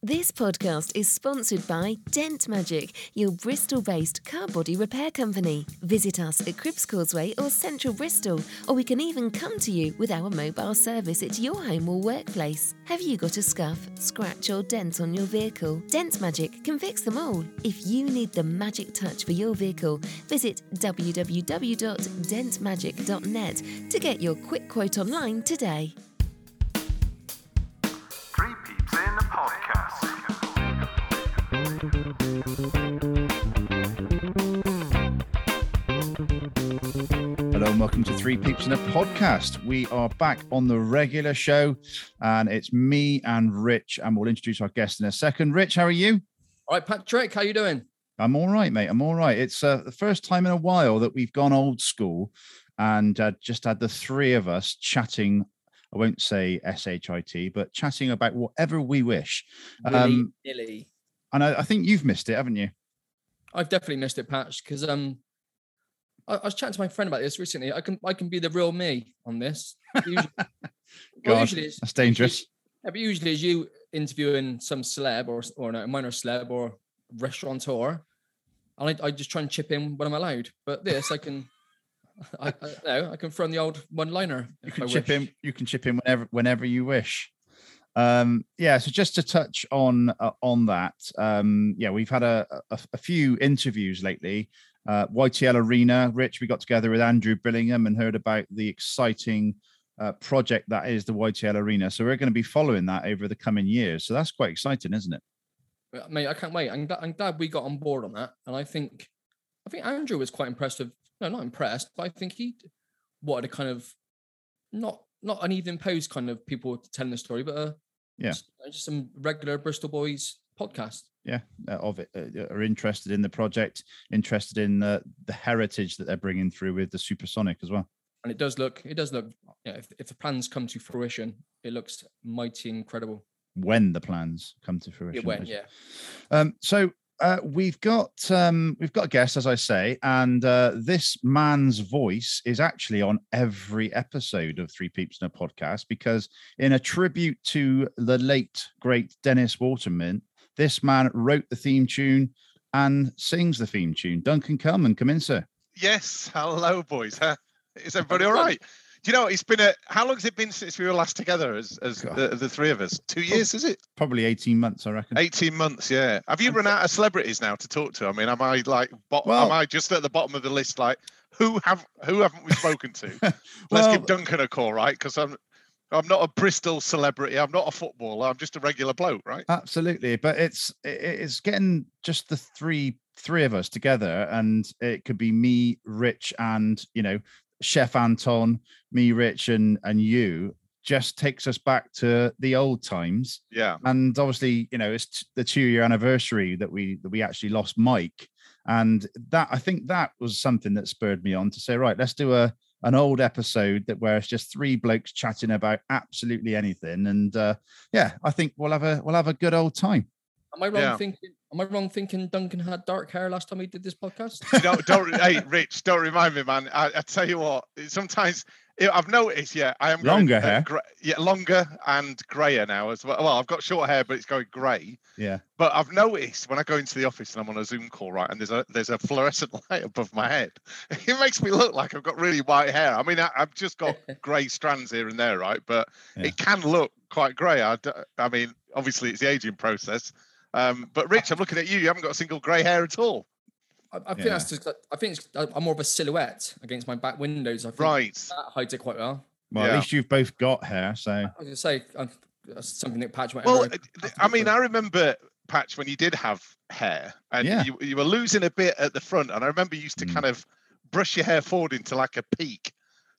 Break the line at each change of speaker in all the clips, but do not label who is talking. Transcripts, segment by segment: This podcast is sponsored by Dent Magic, your Bristol based car body repair company. Visit us at Cribbs Causeway or Central Bristol, or we can even come to you with our mobile service at your home or workplace. Have you got a scuff, scratch, or dent on your vehicle? Dent Magic can fix them all. If you need the magic touch for your vehicle, visit www.dentmagic.net to get your quick quote online today.
Three Peeps in a Podcast.
Hello and welcome to Three Peeps in a Podcast. We are back on the regular show, and it's me and Rich, and we'll introduce our guest in a second. Rich, how are you?
All right, Patrick, how you doing?
I'm all right, mate. I'm all right. It's uh, the first time in a while that we've gone old school and uh, just had the three of us chatting. I won't say shit, but chatting about whatever we wish. Um,
Nilly.
and I, I think you've missed it, haven't you?
I've definitely missed it, Patch, because um, I, I was chatting to my friend about this recently. I can I can be the real me on this. Usually,
God,
usually it's,
That's dangerous.
yeah, but usually it's you interviewing some celeb or or a minor celeb or restaurateur, and I, I just try and chip in when I'm allowed. But this, I can, I, I no, I can throw in the old one liner.
you can chip in you can chip in whenever whenever you wish um yeah so just to touch on uh, on that um yeah we've had a a, a few interviews lately uh ytl arena rich we got together with andrew billingham and heard about the exciting uh, project that is the ytl arena so we're going to be following that over the coming years so that's quite exciting isn't it
mate, I can't wait. I'm, gl- I'm glad we got on board on that. And I think, I think Andrew was quite impressed with, no, not impressed, but I think he d- wanted a kind of, not, not an even post kind of people telling the story, but uh
Yeah.
just, just some regular Bristol boys podcast.
yeah uh, of it uh, are interested in the project interested in uh, the heritage that they're bringing through with the supersonic as well
And it does look, it does look, you know, if, if the plans come to fruition, it looks mighty incredible.
when the plans come to fruition
It went,
I
yeah.
Um, so uh, we've got um, we've got a guest, as I say, and uh, this man's voice is actually on every episode of Three Peeps in a Podcast because, in a tribute to the late great Dennis Waterman, this man wrote the theme tune and sings the theme tune. Duncan, come and come in, sir.
Yes, hello, boys. Huh? Is everybody all
good?
right? Do you know it's been a how long's it been since we were last together as as
God. Oh.
the, the three of us? Two years, is it?
Probably eighteen months, I reckon.
Eighteen months, yeah. Have you run out of celebrities now to talk to? I mean, am I like bot-
Well-
am I just at the bottom of the list? Like who have who haven't we spoken to? Let's
Well-
give Duncan a call, right? Because I'm I'm not a Bristol celebrity. I'm not a footballer. I'm just a regular bloke, right?
Absolutely, but it's i- i- it's getting just the three three of us together, and it could be me, Rich, and you know Chef Anton, me, Rich, and and you. Just takes us back to the old times,
Yeah,
and obviously, you know, it's t- the two year anniversary that we that we actually lost Mike, and that I think that was something that spurred me on to say, right, let's do a an old episode that where it's just three blokes chatting about absolutely anything, and uh, yeah, I think we'll have a we'll have a good old time.
Am I wrong
Yeah.
thinking? Am I wrong thinking Duncan had dark hair last time we did this podcast?
you know, don't hey Rich, don't remind me, man. I, I tell you what, sometimes yeah, I've noticed. Yeah, I am going,
Longer
uh,
hair?
gra- yeah, longer and grayer now as well. Well, I've got short hair, but it's going grey.
Yeah,
But I've noticed when I go into the office and I'm on a Zoom call, right, and there's a there's a fluorescent light above my head. It makes me look like I've got really white hair. I mean, I, I've just got grey strands here and there, right? But
Yeah.
it can look quite grey. I, d- I mean, obviously it's the aging process. Um, but Rich, I'm looking at you. You haven't got a single grey hair at all.
I, I think
Yeah.
that's just. I think it's, I'm more of a silhouette against my back windows. I think
Right.
that hides it quite well.
well, at
Yeah. Uh,
least you've both got hair, so
I was gonna say um, that's something that Patch might.
Well,
ever-
uh,
to
th- I
go
mean,
through.
I remember Patch when you did have hair, and
Yeah.
you, you were losing a bit at the front, and I remember you used to
Mm.
kind of brush your hair forward into like a peak.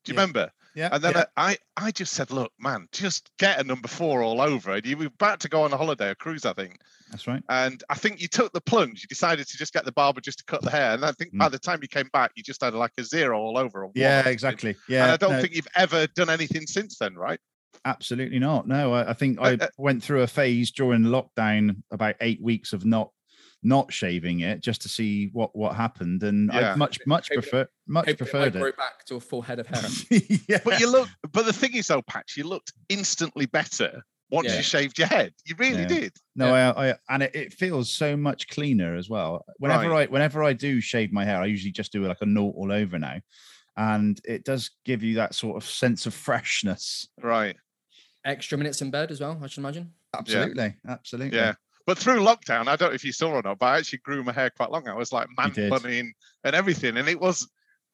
Do you
Yeah. Uh,
remember?
yeah.
And then I, I, I just said, look, man, just get a number four all over. And you were about to go on a holiday, a cruise, I think.
that's right.
And I think you took the plunge. You decided to just get the barber just to cut the hair. And I think
Mm.
by the time you came back, you just had like a zero all over. or one or
Yeah,
something.
exactly. Yeah,
and I don't
no,
think you've ever done anything since then, right?
absolutely not. No, I, I think I
Uh, uh,
went through a phase during lockdown about eight weeks of not not shaving it just to see what what happened, and I
Yeah.
much much
Hoping-
prefer much
Hoping it might
preferred
grow
it.
back to a full head of hair.
yeah.
But you look. But the thing is, though, Patch, you looked instantly better once
Yeah.
you shaved your head. You really
Yeah.
did.
No, I, I and it, it feels so much cleaner as well. Whenever I whenever I do shave my hair, I usually just do like a knot all over now, and it does give you that sort of sense of freshness.
Right.
Extra minutes in bed as well, I should imagine.
Absolutely, absolutely.
Yeah. But through lockdown, I don't know if you saw or not, but I actually grew my hair quite long. I was like man
did.
bunning and everything. And it was,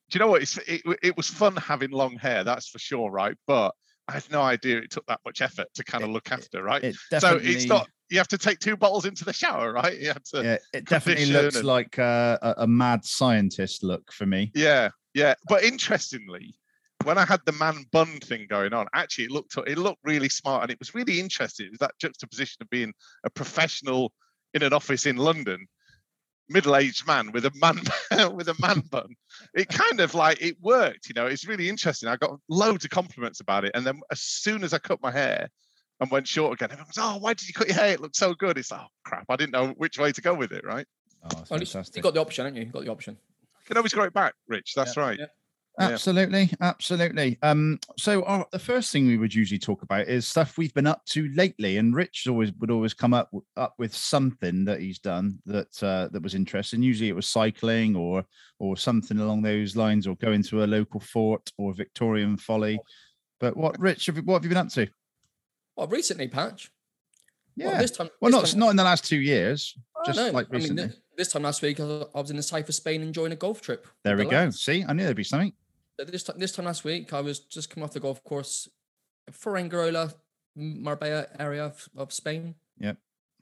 do you know what? It's, it, w- it was fun having long hair, that's for sure, right? But I had no idea it took that much effort to kind of
It-
look after, right?
It
so
definitely.
it's not, you have to take two bottles into the shower, right? You have to,
Yeah, it definitely
condition
looks
and-
like uh, a, a mad scientist look for me.
Yeah, yeah. But interestingly, when I had the man bun thing going on, actually it looked it looked really smart and it was really interesting. It was that juxtaposition of being a professional in an office in London, middle-aged man with a man with a man bun. It kind of like it worked, you know, it's really interesting. I got loads of compliments about it. And then as soon as I cut my hair and went short again, everyone was, oh, why did you cut your hair? It looked so good. It's like, oh crap, I didn't know which way to go with it, right?
Oh,
Well, at least you
fantastic.
got the option, haven't you? You got the option.
You can always grow it back, Rich. That's
Yeah,
right.
yeah.
Yeah.
Absolutely, absolutely. Um, so our, the first thing we would usually talk about is stuff we've been up to lately, and Rich always would always come up w- up with something that he's done that uh, that was interesting. Usually, it was cycling or or something along those lines, or going to a local fort or Victorian folly. But what, Rich? Have, you- what have you been up to?
Well, recently, Patch.
Yeah.
Well, this time.
well,
this
not
time-
not in the last two years.
Oh,
just like
I mean,
recently.
thi- this time last week, I was I was in the south of Spain enjoying a golf trip. with
There
the
we go.
lads.
See, I knew there'd be something.
But This time, this time last week, I was just coming off the golf course, Fuengirola, M- Marbella area of, of Spain.
Yep.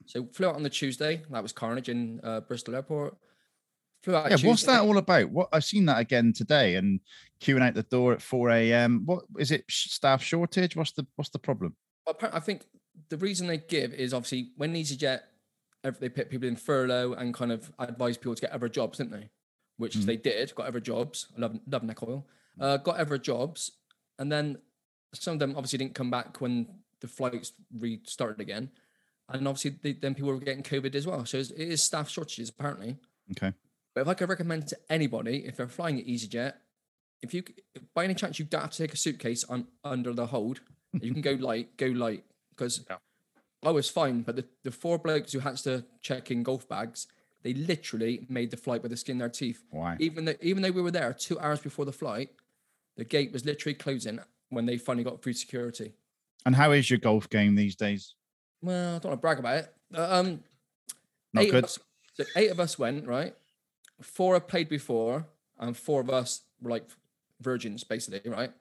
So flew out on the Tuesday. That was carnage in uh, Bristol Airport. Flew out.
Yeah, what's
Tuesday.
that all about? What I've seen that again today and queuing out the door at 4 a.m. What is it? sh- Staff shortage? What's the what's the problem?
Well, appar- I think the reason they give is obviously when EasyJet, ev- they put people in furlough and kind of advise people to get other jobs, didn't they? Which
Mm.
they did, got other jobs. I love, love neck oil. Uh, got other jobs. And then some of them obviously didn't come back when the flights restarted again. And obviously, they, then people were getting COVID as well. So it's- it is staff shortages, apparently.
Okay.
But if I could recommend to anybody, if they're flying at EasyJet, if you, c- if by any chance, you don't have to take a suitcase on under the hold, you can go light, go light. Because
Yeah.
I was fine, but the, the four blokes who had to check in golf bags, they literally made the flight with the skin of their teeth.
Why?
Even though, even though we were there two hours before the flight, the gate was literally closing when they finally got through security.
And how is your golf game these days?
Well, I don't want to brag about it. but, um,
Not
eight
good.
uh,
Of us, so eight of us went right. Four have played before, and four of us were like virgins, basically, right?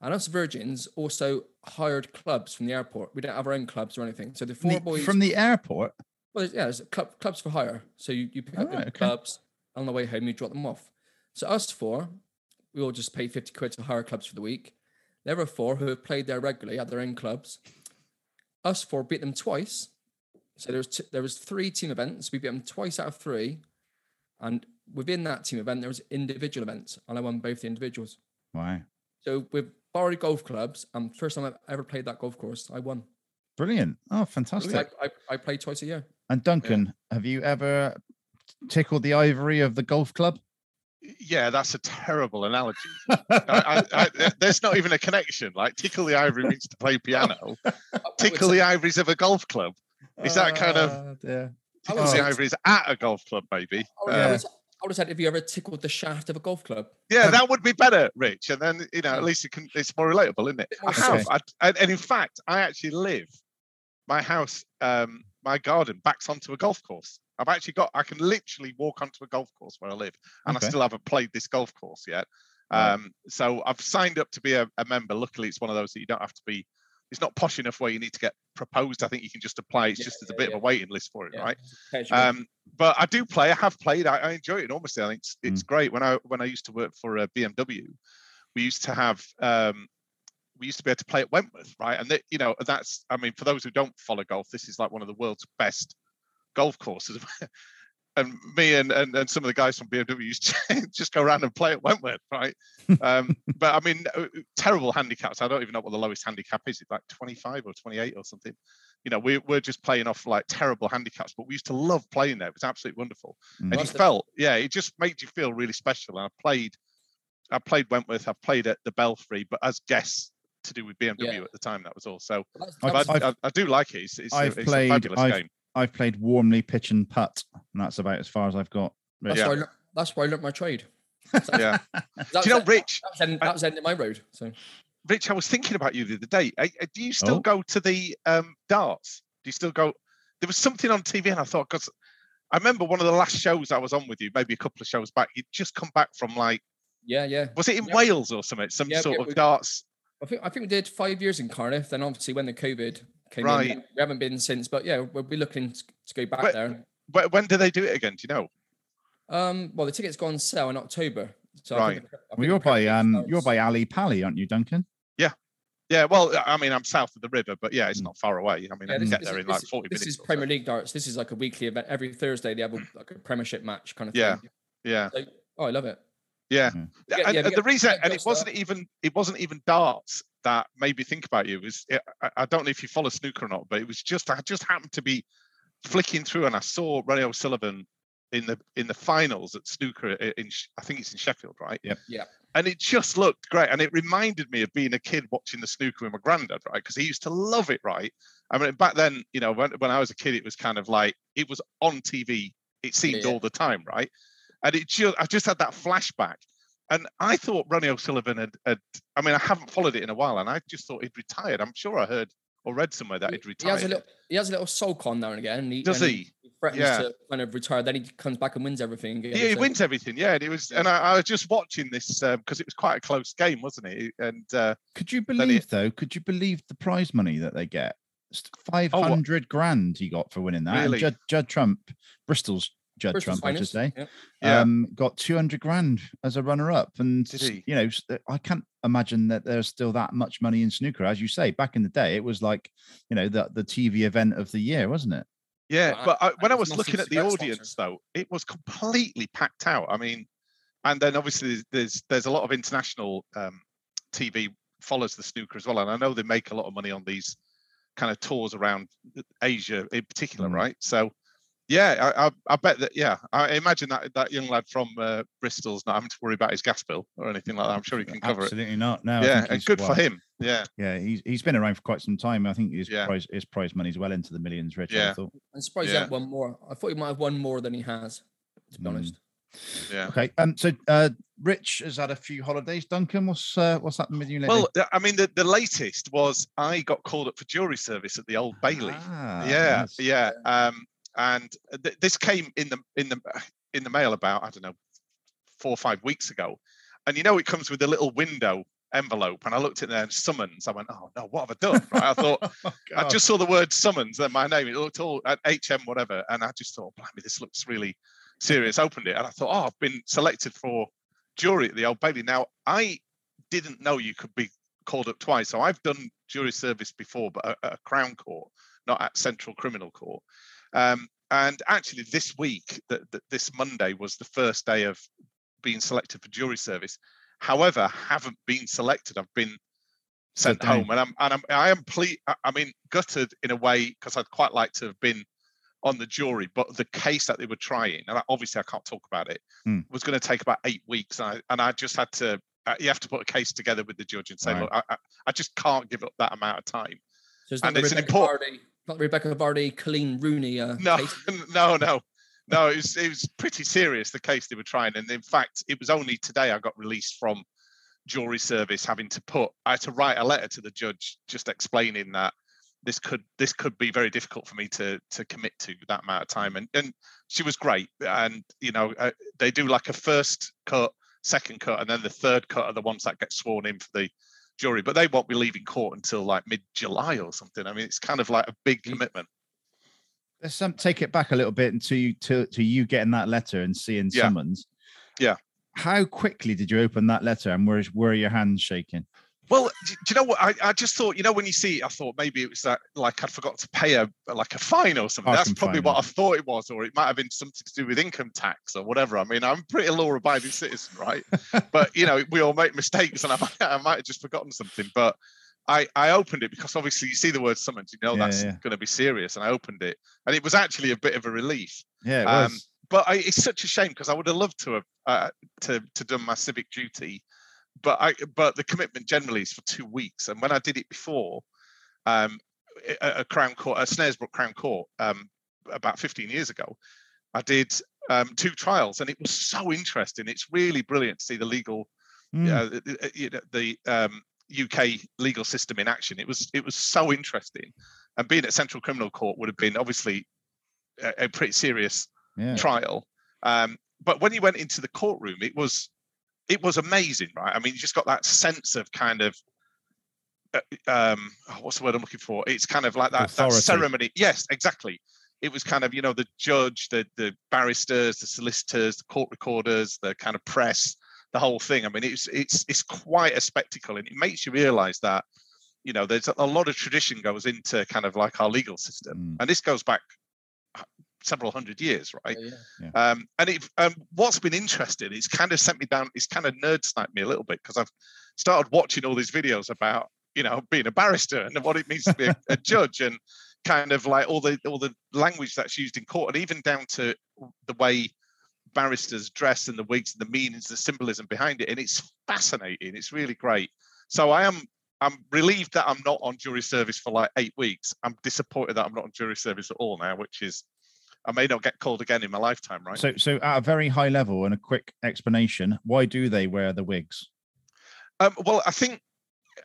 And us virgins also hired clubs from the airport. We don't have our own clubs or anything. So the
From
four
the,
boys
from the airport.
well, there's, yeah, there's club, clubs for hire. So you, you pick up
Alright,
the
okay.
clubs on the way home, you drop them off. So us four, we all just pay 50 quid to hire clubs for the week. There were four who have played there regularly at their own clubs. Us four beat them twice. So there was, t- there was three team events. We beat them twice out of three. And within that team event, there was individual events. And I won both the individuals.
Why?
So with borrowed golf clubs, and first time I've ever played that golf course, I won.
Brilliant. Oh,
I,
fantastic.
I, I play twice a year.
And Duncan, have you ever tickled the ivory of the golf club?
Yeah, that's a terrible analogy. I, I, I, there- there's not even a connection. Like tickle the ivory means to play piano.
I would
Tickle
say-
the ivories of a golf club. Is that kind of-
yeah.
I
Tickle
would say
the
it's-
ivories at a golf club, maybe.
I would, Oh,
Uh,
I,
Yeah.
would, I would have said, have you ever tickled the shaft of a golf club?
yeah, that would be better, Rich. And then you know, at least it can, it's more relatable, isn't it?
Bit more
I have,
sense.
I, and and in fact, I actually live. My house, um, my garden backs onto a golf course. I've actually got. I can literally walk onto a golf course where I live, and
Okay.
I still haven't played this golf course yet.
Right.
Um, so I've signed up to be a, a member. Luckily, it's one of those that you don't have to be. It's not posh enough where you need to get proposed. I think you can just apply. It's
Yeah,
just there's a
yeah,
bit
yeah.
of a waiting list for it,
Yeah,
right?
casual.
Um, but I do play. I have played. I, I enjoy it enormously. I think it's, it's great. When I when I used to work for uh, BMW, we used to have um, we used to be able to play at Wentworth, right? And that you know that's I mean for those who don't follow golf, this is like one of the world's best golf courses. and me and, and and some of the guys from BMW used to just go around and play at Wentworth, right? Um, but I mean, uh, terrible handicaps. I don't even know what the lowest handicap is. It's like 25 or 28 or something you know, we, we're just playing off like terrible handicaps, but we used to love playing there. It was absolutely wonderful.
Mm.
And you
Must have-
felt, yeah, it just made you feel really special. And I played, I played Wentworth, I played at the Belfry, but as guests to do with BMW
Yeah.
at the time. That was all. So
But that's-
I've-
but
that's-
I, I, I do like it. It's, it's, a-
I've
it's
played-
a fabulous
I've-
game.
I've played Warmly Pitch and Putt, and that's about as far as I've got.
that's
Oh, yeah.
where I learnt, that's where I learnt my trade.
Yeah.
That's
do you know,
it.
Rich?
That was, end,
I-
that was ending my road. So
Rich, I was thinking about you the other day. I, I- do you still
Oh.
go to the um, darts? Do you still go? There was something on TV, and I thought, because I remember one of the last shows I was on with you, maybe a couple of shows back. You'd just come back from like,
yeah, yeah.
was it in
Yeah.
Wales or something? Some
Yeah,
sort
yeah,
of
we-
darts.
I think I think we did five years in Cardiff. Then obviously when the COVID came
Right.
in, we haven't been since. But yeah, we'll be looking to to go back
But-
there.
When, when do they do it again? Do you know?
Um, well, the tickets go on sale in October. So I think, the- I think
Well,
the
you're by
press
um,
starts-
you're by Ali Pally, aren't you, Duncan?
Yeah, well, I mean, I'm south of the river, but yeah, it's not far away. I mean,
Hmm. Yeah,
I can
this,
get
this
there
is-
in like
this-
40
this
minutes.
is
or so.
Premier League darts. This is like a weekly event. Every Thursday they have a, like a Premiership match kind of
Yeah.
thing.
Yeah,
So, oh, I love it.
yeah.
Yeah.
Yeah,
Yeah,
and,
yeah,
and
we
the
get-
reason,
we get
and it
Josh
wasn't even it wasn't even darts that made me think about you. It was I, I don't know if you follow snooker or not, but it was just I just happened to be flicking through and I saw Ronnie O'Sullivan in the in the finals at snooker i- in Sh- I think it's in Sheffield, right?
Yep.
Yeah.
And it just looked great, and it reminded me of being a kid watching the snooker with my granddad, right? Because he used to love it, right? I mean, back then, you know, when when I was a kid, it was kind of like it was on TV. It seemed
yeah.
all the time, right? And it just I just had that flashback. And I thought Ronnie O'Sullivan had, had, I mean, I haven't followed it in a while, and I just thought he'd retired. I'm sure I heard or read somewhere that
He-
he'd
He has a
retired.
little he has a little sulk on there and again. and
Does
and
he?
threatens
Yeah.
to kind of retire. Then he comes back and wins everything. Again.
Yeah, he
So-
wins everything. Yeah, and it was, and I, I was just watching this because it was quite a close game, wasn't it? And uh,
Could you
it-
believe though? Could you believe the prize money that they get? Five
Oh, what?
hundred grand he got for winning that.
Really?
And Judd, Judd Trump, Bristol's Judd
Bristol's
Trump, I should say,
finest. Yeah.
Yeah.
um, got two hundred grand as a runner-up. And
Did
s-
he?
you know, s- uh, I can't imagine that there's still that much money in snooker. As you say, back in the day, it was like you know the the TV event of the year, wasn't it?
yeah,
Well,
but I, when I
it's
was
not
looking
since
at the
Rex
audience,
Watson.
though, it was completely packed out. I mean, and then obviously there's there's a lot of international um, TV follows the snooker as well, and I know they make a lot of money on these kind of tours around Asia in particular,
Mm.
right? So yeah, I, I, I bet that yeah, I imagine that that young lad from uh, Bristol's not having to worry about his gas bill or anything like that. I'm sure he can cover it.
Absolutely not. No, I
Yeah,
think
and
he's-
good
well,
for him. Yeah,
Yeah, he's he's been around for quite some time. I think his
Yeah.
prize his prize money's well into the millions, Rich. I
Yeah.
thought.
I'm surprised he
Yeah.
had one more. I thought he might have won more than he has, to be
Mm.
honest.
yeah.
Okay. Um. So, uh, Rich has had a few holidays. Duncan, what's uh, what's happened with you lately?
Well, I mean, the, the latest was I got called up for jury service at the Old Bailey.
Ah,
yeah,
nice.
yeah. Um, and th- this came in the in the in the mail about I don't know four or five weeks ago, and you know it comes with a little window envelope, and I looked at there and summons. I went, oh no, what have I done? Right? I thought I
Oh, God.
just saw the word summons and my name. It looked all at HM whatever, and I just thought, blimey, this looks really serious. Opened it, and I thought, oh, I've been selected for jury at the Old Bailey. Now I didn't know you could be called up twice, so I've done jury service before, but at, at a Crown Court, not at Central Criminal Court. Um, and actually, this week, that this Monday was the first day of being selected for jury service. However, I haven't been selected. I've been
Sent
sent home,
down.
and I'm and I'm I am ple- I I mean gutted in a way because I'd quite like to have been on the jury, but the case that they were trying, and I, obviously I can't talk about it,
Hmm.
was going to take about eight weeks, and I and I just had to. uh, You have to put a case together with the judge and say,
Right.
look, I, I, I just can't give up that amount of time.
So it's not
And
the
it's an
Rebecca
import-
Vardy, not the Rebecca Vardy, Colleen Rooney. Uh,
no,
case.
no, no, no. It was it was pretty serious the case they were trying, and in fact, it was only today I got released from jury service, having to put I had to write a letter to the judge just explaining that this could this could be very difficult for me to to commit to that amount of time, and and she was great, and you know uh, they do like a first cut, second cut, and then the third cut are the ones that get sworn in for the jury but they won't be leaving court until like mid-july or something i mean it's kind of like a big
Mm.
commitment
Let's um, take it back a little bit until you to, to you getting that letter and seeing
Yeah.
summons.
Yeah.
How quickly did you open that letter, and were were your hands shaking?
Well, d- do you know what? I, I just thought, you know, when you see it, I thought maybe it was that like I'd forgot to pay a like a fine or something.
Parking
That's probably
fine,
what
yeah.
I thought it was, or it might have been something to do with income tax or whatever. I mean, I'm a pretty law abiding citizen, right? but you know, we all make mistakes and I might, I might have just forgotten something. But I, I opened it because obviously you see the word summons, you know
Yeah,
that's
yeah.
gonna be serious. And I opened it. And it was actually a bit of a relief
Yeah, it
Um,
was.
but I, it's such a shame because I would have loved to have uh, to to done my civic duty but I but the commitment generally is for two weeks. And when I did it before, um, a, a Crown Court, a Snaresbrook Crown Court, um, about 15 years ago, I did um, two trials, and it was so interesting. It's really brilliant to see the legal,
Mm.
uh, the, you know, the um, UK legal system in action. It was it was so interesting, and being at Central Criminal Court would have been obviously a, a pretty serious
yeah.
trial. Um, but when you went into the courtroom, it was it was amazing, right? I mean, you just got that sense of kind of uh, um, oh, what's the word I'm looking for? It's kind of like that, that
Authority.
ceremony. Yes, exactly. It was kind of you know the judge, the the barristers, the solicitors, the court recorders, the kind of press, the whole thing. I mean, it's it's it's quite a spectacle, and it makes you realise that you know there's a lot of tradition goes into kind of like our legal system,
Mm.
and this goes back uh, several hundred years, right?
Yeah, yeah.
Um, and it, um, what's been interesting, it's kind of sent me down, it's kind of nerd sniped me a little bit because I've started watching all these videos about, you know, being a barrister and what it means to be a, a judge and kind of like all the all the language that's used in court and even down to the way barristers dress and the wigs and the meanings, the symbolism behind it. And it's fascinating. It's really great. So I am I'm relieved that I'm not on jury service for like eight weeks. I'm disappointed that I'm not on jury service at all now, which is I may not get called again in my lifetime, right?
So, so at a very high level and a quick explanation, why do they wear the wigs?
Um, well, I think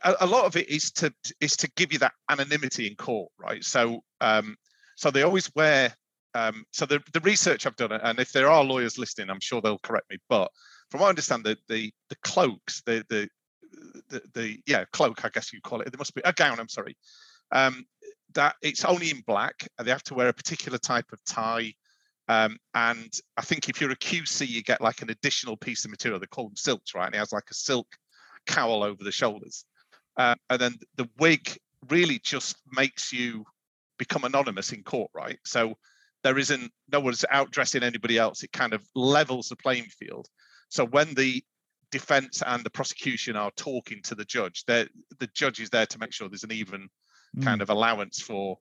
a, a lot of it is to is to give you that anonymity in court, right? So, um, so they always wear. Um, so the the research I've done, and if there are lawyers listening, I'm sure they'll correct me. But from what I understand, the the, the cloaks, the, the the the yeah cloak, I guess you call it. There must be a gown. I'm sorry. Um, that it's only in black, and they have to wear a particular type of tie. Um, and I think if you're a QC, you get like an additional piece of material. They call them silks, right? And it has like a silk cowl over the shoulders. Uh, and then the wig really just makes you become anonymous in court, right? So there isn't, no one's outdressing anybody else. It kind of levels the playing field. So when the defense and the prosecution are talking to the judge, they're- the judge is there to make sure there's an even
Hmm.
kind of allowance for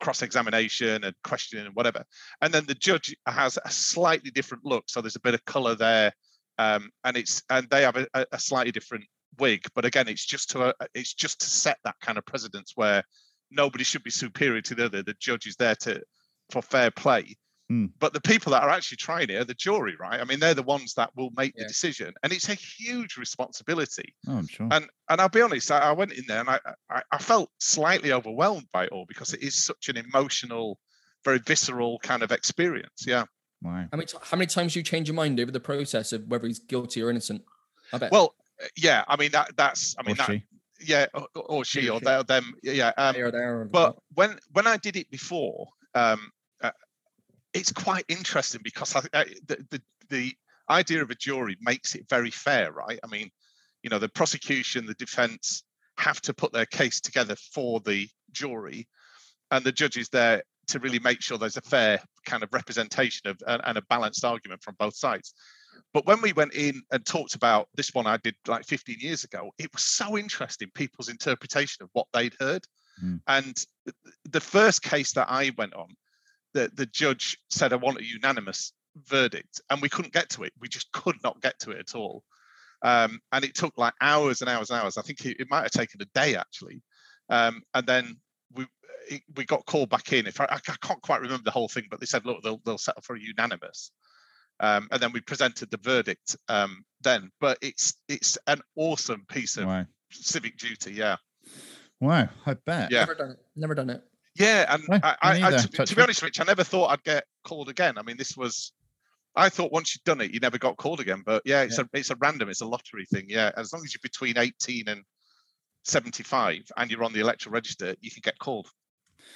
cross-examination and questioning and whatever. And then the judge has a slightly different look, so there's a bit of colour there, um, and it's and they have a, a- a slightly different wig. But again, it's just to uh, it's just to set that kind of precedence where nobody should be superior to the other. The judge is there to for fair play.
Mm.
But the people that are actually trying it are the jury, right? I mean, they're the ones that will make
Yeah.
the decision, and it's a huge responsibility.
Oh, I'm sure.
And and I'll be honest, I, I went in there and I, I I felt slightly overwhelmed by it all because it is such an emotional, very visceral kind of experience. Yeah.
wow.
How many t- how many times do you change your mind over the process of whether he's guilty or innocent? I bet.
Well, yeah. I mean that that's I mean
Or
that
she.
yeah or, or she
She,
or
she.
they, or them yeah. Um,
They are there and-
but when when I did it before, um, uh, it's quite interesting because I, I, the, the the idea of a jury makes it very fair, right? I mean, you know, the prosecution, the defense have to put their case together for the jury, and the judge is there to really make sure there's a fair kind of representation of and, and a balanced argument from both sides. But when we went in and talked about this one I did like 15 years ago, it was so interesting people's interpretation of what they'd heard.
Mm.
And th- the first case that I went on, the, the judge said, I want a unanimous verdict. And we couldn't get to it. We just could not get to it at all. Um, and it took like hours and hours and hours. I think it, it might have taken a day actually. Um, and then we it, we got called back in. If I, I can't quite remember the whole thing, but they said, look, they'll, they'll settle for a unanimous um, and then we presented the verdict um, then. But it's it's an awesome piece of
Wow.
civic duty, yeah,
Wow. I bet.
yeah,
never done it. Never done it.
yeah. And
No,
I,
me
I, I
neither,
to, be-
touch
to be
wood.
honest, Rich, I never thought I'd get called again. I mean, this was. I thought once you'd done it, you never got called again. But yeah, it's a it's a random, it's a lottery thing. Yeah, as long as you're between 18 and 75 and you're on the electoral register, you can get called.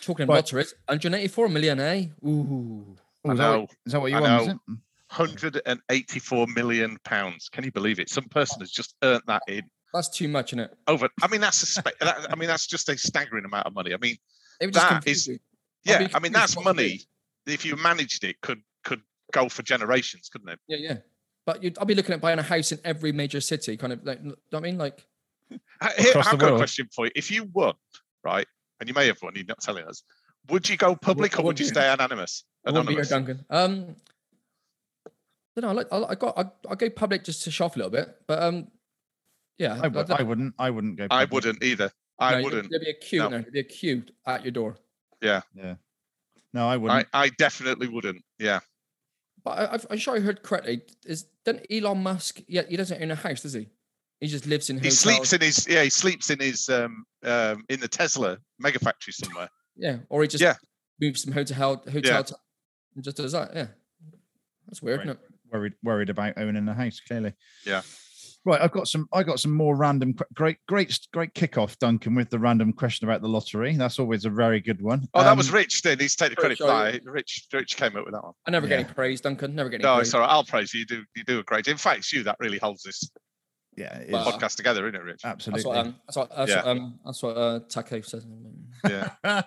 Talking
Right.
about lotteries, 184 million, eh? Ooh.
Oh,
I
is, that
know,
what, is that what you
I
want? Is
know.
it? Mm.
184 million pounds. Can you believe it? Some person has just earned that in
That's too much, isn't it?
over. I mean, that's a spe- that, I mean, that's just a staggering amount of money. I mean,
It would just
That
confuse
is-
you. I'd
yeah,
be
I mean,
confused
that's
what to do.
money. If you managed it, could could go for generations, couldn't it?
Yeah, yeah. But you'd, I'll be looking at buying a house in every major city, kind of like, know what I mean? Like,
Uh, Here,
Across the
I've got a
world.
question for you. If you won, right, and you may have won, you're not telling us. Would you go public or
would
would you
you?
stay anonymous?
I wouldn't be your
Anonymous.
Duncan. Um, don't know. I, like, I, I got. I, I go public just to show off a little bit, but um, yeah.
I, would, I wouldn't. I wouldn't go.
I
public.
wouldn't either. I
No, you-
wouldn't.
There'd be a queue.
No.
No. there'd be a queue at your door.
No, I wouldn't.
I, I definitely wouldn't. Yeah.
But I, I've- I'm sure I heard correctly. Is doesn't Elon Musk? Yeah, he doesn't own a house, does he? He just lives in.
He
Hotels.
sleeps in his yeah, he sleeps in his um um in the Tesla mega factory somewhere.
Yeah, or he just
Yeah.
moves from hotel hotel
Yeah.
to, and just does that. Yeah, that's weird.
Right.
isn't it?
worried worried about owning a house clearly
Yeah.
right i've got some i got some more random que- great great great kickoff duncan with the random question about the lottery that's always a very good one
Oh, that was
Um,
Rich. Then he's taking credit for
sorry.
that. Rich Rich came up with that one.
I never get
Yeah.
any praise, Duncan. Never get any
No,
praise.
it's all right. I'll praise you. You do you do a great. In fact, it's you that really holds this
yeah it is.
Well,
podcast together, isn't it, Rich?
That's
absolutely
what, um, that's what, that's
Yeah.
what, um, that's what uh, Taco says.
Yeah.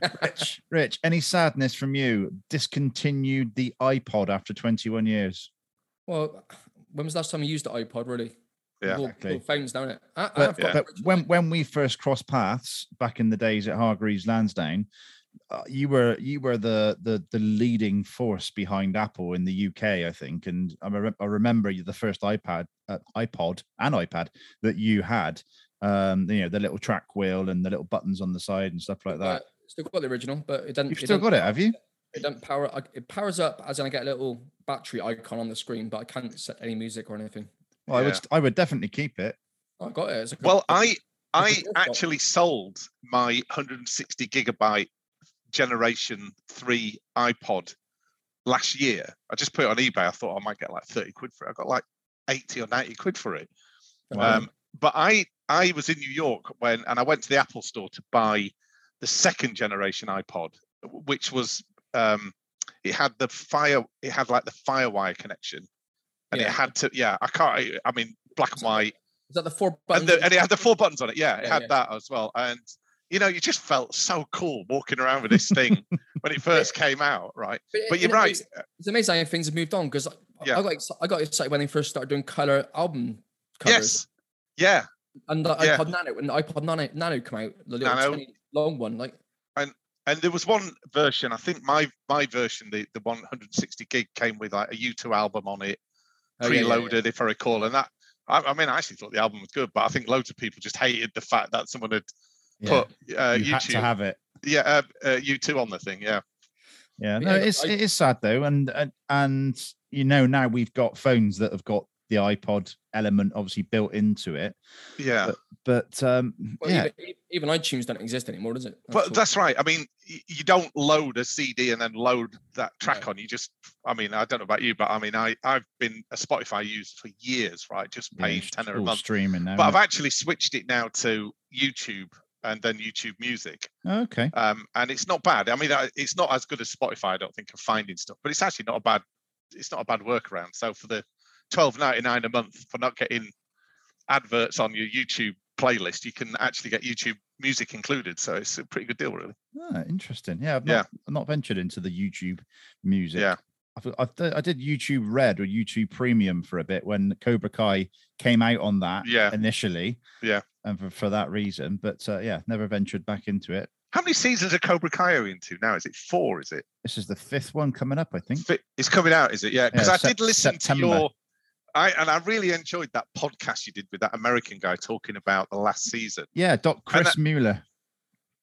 rich rich any sadness from you discontinued the ipod after 21 years
Well, when was the last time you used the iPod? Really?
Yeah.
All,
Exactly.
all phones down it. I, I
but,
have got
but
original-
when when we first crossed paths back in the days at Hargreaves Lansdowne, uh, you were you were the the the leading force behind Apple in the UK, I think. And I, re- I remember you- the first iPad, uh, iPod, and iPad that you had. Um, you know the little track wheel and the little buttons on the side and stuff like that.
but Uh, still got the original, but it doesn't.
You've still got it, have you?
It doesn't power. I- It powers up as in I get a little battery icon on the screen, but I can't set any music or anything. Oh,
Well, I
Yeah.
would st- I would definitely keep it.
I got it. It's a good-
Well, I
a
I
good one.
actually sold my 160 gigabyte generation three iPod last year. I just put it on eBay. I thought I might get like 30 quid for it. I got like 80 or 90 quid for it.
Wow.
Um, but I I was in New York when and I went to the Apple store to buy the second generation iPod, which was um it had the fire it had like the firewire connection. And
Yeah.
it had to yeah, I can't I- I mean black and
So-
white
Is that the four
and,
buttons?
the, and it had the four buttons on it. Yeah, it
Yeah,
had
yeah.
that as well. And you know, you just felt so cool walking around with this thing when it first came out, right?
it-
But you're
and it
right.
is- It's amazing how things have moved on because
Yeah.
I got exci- I got excited when they first started doing color album covers.
Yes. Yeah.
And the
Yeah.
iPod Nano, when the iPod Nano, Nano came out, the little
Nano.
tiny long one, like
And there was one version. I think my my version, the the 160 gig, came with like a U2 album on it,
oh, yeah, yeah, yeah.
preloaded, if I recall. And that, I, I mean, I actually thought the album was good, but I think loads of people just hated the fact that someone had
Yeah.
put uh,
you had to
YouTube,
have it.
yeah, uh, uh, U2 on the thing. Yeah.
Yeah,
But
no,
yeah,
it is
I-
it is sad though, and, and and you know now we've got phones that have got the iPod element obviously built into it,
Yeah.
but um,
Well,
yeah,
even, even iTunes don't exist anymore, does it?
But
all.
that's right. I mean, y- you don't load a CD and then load that track
No.
on. You just, I mean, I don't know about you, but I mean, I I've been a Spotify user for years, right? Just
yeah,
paying
it's
tenner a
all
month.
streaming now.
But I've
isn't
actually switched it now to YouTube and then YouTube Music,
it? Oh, okay,
um, and it's not bad. I mean, I- it's not as good as Spotify, I don't think, of finding stuff, but it's actually not a bad, it's not a bad workaround. So for the twelve ninety nine a month for not getting adverts on your YouTube playlist, you can actually get YouTube Music included. So it's a pretty good deal, really.
Ah, interesting. Yeah, I've not,
Yeah.
I've not ventured into the YouTube music.
Yeah.
I've, I've, done- I did YouTube Red or YouTube Premium for a bit when Cobra Kai came out on that
Yeah.
initially.
Yeah.
and for, for that reason, but uh, yeah, never ventured back into it.
How many seasons are Cobra Kai are into now? Is it four? Is it?
This is the fifth one coming up, I think.
Fi- It's coming out, is it? Yeah, because
Yeah,
I
Sep-
did listen
September.
to your. I and I really enjoyed that podcast you did with that American guy talking about the last season.
Yeah, Doc
And
Chris Mueller.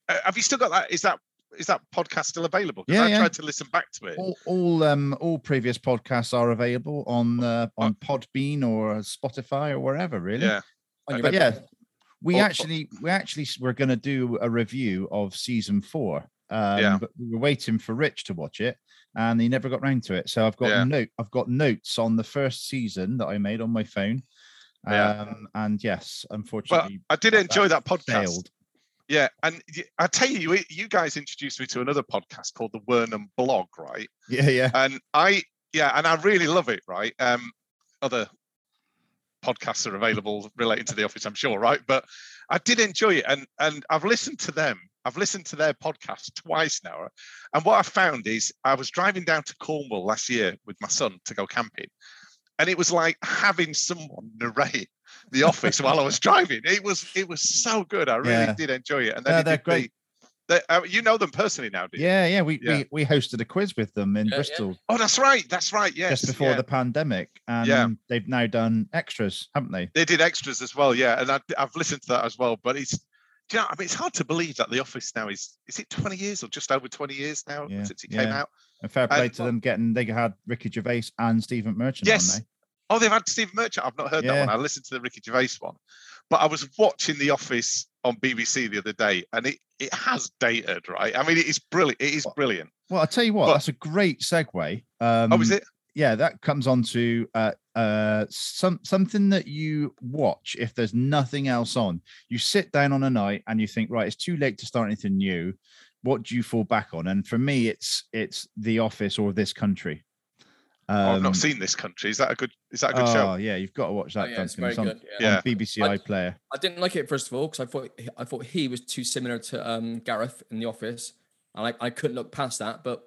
Uh, have you still got that? Is that is that podcast still available? 'Cause
Yeah,
I
yeah.
tried to listen back to it.
all, all um all previous podcasts are available on uh, on Podbean or Spotify or wherever really.
Yeah.
On your
But
web-
yeah, we
Oh, oh.
actually we actually s- were going to do a review of season 4. Um
Yeah.
but we were waiting for Rich to watch it and he never got round to it. So I've got
Yeah.
note I've got notes on the first season that I made on my phone.
Yeah.
Um and yes,
Well,
unfortunately
I did enjoy that podcast.
failed.
Yeah, and y- I tell you, you- you guys introduced me to another podcast called the Wernham Blog, right?
Yeah, yeah.
and I yeah, and I really love it, right? Um other podcasts are available relating to the office, I'm sure, right? But I did enjoy it and and I've listened to them. I've listened to their podcast twice now. right? And what I found is I was driving down to Cornwall last year with my son to go camping. And it was like having someone narrate the office while I was driving. It was it was so good. I really
Yeah.
did enjoy it. And
Yeah, they're
then he did the-
great.
They, uh, you know them personally now, do you?
Yeah, yeah. We,
Yeah.
we we hosted a quiz with them in
Yeah, yeah.
Bristol
Oh, that's right. That's right. Yes.
just before
yeah.
the pandemic, and they've now done extras, haven't they?
they did extras as well. Yeah, and I, I've listened to that as well. But it's, do you know, I mean, it's hard to believe that The Office now is is it 20 years or just over 20 years now
Yeah,
since it came
yeah.
out?
And fair
Uh,
play to
well-
them getting they had Ricky Gervais and Stephen Merchant.
Yes.
on
Oh, they've had Steve Merchant. I've not heard that
Yeah.
one. I listened to the Ricky Gervais one, but I was watching The Office on BBC the other day, and it it has dated, right? I mean, it is brilliant. It is brilliant.
there. Well, I tell you what,
But-
that's a great segue. Um,
oh, is it?
Yeah, that comes on to uh, uh, some something that you watch if there's nothing else on. You sit down on a night and you think, right, it's too late to start anything new. What do you fall back on? And for me, it's it's The Office or This Country. Um,
oh, I've not seen this country. Is that a good? Is that a good
oh,
show?
yeah, you've got to watch
Oh,
that.
yeah, it's
Duncan.
very
It's on,
good. Yeah.
Yeah.
on BBC
I-
iPlayer.
I didn't like it first of all because I thought I thought he was too similar to um, Gareth in The Office, and I, I couldn't look past that. But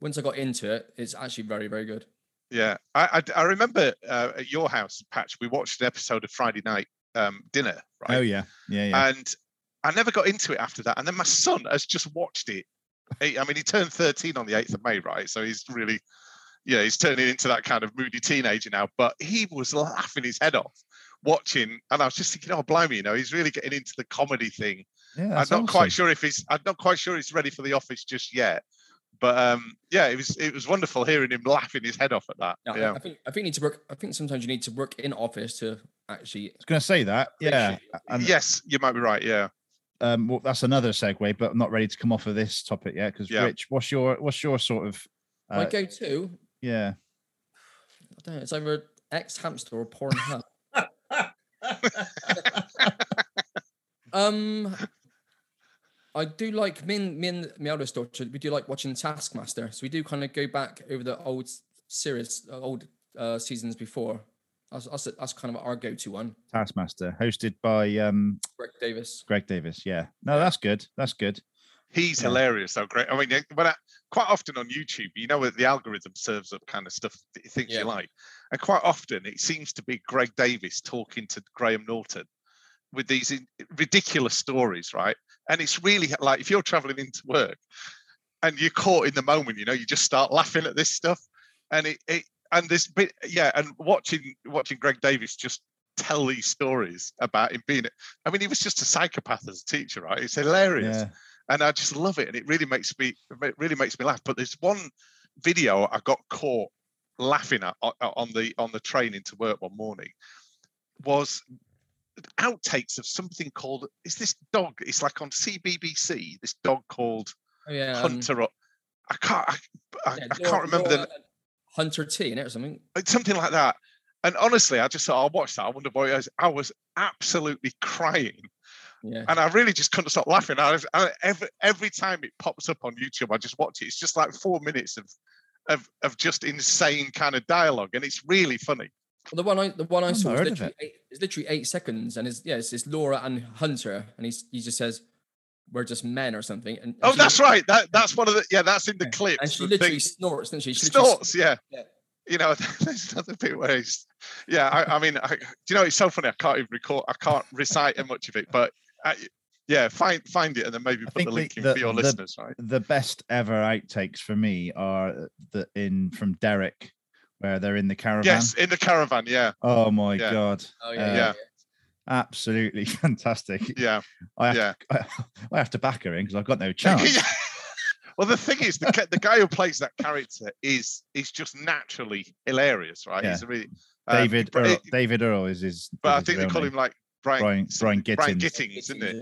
once I got into it, it's actually very very good.
Yeah, I I, I remember uh, at your house, Patch. We watched an episode of Friday Night um, Dinner. Right.
Oh yeah, yeah, yeah.
and I never got into it after that. And then my son has just watched it. He- I mean, he turned 13 on the 8th of May, right? So he's really, yeah, he's turning into that kind of moody teenager now. But he was laughing his head off watching, and I was just thinking, oh, blimey, you know, he's really getting into the comedy thing.
yeah
I'm
that's
not quite
awesome.
sure if he's, I'm not quite sure he's ready for the office just yet. But um, yeah, it was it was wonderful hearing him laughing his head off at that.
Yeah, I-
yeah.
I, think I think you need to work. I think sometimes you need to work in office to actually.
I was going to say that. Yeah.
appreciate
And
yes, you might be right. Yeah.
um, well, that's another segue, but I'm not ready to come off of this topic yet. Because
Yeah.
Rich, what's your what's your sort of
my
uh,
go to,
yeah?
I don't know, it's either X Hamster or Pornhub. um, I do like me and me and my eldest daughter. We do like watching Taskmaster, so we do kind of go back over the old s- series, uh, old uh, seasons before. That's, that's that's kind of our go-to one.
Taskmaster, hosted by um,
Greg Davis.
Greg Davis. Yeah. No, that's good. That's good.
He's
Yeah.
hilarious, though. Great. I mean, yeah, but I, quite often on YouTube, you know, what the algorithm serves up kind of stuff that it thinks
Yeah.
you like, and quite often it seems to be Greg Davis talking to Graham Norton with these in- ridiculous stories, right? And it's really like if you're traveling into work and you're caught in the moment, you know, you just start laughing at this stuff, and it, it and this bit, yeah, and watching watching Greg Davis just tell these stories about him being, I mean, he was just a psychopath as a teacher, right? It's hilarious
Yeah.
and I just love it, and it really makes me it really makes me laugh. But there's one video I got caught laughing at o- on the on the train into work one morning was outtakes of something called is this dog? It's like on CBBC. This dog called
Oh yeah, um,
Hunter. up. I can't I, I,
yeah,
I
Laura-
can't remember
Laura
the
and Hunter T in it or something.
it's something like that. And honestly, I just thought I'll watch that. I wonder why it is. I was absolutely crying
Yeah,
and I really just couldn't stop laughing. I, was- I- every every time it pops up on YouTube, I just watch it. It's just like four minutes of of of just insane kind of dialogue, and it's really funny.
Well, the one I the one I
I've
saw
not
is
heard of
literally, eight, it's literally eight seconds, and it's yeah, it's, it's Laura and Hunter, and he's he just says, "We're just men" or something. And, and
Oh,
she-
that's right. That that's one of the yeah. That's in the
Yeah.
clips.
And she
the
literally
thing.
snorts, doesn't she? she literally
snorts. Yeah.
Yeah.
You know, there's another bit where he's yeah. I, I mean, I, do you know it's so funny? I can't even record. I can't recite much of it, but I, yeah, find find it and then maybe
I
put
think
the
the-
link in
the-
for your
the-
listeners, right?
The best ever outtakes for me are the in from Derek, where they're in the caravan.
Yes, in the caravan. Yeah,
Oh my
Yeah.
god.
Oh yeah,
Uh,
yeah.
yeah.
Absolutely fantastic.
yeah.
I have,
yeah.
to, I have to back her in because I've got no chance.
Yeah. well, the thing is, the, ca- the guy who plays that character is is just naturally hilarious, right?
Yeah.
He's a really um,
David
But,
Earl,
it-
David Earl is his.
but
is
I
his
think they
real
call
name.
him like Brian
Brian Brian
something- Brian
Gittins.
Gittings, isn't it?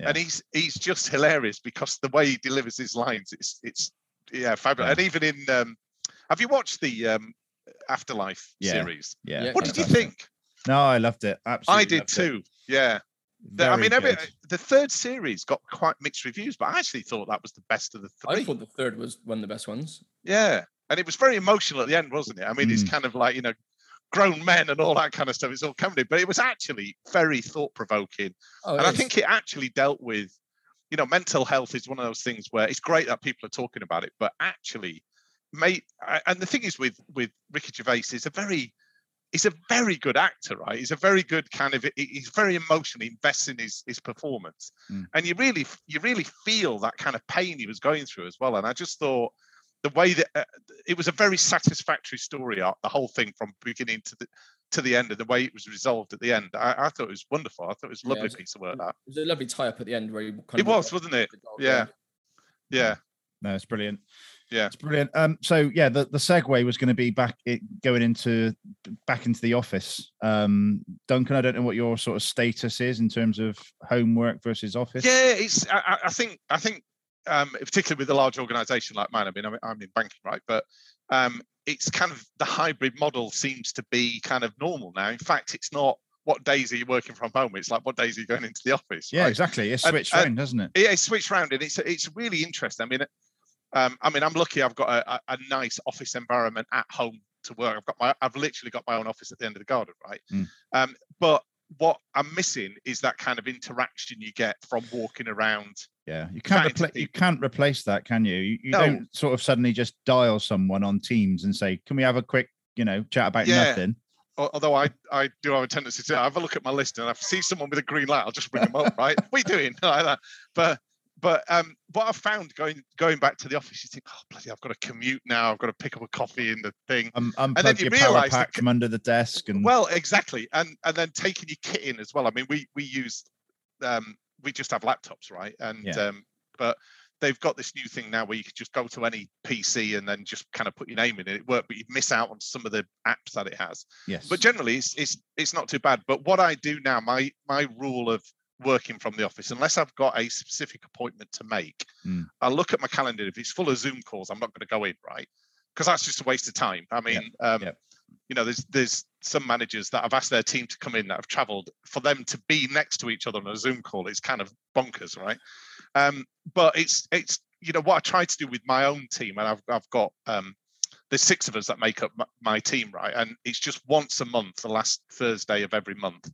Yeah.
And he's he's just hilarious because the way he delivers his lines, it's it's yeah fabulous.
Yeah.
And even in um, have you watched the um, Afterlife
Yeah.
series?
Yeah.
Yeah,
What did you
fantastic.
think?
No, I loved it. Absolutely.
I did
loved it.
too. Yeah. The- I
Very
mean, every,
good.
the third series got quite mixed reviews, but I actually thought that was the best of the three.
I thought the third was one of the best ones.
Yeah. And it was very emotional at the end, wasn't it? I mean, it's kind of like, you know, grown men and all that kind of stuff. It's all comedy, but it was actually very thought provoking.
Oh,
and I
yes.
think it actually dealt with, you know, mental health is one of those things where it's great that people are talking about it, but actually, mate, I- and the thing is with with Ricky Gervais is a very he's a very good actor, right? He's a very good kind of he's very emotionally invested in his his performance,
Mm.
and you really you really feel that kind of pain he was going through as well. And I just thought the way that uh, it was a very satisfactory story arc, the whole thing from beginning to the to the end, and the way it was resolved at the end, I, I thought it was wonderful. I thought it was a
Yeah,
lovely
it's-
piece of work. That
was a lovely tie up at the end where he kind
it was, wasn't it? Yeah. Yeah,
No, it's brilliant.
Yeah.
it's brilliant. Um, so yeah, the, the segue was going to be back it, going into back into the office. Um, Duncan, I don't know what your sort of status is in terms of homework versus office.
yeah. It's I, I- I think I think um, particularly with a large organisation like mine. I mean, I'm, I'm in banking, right? But um, it's kind of the hybrid model seems to be kind of normal now. In fact, it's not what days are you working from home. It's like what days are you going into the office.
Yeah,
right?
exactly. It's
Uh,
switched
uh,
round, doesn't it?
yeah, it's switched around and it's it's really interesting. I mean, um, I mean, I'm lucky. I've got a, a- a nice office environment at home to work. I've got my, I've literally got my own office at the end of the garden, right?
Mm.
Um, but what I'm missing is that kind of interaction you get from walking around.
Yeah, you can't
chatting
repla-
to
you can't replace that, can you? You, you
No.
don't sort of suddenly just dial someone on Teams and say, "Can we have a quick, you know, chat about
Yeah.
nothing?"
Al- Although I, I do have a tendency to have a look at my list and if I see someone with a green light, I'll just bring them up, right? What are you doing? Like that. But but um, what I've found going going back to the office, you think, oh bloody, I've got to commute now. I've got to pick up a coffee in the thing.
Um,
then
unplug
you
your power
realise that
pack
c-
from under the desk and
Well, exactly, and and then taking your kit in as well. I mean, we we use, um, we just have laptops, right? And
Yeah.
um, but they've got this new thing now where you can just go to any PC and then just kind of put your name in it. It worked, but you miss out on some of the apps that it has.
yes,
But generally, it's it's it's not too bad. But what I do now, my my rule of working from the office, unless I've got a specific appointment to make,
Mm.
I look at my calendar. If it's full of Zoom calls, I'm not going to go in, right? Because that's just a waste of time. I mean, um,
yep.
you know, there's there's some managers that have asked their team to come in that have travelled for them to be next to each other on a Zoom call. It's kind of bonkers, right? Um, but it's it's you know what I try to do with my own team, and I've I've got um, there's six of us that make up my, my team, right? And it's just once a month, the last Thursday of every month,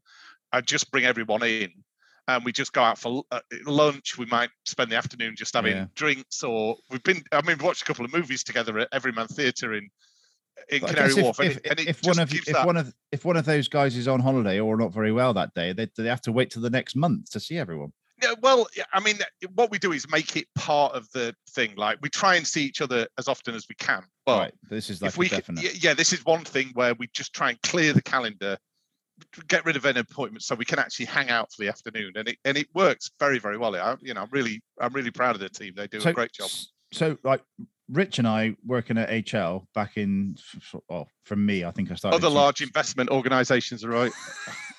I just bring everyone in, and we just go out for l- uh, lunch. We might spend the afternoon just having
Yeah.
drinks, or we've been I mean, we watched a couple of movies together at Everyman Theatre in in
But I
Canary
guess if-
Wharf, and
if,
it, and it
if
just
one of
gives
if
that.
one of if one of those guys is on holiday or not very well that day, they, they have to wait till the next month to see everyone.
Yeah, well, yeah, I mean, what we do is make it part of the thing. Like we try and see each other as often as we can, but
right, this is like
if we
a
could-
definite.
yeah, yeah, this is one thing where we just try and clear the calendar, get rid of any appointments, so we can actually hang out for the afternoon, and it and it works very very well. I, you know, I'm really I'm really proud of the team. They do a great job.
s- So like Rich and I working at HL back in f- f- well, from me, I think I started.
Other
in-
large investment organisations are right,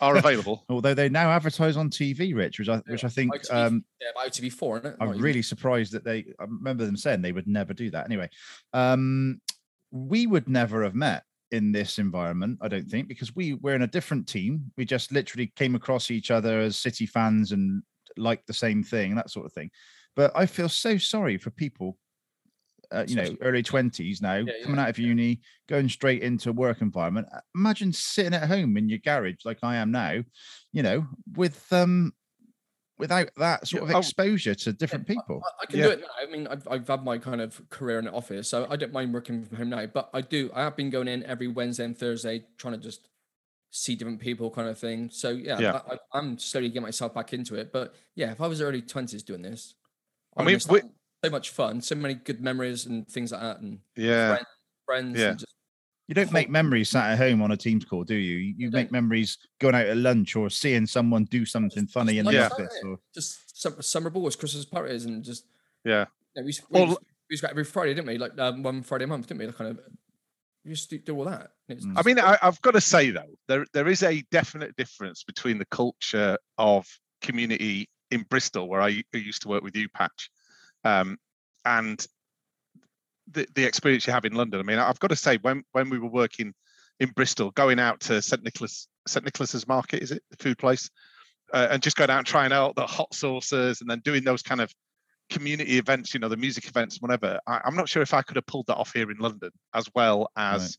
are available.
although they now advertise on TV, Rich, which I which I think
ITV
um,
Yeah, but ITV4, isn't it?
I'm
Not
really surprised that they. I remember them saying they would never do that. Anyway, um, we would never have met in this environment, I don't think, because we were in a different team. We just literally came across each other as City fans and liked the same thing, that sort of thing. But I feel so sorry for people, uh, you know,
Especially-
early twenties now,
Yeah,
coming
yeah,
out of uni, going straight into work environment. Uh, Imagine sitting at home in your garage like I am now, you know, with um without that sort
Yeah,
of
oh,
exposure to different people.
I, I can do it now. I mean, I've, I've had my kind of career in the office, so I don't mind working from home now. But I do. I have been going in every Wednesday and Thursday, trying to just see different people, kind of thing. So yeah,
Yeah.
I, I, I'm slowly getting myself back into it. But yeah, if I was early twenties doing this,
I
I
mean,
mean,
we-
so much fun, so many good memories and things like that, and
Yeah,
friends.
Yeah.
And just,
You don't make
Whole-
memories sat at home on a Teams call, do you? You you make
don't.
memories going out at lunch or seeing someone do something
just
funny in the
lunchtime,
office.
isn't
Or,
just sum- summer balls, Christmas parties, and just
yeah.
yeah, we used, we,
Well,
used, we used to go out every Friday, didn't we? Like um, one Friday a month, didn't we? Like kind of we used to do all that. and it's
Mm.
I
just-
mean, I, I've got to say though, there there is a definite difference between the culture of community in Bristol, where I, I used to work with you, Patch, um, and the the experience you have in London. I mean, I've got to say, when when we were working in Bristol, going out to St Nicholas St Nicholas's Market, is it the food place, uh, and just going out and trying out the hot sauces, and then doing those kind of community events, you know, the music events, whatever. I, I'm not sure if I could have pulled that off here in London as well as
Right.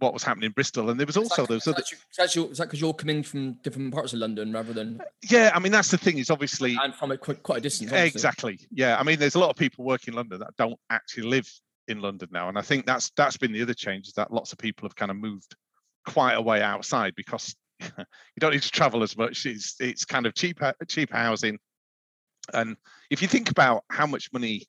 what was happening in Bristol. And there was
Is that-
also those
is
other
that you- is that you- is that because you're coming from different parts of London rather than
yeah, I mean that's the thing is obviously
and from a quite, quite a distance?
Yeah, exactly. Yeah, I mean, there's a lot of people working in London that don't actually live in London now, and I think that's that's been the other change is that lots of people have kind of moved quite a way outside because you don't need to travel as much. It's it's kind of cheap cheap housing, and if you think about how much money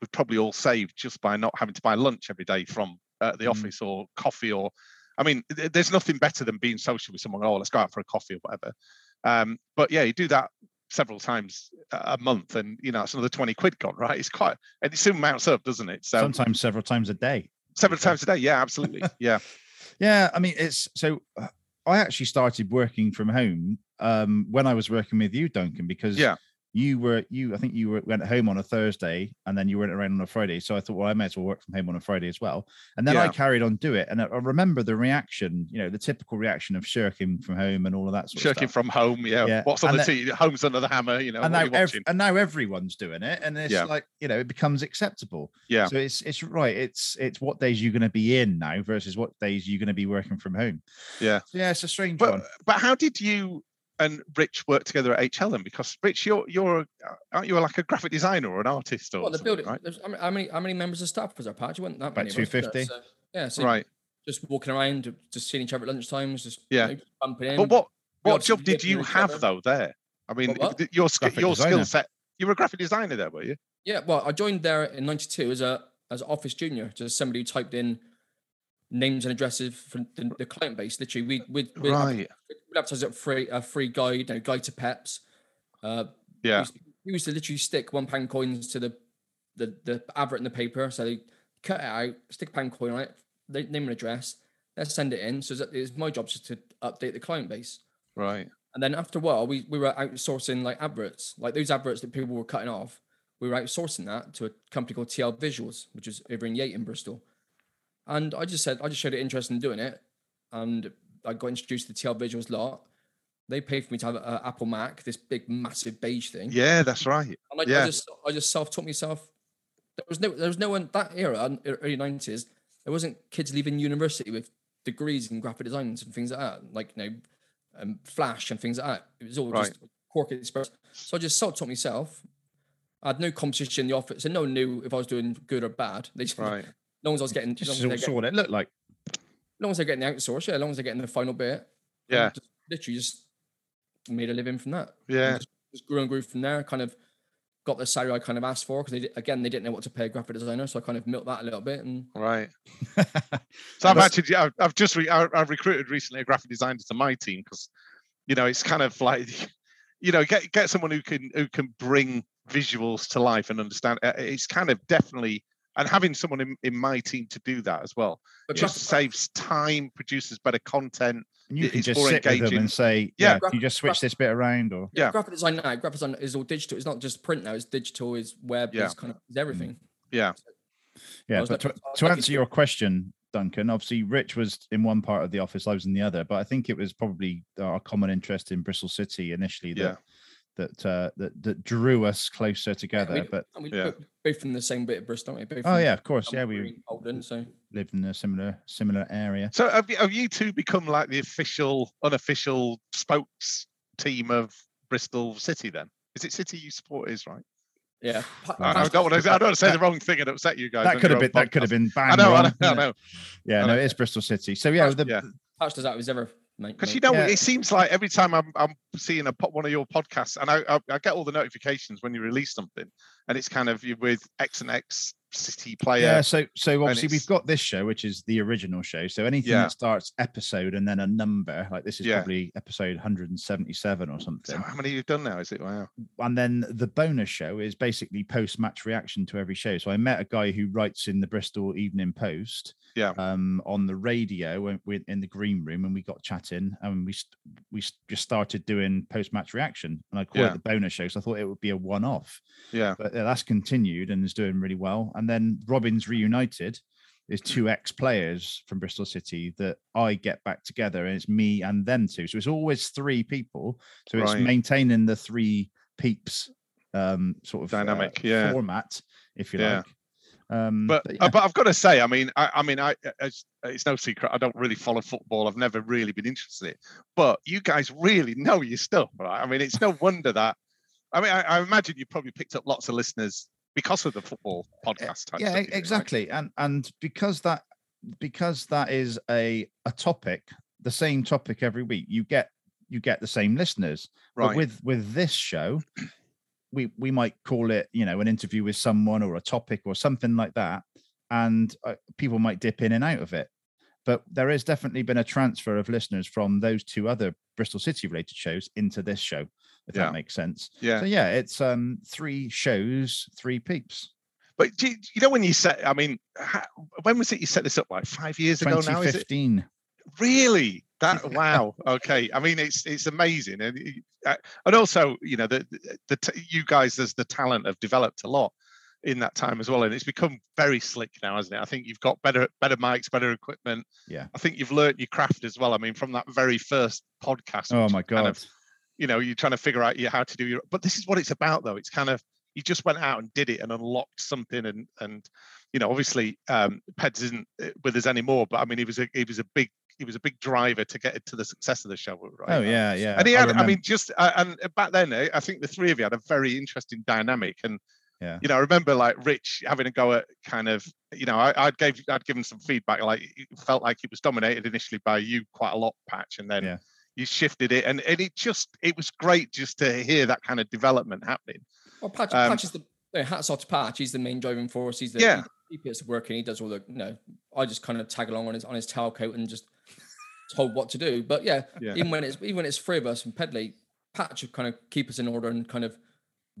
we've probably all saved just by not having to buy lunch every day from uh, the
Mm.
office or coffee or, I mean, th- there's nothing better than being social with someone. Oh, let's go out for a coffee or whatever. Um, but yeah, you do that several times a a month, and you know it's another twenty quid gone, right? It's quite, and it soon mounts up, doesn't it? So
sometimes several times a day.
several times a day, yeah, absolutely, yeah.
Yeah, I mean, it's so uh, I actually started working from home um, when I was working with you, Duncan, because
Yeah.
you were you. I think you were, went home on a Thursday and then you weren't around on a Friday. So I thought, well, I may as well work from home on a Friday as well. And then I
Yeah.
carried on do it, and I, I remember the reaction. You know, the typical reaction of shirking from home and all of that sort
Shirking
of stuff.
from home, yeah.
Yeah,
What's on
and
the TV? Home's under the hammer, you know.
and
what
now,
are you
ev-
watching?
and now everyone's doing it, and it's
Yeah.
like you know, it becomes acceptable.
Yeah.
So it's it's right. It's it's what days you're going to be in now versus what days you're going to be working from home.
Yeah.
So yeah, it's a strange one.
But but how did you and Rich work together at HL then? Because Rich, you're you're uh, aren't you like a graphic designer or an artist or
Well, the
something,
building.
right?
There's, how many- how many how many members of staff was our patch? It wasn't that
About
many. was it?
250.
So, yeah, so
Right.
just walking around, just seeing each other at lunchtimes, just
Yeah.
you know, bumping in.
But what
we
what
obviously
job did
lived near
you
each
have
other.
though there? I mean,
What, what?
th- your sk-
Graphic
your
designer.
skill set. You were a graphic designer there, were you?
Yeah, well, I joined there in '92 as a as an office junior, just somebody who typed in names and addresses for the, the client base. Literally, we we we advertised it free a free guide, you know, guide to Peps. Uh,
Yeah.
used, used to literally stick one pound coins to the the the advert in the paper. So they cut it out, stick a pound coin on it, they name and address, then send it in. So it's- it's my job just to update the client base.
Right.
And then after a while, we, we were outsourcing like adverts, like those adverts that people were cutting off. We were outsourcing that to a company called TL Visuals, which is over in Yate in Bristol. And I just said, I just showed an interest in doing it. And I got introduced to the TL Visuals lot. They paid for me to have an Apple Mac, this big, massive beige thing.
Yeah, that's right.
And I, I
yeah.
just, I just self-taught myself. There was no, there was no one that era, in the early nineties. There wasn't kids leaving university with degrees in graphic designs and things like that, like you know, um, Flash and things like that. It was all
Right.
just quirky express. So I just self-taught myself. I had no competition in the office, and no one knew if I was doing good or bad. They just,
Right.
no one's I was getting, as long
Just
as, they're
sort
getting,
saw what it looked like.
as long as they're getting the outsource, yeah, as long as they're getting the final bit. and
Yeah.
just literally just made a living from that
Yeah.
just, just grew and grew from there. Kind of got the salary I kind of asked for because they di- again they didn't know what to pay a graphic designer, so I kind of milked that a little bit. And
Right. So I've actually, I've, I've just, re- I- I've recruited recently a graphic designer to my team because, you know, it's kind of like, you know, get get someone who can who can bring visuals to life and understand. uh, It's kind of definitely, and having someone in, in my team to do that as well
but
just
graphic-
saves time, produces better content.
And you
It-
can
it's
just
more
sit with them
engaging.
and say,
Yeah.
yeah, can you just switch this bit around or
yeah.
graphic design now, graphic design is all digital. It's not just print now. It's digital. It's web.
Yeah. Mm.
It's kind of it's everything.
Yeah,
yeah.
was
But to,
like- I was
to
like,
answer your question, Duncan, obviously Rich was in one part of the office, I was in the other, but I think it was probably our common interest in Bristol City initially that
Yeah.
that, uh, that that drew us closer
And
together.
we-
but
and we
yeah.
both- both from the same bit of Bristol. Aren't we? Both
oh
from
yeah, of course, yeah,
Dunbury
we
and Oldham, so
lived in a similar similar area.
So have you, have you two become like the official, unofficial spokes team of Bristol City? Then is it City you support? Is right?
yeah.
Ah,
I, I don't want to. I don't want to say
That-
the wrong thing and upset you guys.
That
on
could have
your
been
own
that could have been
podcast.
bang
I know,
wrong,
I know, I
isn't it?
know.
Yeah, no,
I know.
it's Bristol City. So yeah, the,
Yeah.
Patched as that was ever. mate,
Because
mate.
you know,
Yeah.
it seems like every time I'm I'm seeing a po- one of your podcasts, and I, I I get all the notifications when you release something, and it's kind of you with X and X City player.
Yeah, so so obviously
it's-
we've got this show, which is the original show. So anything
Yeah.
that starts episode and then a number, like this is
Yeah.
probably episode 177 or
So
something.
how many you've done now? Is it wow?
And then the bonus show is basically post-match reaction to every show. So I met a guy who writes in the Bristol Evening Post.
Yeah.
Um, on the radio when we in the green room, and we got chatting, and we st- we s- just started doing post-match reaction, and I call
Yeah.
it the bonus show. So I thought it would be a one-off
Yeah,
but yeah, that's continued and is doing really well. And then Robbins reunited is two
Hmm.
ex players from Bristol City that I get back together, and it's me and them two. So it's always three people. So it's
Right.
maintaining the three peeps um, sort of uh,
Dynamic, yeah.
format, if you
Yeah.
like. Um,
but
but
uh,
yeah,
but I've got to say, I mean, I, I mean, I it's, it's no secret. I don't really follow football. I've never really been interested in it. But you guys really know your stuff, right? I mean, it's no wonder that. I mean, I, I imagine you probably picked up lots of listeners because of the football podcast. type
Eh, yeah,
stuff
e-
oh, you do, right?
exactly. And and because that because that is a a topic, the same topic every week. You get you get the same listeners. But
right?
with with this show, we we might call it you know an interview with someone or a topic or something like that, and uh, people might dip in and out of it. But there has definitely been a transfer of listeners from those two other Bristol City related shows into this show, if
Yeah.
that makes sense.
yeah.
So yeah, it's um three shows, three peeps.
But do you, you know when you set? I mean, ha when was it you set this up? Like five years ago now? Is it
2015.
really that? Wow. Okay. I mean, it's it's amazing, and it- uh, and also you know the the, the t- you guys as the talent have developed a lot in that time as well, and it's become very slick now, hasn't it? I think you've got better better mics, better equipment.
Yeah.
I think you've learnt your craft as well. I mean, from that very first podcast.
Oh
which
my
kind
god.
of you know you're trying to figure out your- how to do your but this is what it's about though it's kind of you just went out and did it and unlocked something and and you know obviously um peds isn't uh, with us anymore but i mean he was a he was a big he was a big driver to get it to the success of the show right
Oh yeah, yeah.
and he had i,
remember-
mean just uh, and back then eh, i think the three of you had a very interesting dynamic and
Yeah.
you know i remember like rich having a go at kind of you know i, I gave i'd given some feedback like it felt like it was dominated initially by you quite a lot patch and then
Yeah.
you shifted it and and it just it was great just to hear that kind of development happening
Well, Patch,
Um,
Patch is the no, hats off to Patch. He's the main driving force. He's the
Yeah.
he gets working. He does all the no. I just kind of tag along on his on his tailcoat and just told what to do. But yeah,
Yeah.
even when it's even when it's three of us and Pedley, Patch would kind of keep us in order and kind of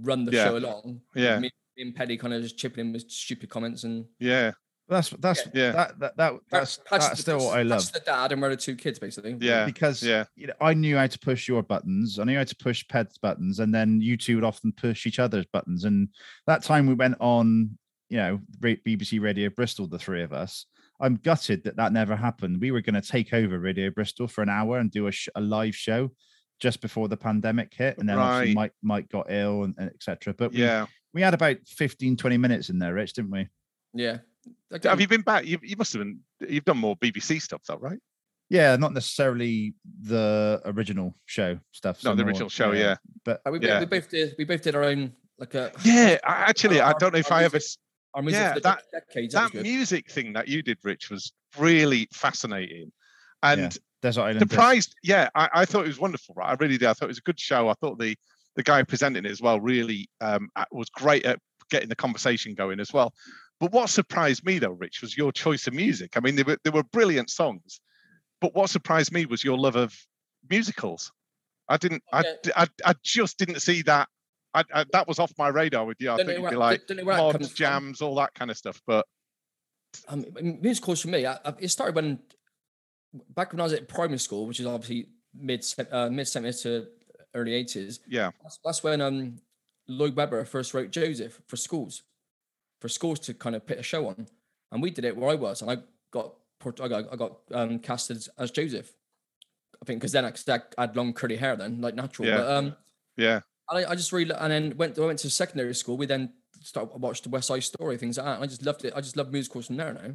run the
Yeah.
show along.
Yeah.
me and Pedley kind of just chipping in with stupid comments and
yeah
that's that's
Yeah.
that that, that that's
Patch-
that's still what I
Patch
love.
is the dad and we're the two kids basically.
yeah
because
yeah.
you know, I knew how to push your buttons. I knew how to push Ped's buttons, and then you two would often push each other's buttons. And that time we went on, you know, Ra- BBC Radio Bristol, the three of us. I'm gutted that that never happened. We were going to take over Radio Bristol for an hour and do a, sh- a live show just before the pandemic hit, and then obviously Mike Mike got ill and, and etc. But we,
yeah
we had about 15, 20 minutes in there, Rich, didn't we?
yeah. Like,
have you been back you, you must have been you've done more bbc stuff though right
Yeah, not necessarily the original show stuff.
no
so
the
more-
original show yeah
but
Uh, we,
yeah.
we both did we both did our own like a
yeah, I
Uh,
actually i
Our-
don't know if
our
i ever
music- our music
yeah,
for the
that-
decades.
that
was good.
music thing that you did, Rich, was really fascinating. And
Desert Island. Discs.
surprised, yeah, I, I thought it was wonderful, right? I really did. I thought it was a good show. I thought the the guy presenting it as well really um, uh, was great at getting the conversation going as well. But what surprised me though, Rich, was your choice of music. I mean, they were they were brilliant songs, but what surprised me was your love of musicals. I didn't, I,
Yeah.
d- I, I just didn't see that. I, I, that was off my radar with you. I
Don't
thought
know
you'd
where-
be like
don't know where that comes
mods,
from.
jams, all that kind of stuff. But
um, musicals for me, I, I, it started when back when I was at primary school, which is obviously mid uh, mid seventies to early eighties.
yeah,
That's, that's when um, Lloyd Webber first wrote Joseph for schools, for schools to kind of put a show on, and we did it where I was, and I got port- I got I got um, cast as, as Joseph. I think because then I, 'cause I had long curly hair then, like natural.
Yeah.
But um,
yeah.
and I, I just really and then went I went to secondary school. We then started I watched the West Side Story things like that. And I just loved it. I just love musicals from there now.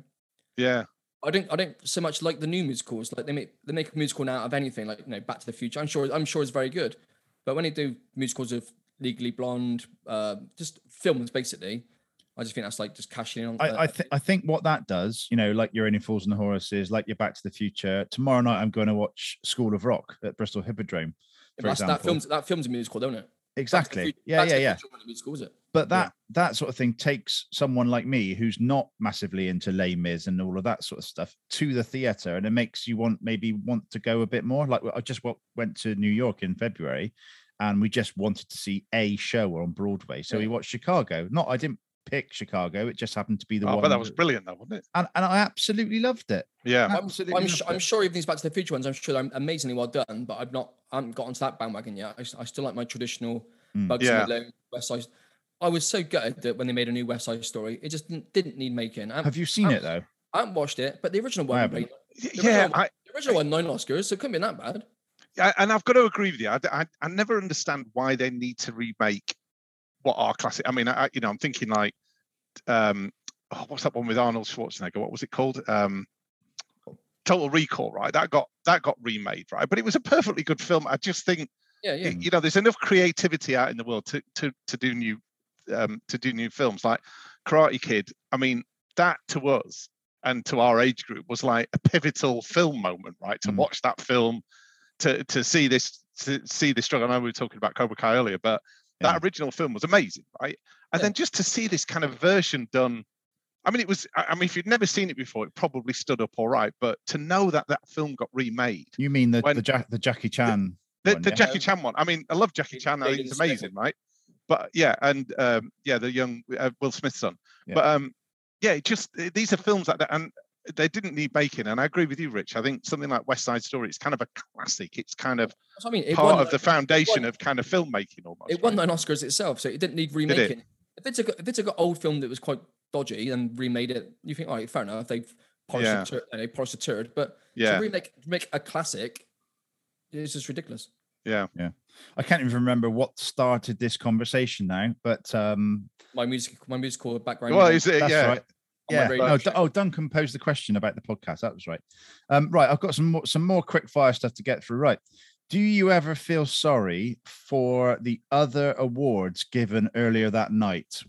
Yeah,
I don't I don't so much like the new musicals. Like they make they make a musical now out of anything, like you know, Back to the Future. I'm sure I'm sure it's very good. But when they do musicals of Legally Blonde, uh, just films basically, I just think that's like just cashing in on uh,
I, I, th- I think what that does, you know, like your Only Fools and Horses, like your Back to the Future. Tomorrow night, I'm going to watch School of Rock at Bristol Hippodrome. For
that's-
example.
that film's that film's a musical, don't it? Back to the
exactly.
Future-
Yeah,
Back to
yeah,
the
yeah.
Future wasn't a musical, was it?
But that that sort of thing takes someone like me, who's not massively into Les Mis and all of that sort of stuff, to the theater, and it makes you want maybe want to go a bit more. Like I just wa- went to New York in February, and we just wanted to see a show on Broadway, so we
Yeah.
watched Chicago. Not I didn't pick Chicago; it just happened to be the
oh,
one.
but that was brilliant, though, wasn't it?
and, and I absolutely loved it.
Yeah,
I'm,
Absolutely
I'm,
loved
su- I'm
it.
sure even these Back to the Future ones, I'm sure they're amazingly well done, but I've not I haven't got onto that bandwagon yet. I, s- I still like my traditional
Mm.
Bugs
Yeah.
Malone West Side. I was so gutted that when they made a new West Side Story, it just didn't, didn't need making. I,
Have you seen
I'm-
it though?
I haven't watched it, but the original
I
one,
haven't.
the
Y-
original
yeah.
one-
I,
the original one, nine Oscars, so it couldn't be that bad.
I- and I've got to agree with you. I, d- I- I never understand why they need to remake what are classic. I mean, I, I- you know, I'm thinking like, um, oh, what's that one with Arnold Schwarzenegger? What was it called? Um, Total Recall, right? That got that got remade, right? But it was a perfectly good film. I just think
Yeah, yeah.
y- you know there's enough creativity out in the world to to to do new um to do new films like karate kid i mean that to us and to our age group was like a pivotal film moment, right? To
Mm.
watch that film, to to see this to see this struggle. I know we were talking about Cobra Kai earlier, but
Yeah.
that original film was amazing, right? And
Yeah.
then just to see this kind of version done. I mean, it was. I I mean, if you'd never seen it before, it probably stood up all right. But to know that that film got remade,
You mean the
When-
the, Jack, the Jackie Chan?
the,
one,
the
yeah?
Jackie Chan one. I mean, I love Jackie
He
Chan. I
played
think
in
it's
Smith.
amazing, right? But yeah, and um, yeah, the young uh, Will Smith's son.
Yeah.
But um, yeah, it just th- these are films like that, and they didn't need making. And I agree with you, Rich. I think something like West Side Story, it's kind of a classic. It's kind of
That's what I mean. It
part
won,
of the foundation
won-
of kind of filmmaking almost.
it won
right?
nine Oscars itself, so it didn't need
it?
remaking. If it's a go- if it's a go- old film that was quite dodgy and remade it, you think, all right, fair enough. They've parsed
Yeah.
a tur- they parsed a turd, but
Yeah,
to remake make a classic, it's just ridiculous.
yeah.
I can't even remember what started this conversation now, but um,
My music, my musical background.
Well,
on-
is it?
that's
yeah,
right.
on my
Yeah.
radio
Oh,
show.
D- oh, Duncan posed the question about the podcast. That was right. Um, right. I've got some more, some more quick fire stuff to get through. Right. Do you ever feel sorry for the other awards given earlier that night?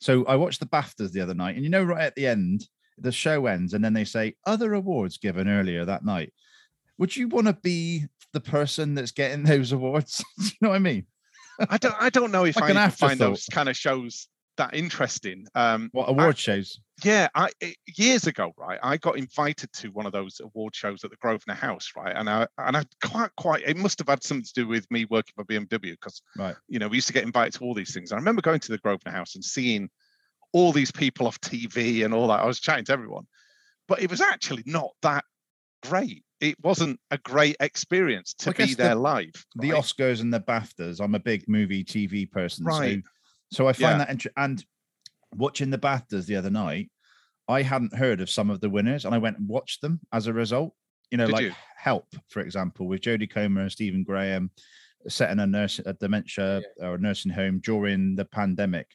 So I watched the BAFTAs the other night, and you know, right at the end, the show ends, and then they say other awards given earlier that night. Would you want to be the person that's getting those awards? Do you know what I mean?
I don't. I don't know if
Like
I
an
even find
afterthought.
those kind of shows that interesting. Um,
What award shows?
yeah i it- years ago right i got invited to one of those award shows at the grosvenor house right and i and i quite quite it must have had something to do with me working for bmw because
Right.
you know we used to get invited to all these things i remember going to the grosvenor house and seeing all these people off tv and all that i was chatting to everyone but it was actually not that great it wasn't a great experience to
I
be
guess the-
there live
the
right?
Oscars and the BAFTAs. I'm a big movie TV person,
Right.
so so I find
Yeah.
that interesting. And watching the BAFTAs the other night, I hadn't heard of some of the winners, and I went and watched them. As a result, you know,
Did
like
you?
Help, for example, with Jodie Comer and Stephen Graham, set in a nurse a dementia or nursing home during the pandemic,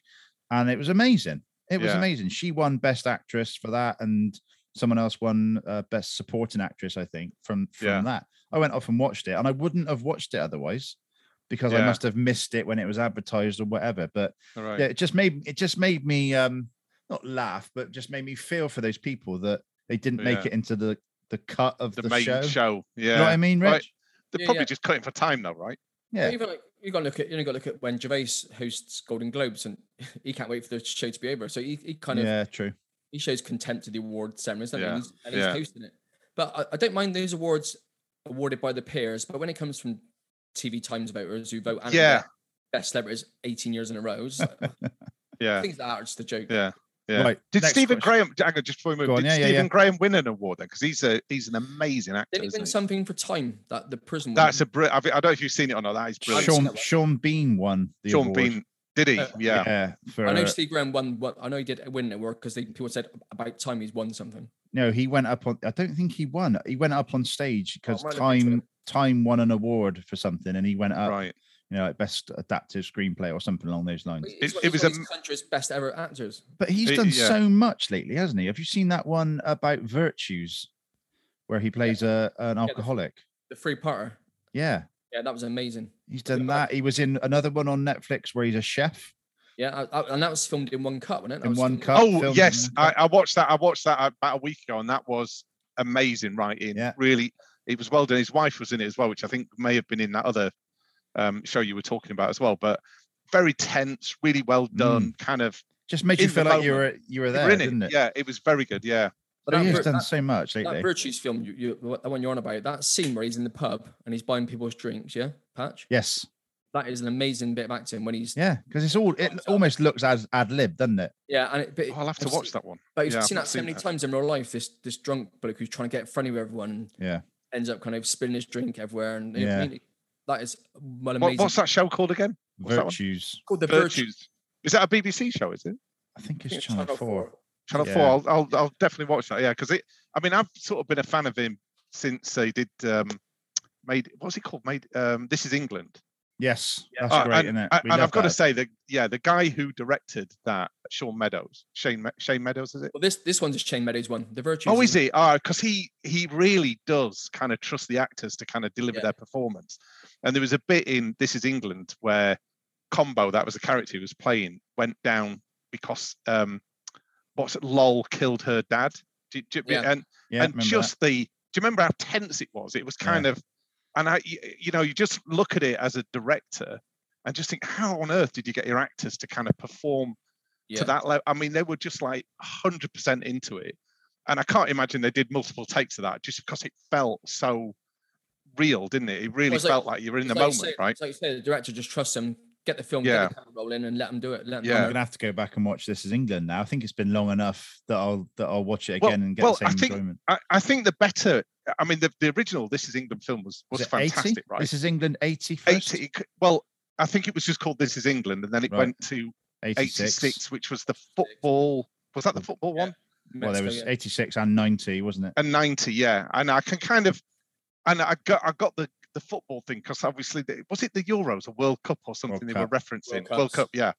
and it was amazing. It was
Yeah.
amazing. She won Best Actress for that, and someone else won uh, Best Supporting Actress, I think, from from
Yeah.
that. I went off and watched it, and I wouldn't have watched it otherwise because I
Yeah.
must have missed it when it was advertised or whatever. But
All right.
yeah, it just made it just made me um not laugh, but just made me feel for those people that they didn't make
Oh, Yeah.
it into the the cut of
the,
the,
main
show.
show,
You
yeah
know what I mean, Rich?
Right. they're
Yeah,
probably
yeah.
just cutting for time now right
Yeah.
Even like you got to look at you know got to look at when Gervais hosts Golden Globes and he can't wait for the show to be over, so he, he kind of
yeah, true.
he shows contempt to the award ceremonies, doesn't he?
Yeah,
and he's, and he's
yeah.
hosting it. But I, I don't mind those awards awarded by the peers, but when it comes from TV Times voters who vote Anna
Yeah.
Webb best celebrities 18 years in a row, it's like,
yeah
things like that are just a joke.
Yeah. Yeah.
Right,
Did
next
Stephen
question.
Graham? Hang on, just before we move,
Go on,
did
yeah, yeah,
Stephen
yeah.
Graham win an award then? Because he's a he's an amazing actor.
Did he
isn't
win
he?
something for Time that the prison?
That's a brilliant. I think- I don't know if you've seen it or not. That is brilliant.
seen
Sean
that one.
Sean Bean won the
Sean
award.
Bean. Did he?
Uh,
yeah.
Yeah, for
Uh,
I know Steve Graham won. What I know he did win an award because people said about time he's won something.
no, he went up on. I don't think he won. He went up on stage because
Oh, might have been
time time won an award for something, and he went up,
Right.
you know, like best adaptive screenplay or something along those lines.
He's
It-
one- he's
it was
one
a
of his
m-
country's best ever actors.
But he's
Y-
done
yeah.
so much lately, hasn't he? Have you seen that one about virtues where he plays a an alcoholic?
The Free Parter.
Yeah.
Yeah, that was amazing.
He's
Yeah,
done
I-
that. He was in another one on Netflix where he's a chef
Yeah, I- I- and that was filmed in one cut, wasn't it? That
in
was
one
filmed-
cut. filmed
Oh
in
yes,
one
I,
cut.
I watched that. I watched that about a week ago, and that was amazing. Right. In
Yeah.
really, it was well done. His wife was in it as well, which I think may have been in that other um, show you were talking about as well. But very tense, really well done. Kind of
just made you
in the
feel like you were
moment.
you were
you
Mm. there,
were in
didn't it?
Yeah, it was very good. Yeah.
But
So
that
he has
vir-
done
that-
so much
That
lately.
Virtues film, you, you, what- the one you're on about, that scene where he's in the pub and he's buying people's drinks, yeah, Patch?
Yes.
That is an amazing bit of acting when he's, yeah,
Yeah. Because it's all it almost looks as ad lib, doesn't it?
and it, but
Oh, I'll have to
I've
watch
seen-
that one.
But you've
Yeah, I've
seen
not
that so
seen
many
that.
times in real life, this this drunk bloke who's trying to get friendly with everyone and
Yeah.
ends up kind of spilling his drink everywhere. And you know what
Yeah.
I mean? that is one
What,
amazing.
what's that show called again? What's that one?
Virtues.
Called the Virtues.
Virtues. Uh, Is that a BBC show? Is it?
I think
I think
it's
it's
Channel Four.
Channel
Yeah.
Four. I'll, I'll I'll definitely watch that. Yeah, because it. I mean, I've sort of been a fan of him since they did um, made. What's he called? Made. Um, this is England.
Yes. That's
Uh,
great,
and,
isn't it?
and-
We
and
love
I've got to
that.
say that yeah, the guy who directed that, Sean Meadows, Shane Me- Shane Meadows, is it?
Well, this this one's a Shane Meadows one. The Virtues.
Oh, is he? Ah, because he he really does kind of trust the actors to kind of deliver
Yeah.
their performance. And there was a bit in This Is England where Combo, that was the character he was playing, went down because um, what's it? Lol killed her dad. Do, do, you-
Yeah.
And
Yeah,
and
remember that.
just the. Do you remember how tense it was? It was kind of, and I, you, you know, you just look at it as a director, and just think, how on earth did you get your actors to kind of perform
Yeah.
to that level? I mean, they were just like 100 percent into it, and I can't imagine they did multiple takes of that just because it felt so real, didn't it? It really
it's like-
felt like, you were in the
It's like you say-
moment, right?
it's Like you say, the director just trusts them, get the film, get the camera rolling, and let them do it. Let 'em
Yeah.
I'm gonna have to go back and watch this as England now. I think it's been long enough that I'll that I'll watch it again
Well-
and get
well,
the same
I think-
enjoyment.
I, I think the better. I mean, the, the original "This Is England" film was was
Is it 80?
fantastic, right?
This is England 80 first?
80, c- well, I think it was just called "This Is England," and then it
Right.
went to
86.
86, which was the football. Was that the football
Yeah.
one?
Well, there
Mexico,
was
yeah.
86 and 90, wasn't it?
And 90, yeah. And I can kind of, and I got I got the the football thing because obviously the, was it the Euros or World Cup or something they were referencing
World
World
Cups.
Cup, yeah.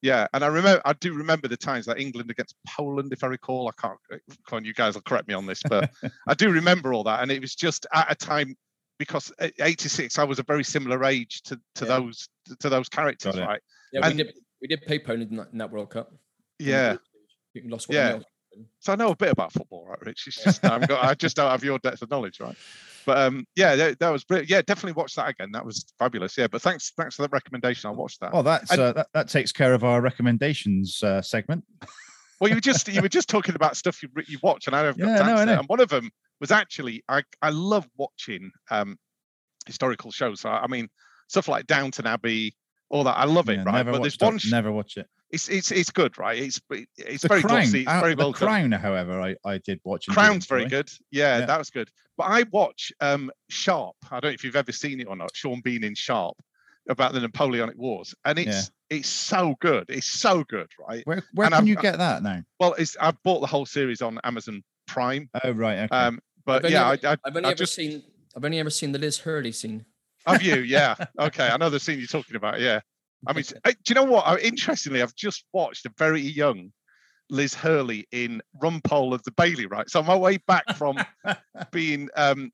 Yeah, and I remember I do remember the times like England against Poland, if I recall. I can't. eh, Come on, you guys will correct me on this, but I do remember all that, and it was just at a time because at '86 I was a very similar age to to
Yeah.
those to those characters,
it.
right?
Yeah,
and-
we did. We did play Poland in that, in that World Cup.
Yeah.
We lost one.
Yeah.
Yeah.
So I know a bit about football, right, Rich? It's just I've got, I just don't have your depth of knowledge, right? But um, yeah, that, that was brilliant. Yeah, definitely watch that again. That was fabulous. Yeah, but thanks, thanks for that recommendation. I'll watch that.
Well, that's
And-
uh, that, that takes care of our recommendations uh, segment.
Well, you were just you were just talking about stuff you re- you watch, and I have got
Yeah,
time
no, I
to that.
know.
And one of them was actually I I love watching um historical shows. So, I mean, stuff like Downton Abbey, all that. I love it,
Yeah,
right?
Never
But
watch
there's
it.
one. Sh-
Never watch it.
it's it's it's good, right? It's it's
The
very
Crown.
glossy. It's
uh,
very
the
well done.
Crown, however, I, I did watch. and did
Crown's very
enjoy.
good. Yeah,
Yeah.
that was good. But I watch um Sharp. I don't know if you've ever seen it or not. Sean Bean in Sharp about the Napoleonic Wars, and
Yeah.
it's it's so good. It's so good, right?
Where, where
And um, uh,
can
I've-
you get that now?
Well, it's I bought the whole series on Amazon Prime.
Oh right, okay.
Um, but
I've only
yeah,
ever-
I, I,
I've only
I
ever
just
seen. I've only ever seen the Liz Hurley scene.
have you. Yeah, okay. I know the scene you're talking about. Yeah, I mean, s- uh, do you know what? I, interestingly, I've just watched a very young Liz Hurley in Rumpole of the Bailey. Right, so on my way back from being um,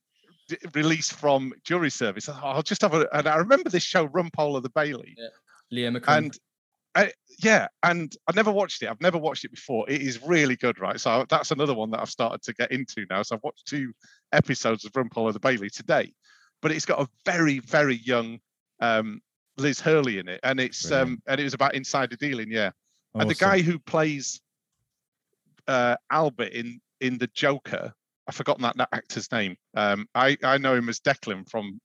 d- released from jury service. I thought, I'll just have a, and I remember this show, Rumpole of the Bailey,
Leah McComb.
and I, yeah, and I never watched it. I've never watched it before. It is really good, right? So that's another one that I've started to get into now. So I've watched two episodes of Rumpole of the Bailey today, but it's got a very, very young um, Liz Hurley in it, and it's um,
Brilliant.
and it was about insider dealing, yeah. And the
Awesome.
guy who plays uh, Albert in in the Joker, I've forgotten that, that actor's name. Um, I I know him as Declan from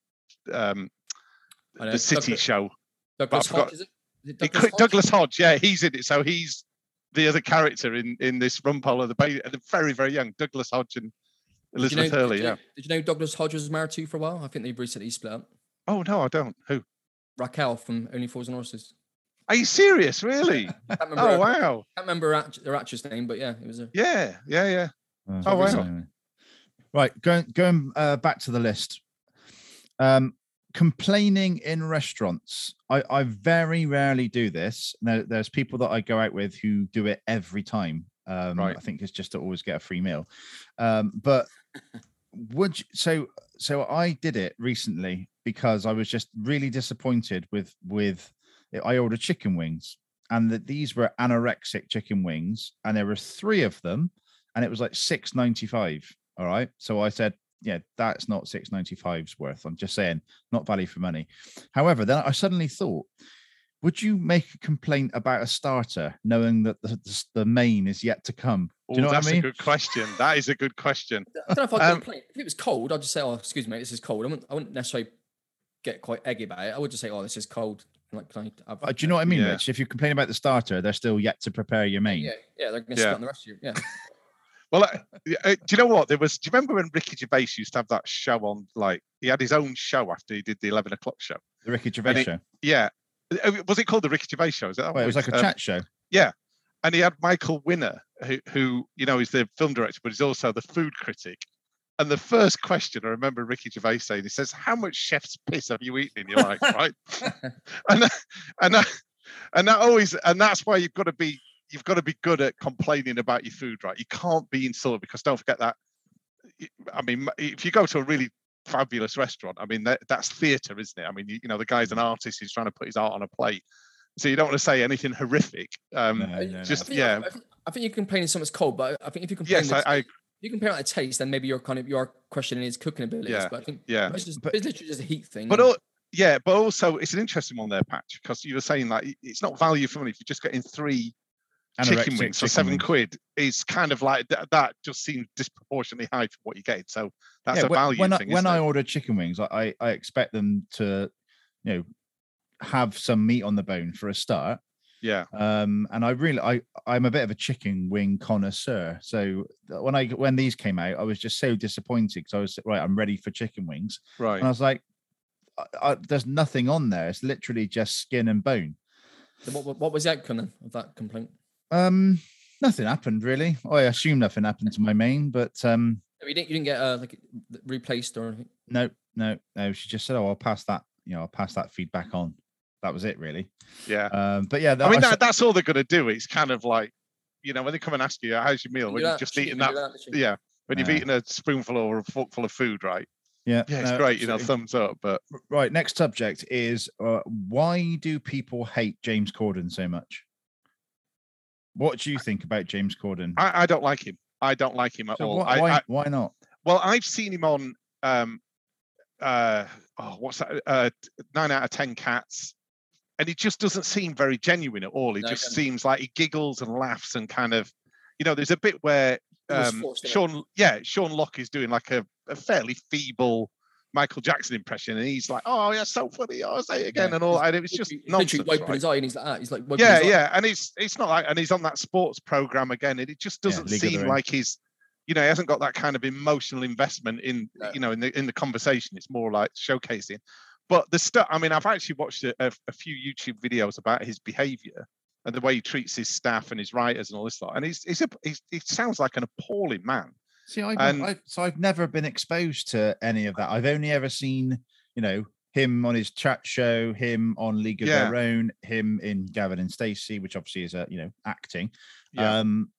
um,
I know,
the City
Douglas-
show.
Douglas
I forgot-
Hodge, is it? Is it
It
Douglas
could-
Hodge?
Douglas Hodge, yeah, he's in it. So he's the other character in in this Rumpole of the Bay, and they're very very young. Douglas Hodge and
Did you know-
Elizabeth Hurley.
did you
Yeah.
know- Did you know Douglas Hodge was married to for a while? I think they recently split up.
Oh no, I don't. Who?
Raquel from Only Fools and Horses.
Are you serious? Really?
Can't remember
oh
her-
wow.
Can't remember her, act- her actress name, but yeah, it was a.
Yeah, yeah, yeah.
Oh,
Oh, wow.
anyway. Right, going going uh, back to the list. Um, complaining in restaurants. I, I very rarely do this. There, there's people that I go out with who do it every time. Um,
Right.
I think it's just to always get a free meal. Um, but would you, so so I did it recently because I was just really disappointed with with I ordered chicken wings and that these were anorexic chicken wings and there were three of them and it was like 695 all right so i said yeah that's not 695's worth i'm just saying not value for money however then i suddenly thought would you make a complaint about a starter knowing that the, the, the main is yet to come do you
Oh,
know
that's
what i mean
a good question. That is a good question.
I don't know if I'd
Um,
complain. If it was cold, I'd just say, "Oh, excuse me, this is cold." I wouldn't, I wouldn't necessarily get quite eggy about it. I would just say, "Oh, this is cold." Like, can I have,
Uh, do you know what i mean
Yeah.
rich if you complain about the starter they're still yet to prepare your main
Yeah, yeah, they're going to
Yeah.
split on the rest of you. Yeah,
Well, uh, yeah, uh, do you know what? There was. Do you remember when Ricky Gervais used to have that show on? Like he had his own show after he did the eleven o'clock show.
the ricky gervais
it-
show
Yeah, Uh, was it called the Ricky Gervais show? Is that uh,
well, it was like a
chat.
chat show
and he had Michael Winner, who, who you know is the film director, but he's also the food critic. And the first question I remember Ricky Gervais saying, he says, "How much chef's piss have you eaten in your life?" Right, and and that- and that always and that's why you've got to be you've got to be good at complaining about your food, right? You can't be insulted because don't forget that. I mean, if you go to a really fabulous restaurant, I mean that, that's theatre, isn't it? I mean, you, you know, the guy's an artist; he's trying to put his art on a plate, so you don't want to say anything horrific. Um,
No, no, no.
just-
I think-
yeah.
I think, I think you can complain in something that's cold, but I think if you complain,
Yes, I,
with,
I
you compare out the taste, then maybe you're kind of you are questioning his cooking abilities.
Yeah,
But I think
yeah.
it's, just,
But-
it's literally just a heat thing.
But
Mm.
all, yeah, but also it's an interesting one there, Patch, because you were saying like it- it's not value for money if you're just getting three chicken
Anorexic
wings for
chicken
seven
wing.
quid. It's kind of like that. That just seems disproportionately high for what you get. So that's
yeah,
a
when-
value
when
thing.
I, when
isn't
I
it?
order chicken wings, I, I I expect them to, you know, have some meat on the bone for a start.
yeah,
Um, and I really I I'm a bit of a chicken wing connoisseur. So th- when I when these came out, I was just so disappointed because I was right. I'm ready for chicken wings, and I
right.
was like, I, I, there's nothing on there. It's literally just skin and bone.
Then what, what was the outcome then of that complaint?
Um, nothing happened really. I assume nothing happened to my main, but um,
I mean, you didn't you didn't get uh, like replaced or anything.
no, no, no. She just said, "Oh, I'll pass that. You know, I'll pass that feedback on." That was it, really.
Yeah.
Um, but yeah,
Uh, I mean,
s-
that, that's all they're going to do. It's kind of like, you know, when they come and ask you, how's your meal?
You
When
do
you've
that,
just
you
eaten
do
that.
actually.
Yeah. When you've
Yeah.
eaten a spoonful or a forkful of food, right?
yeah,
Yeah, it's
no,
great. You know,
absolutely.
thumbs up. But
right. Next subject is uh, why do people hate James Corden so much? What do you think about James Corden?
I, I don't like him. I don't like him at
So
all.
wh-
I-
why,
I-
why not?
Well, I've seen him on um uh oh what's that uh nine out of ten cats. And he just doesn't seem very genuine at all. He
No, he
just
doesn't.
seems like he giggles and laughs and kind of you know, there's a bit where
It was
um,
forced, innit?
Sean yeah, Sean Locke is doing like a, a fairly feeble Michael Jackson impression and he's like, Oh yeah, so funny, oh, I'll say it again
Yeah,
and all
he's
and it was just
Literally-
nonsense.
Literally wiping
right?
his eye and he's like, ah, he's like, wiping
yeah,
his eye.
yeah, and he's it's not like, and he's on that sports program again, and it just
Yeah,
doesn't
League of Their
seem
Own.
like he's, you know, he hasn't got that kind of emotional investment in,
No.
you know, in the in the conversation. It's more like showcasing. But the stuff, I mean, I've actually watched a, a, a few YouTube videos about his behaviour and the way he treats his staff and his writers and all this lot, and he's he's a he's, he sounds like an appalling man.
See, I've,
And-
I, so I've never been exposed to any of that. I've only ever seen, you know, him on his chat show, him on League of Their Own, him in Gavin and Stacey, which obviously is a you know acting.
Yeah.
Um,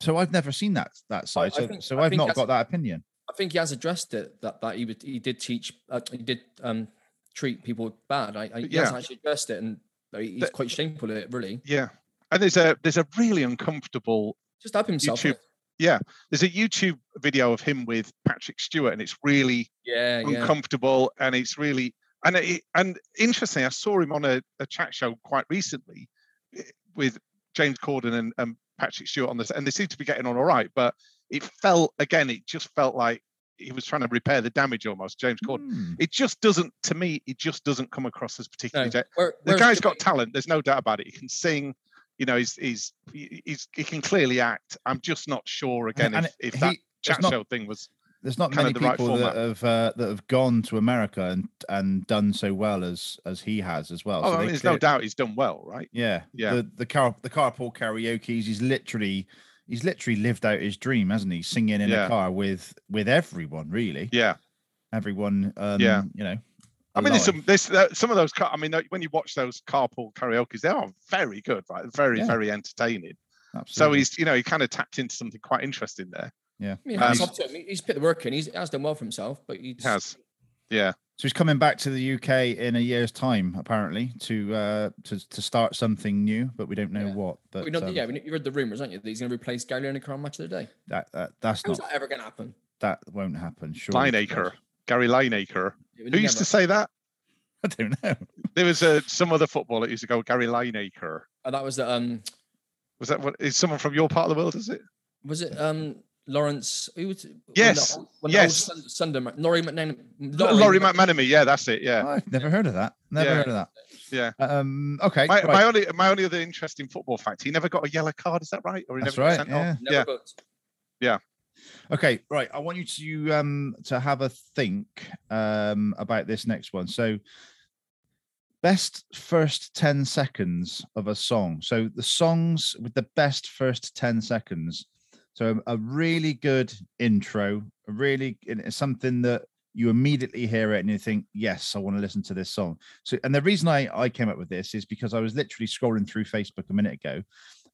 so I've never seen that that side.
I
So,
think-
so
I
I've
think
not
that's-
got that opinion.
I think he has addressed it that that he would, he did teach uh, he did um treat people bad. I, I he
Yeah.
hasn't actually addressed it, and uh, he's
But-
quite shameful of it. Really,
Yeah, and there's a there's a really uncomfortable
just up himself.
YouTube-
innit?
there's a YouTube video of him with Patrick Stewart, and it's really
Yeah, yeah.
uncomfortable and it's really and it, and interesting i saw him on a, a chat show quite recently eh, with james corden and, and patrick stewart on this and they seem to be getting on all right but it felt again it just felt like he was trying to repair the damage almost james corden
Hmm.
it just doesn't to me it just doesn't come across as particularly
No,
gen-
where-
eh? the
whereas
guy's
Jimmy-
got talent there's no doubt about it he can sing you know he's he's he- he's he can clearly act i'm just not sure again
And
if,
it-
if that
he- it's
chat
not-
show thing was
there's not
kind
many
of the right
people that
format.
have uh, that have gone to America and and done so well as as he has as well.
oh
So
I
they
mean, there's
clear-
no doubt he's done well right
Yeah,
Yeah.
The the car the carpool karaoke's. He's literally he's literally lived out his dream, hasn't he? Singing in
Yeah.
a car with with everyone, really.
yeah
Everyone. Um,
Yeah.
You know.
I mean, there's
alive.
some there's uh, some of those. Car- I mean, uh, when you watch those carpool karaoke's, they are very good, right? Very,
Yeah.
very entertaining. So
Absolutely.
he's, you know, he kind of tapped into something quite interesting there.
I mean, hats
um,
off to him. He- He's put the work in. He's he has done well for himself, but he
He
just-
has, yeah,
so he's coming back to the UK in a year's time, apparently, to uh to to start something new, but we don't know
Yeah.
what. But
we know,
um,
yeah, we know- you read the rumors, aren't you? That he's going to replace Gary Lineker on Match of the Day.
that, that that's
How's
Oh.
not
that ever going to happen?
that won't happen. Sure.
Lineacre, Gary Lineacre.
It
Who
would
used
never-
to say that?
I don't know.
There was uh, some other footballer that used to go Gary Lineacre.
uh, that was the, um
Was that what? Is someone from your part of the world? Is it?
was it um Lawrence? Who was it? When the
Yes,
old- when
yes.
The old Sun- Sunderland man- Laurie McNamara.
Laurie, Laurie McManamy. Yeah, that's it. Yeah.
I've never heard of that. Never
Yeah.
heard of that.
Yeah.
Um. Okay.
My,
right.
my only my only other interesting football fact: he never got a yellow card. Is that right? Or he
That's
never got
right.
sent
Yeah.
off?
Never
yeah.
booked.
Okay, right. I want you to um to have a think um about this next one. So best first 10 seconds of a song. So the songs with the best first 10 seconds. So a really good intro, a really and it's something that you immediately hear it and you think, yes, I want to listen to this song. So and the reason I I came up with this is because I was literally scrolling through Facebook a minute ago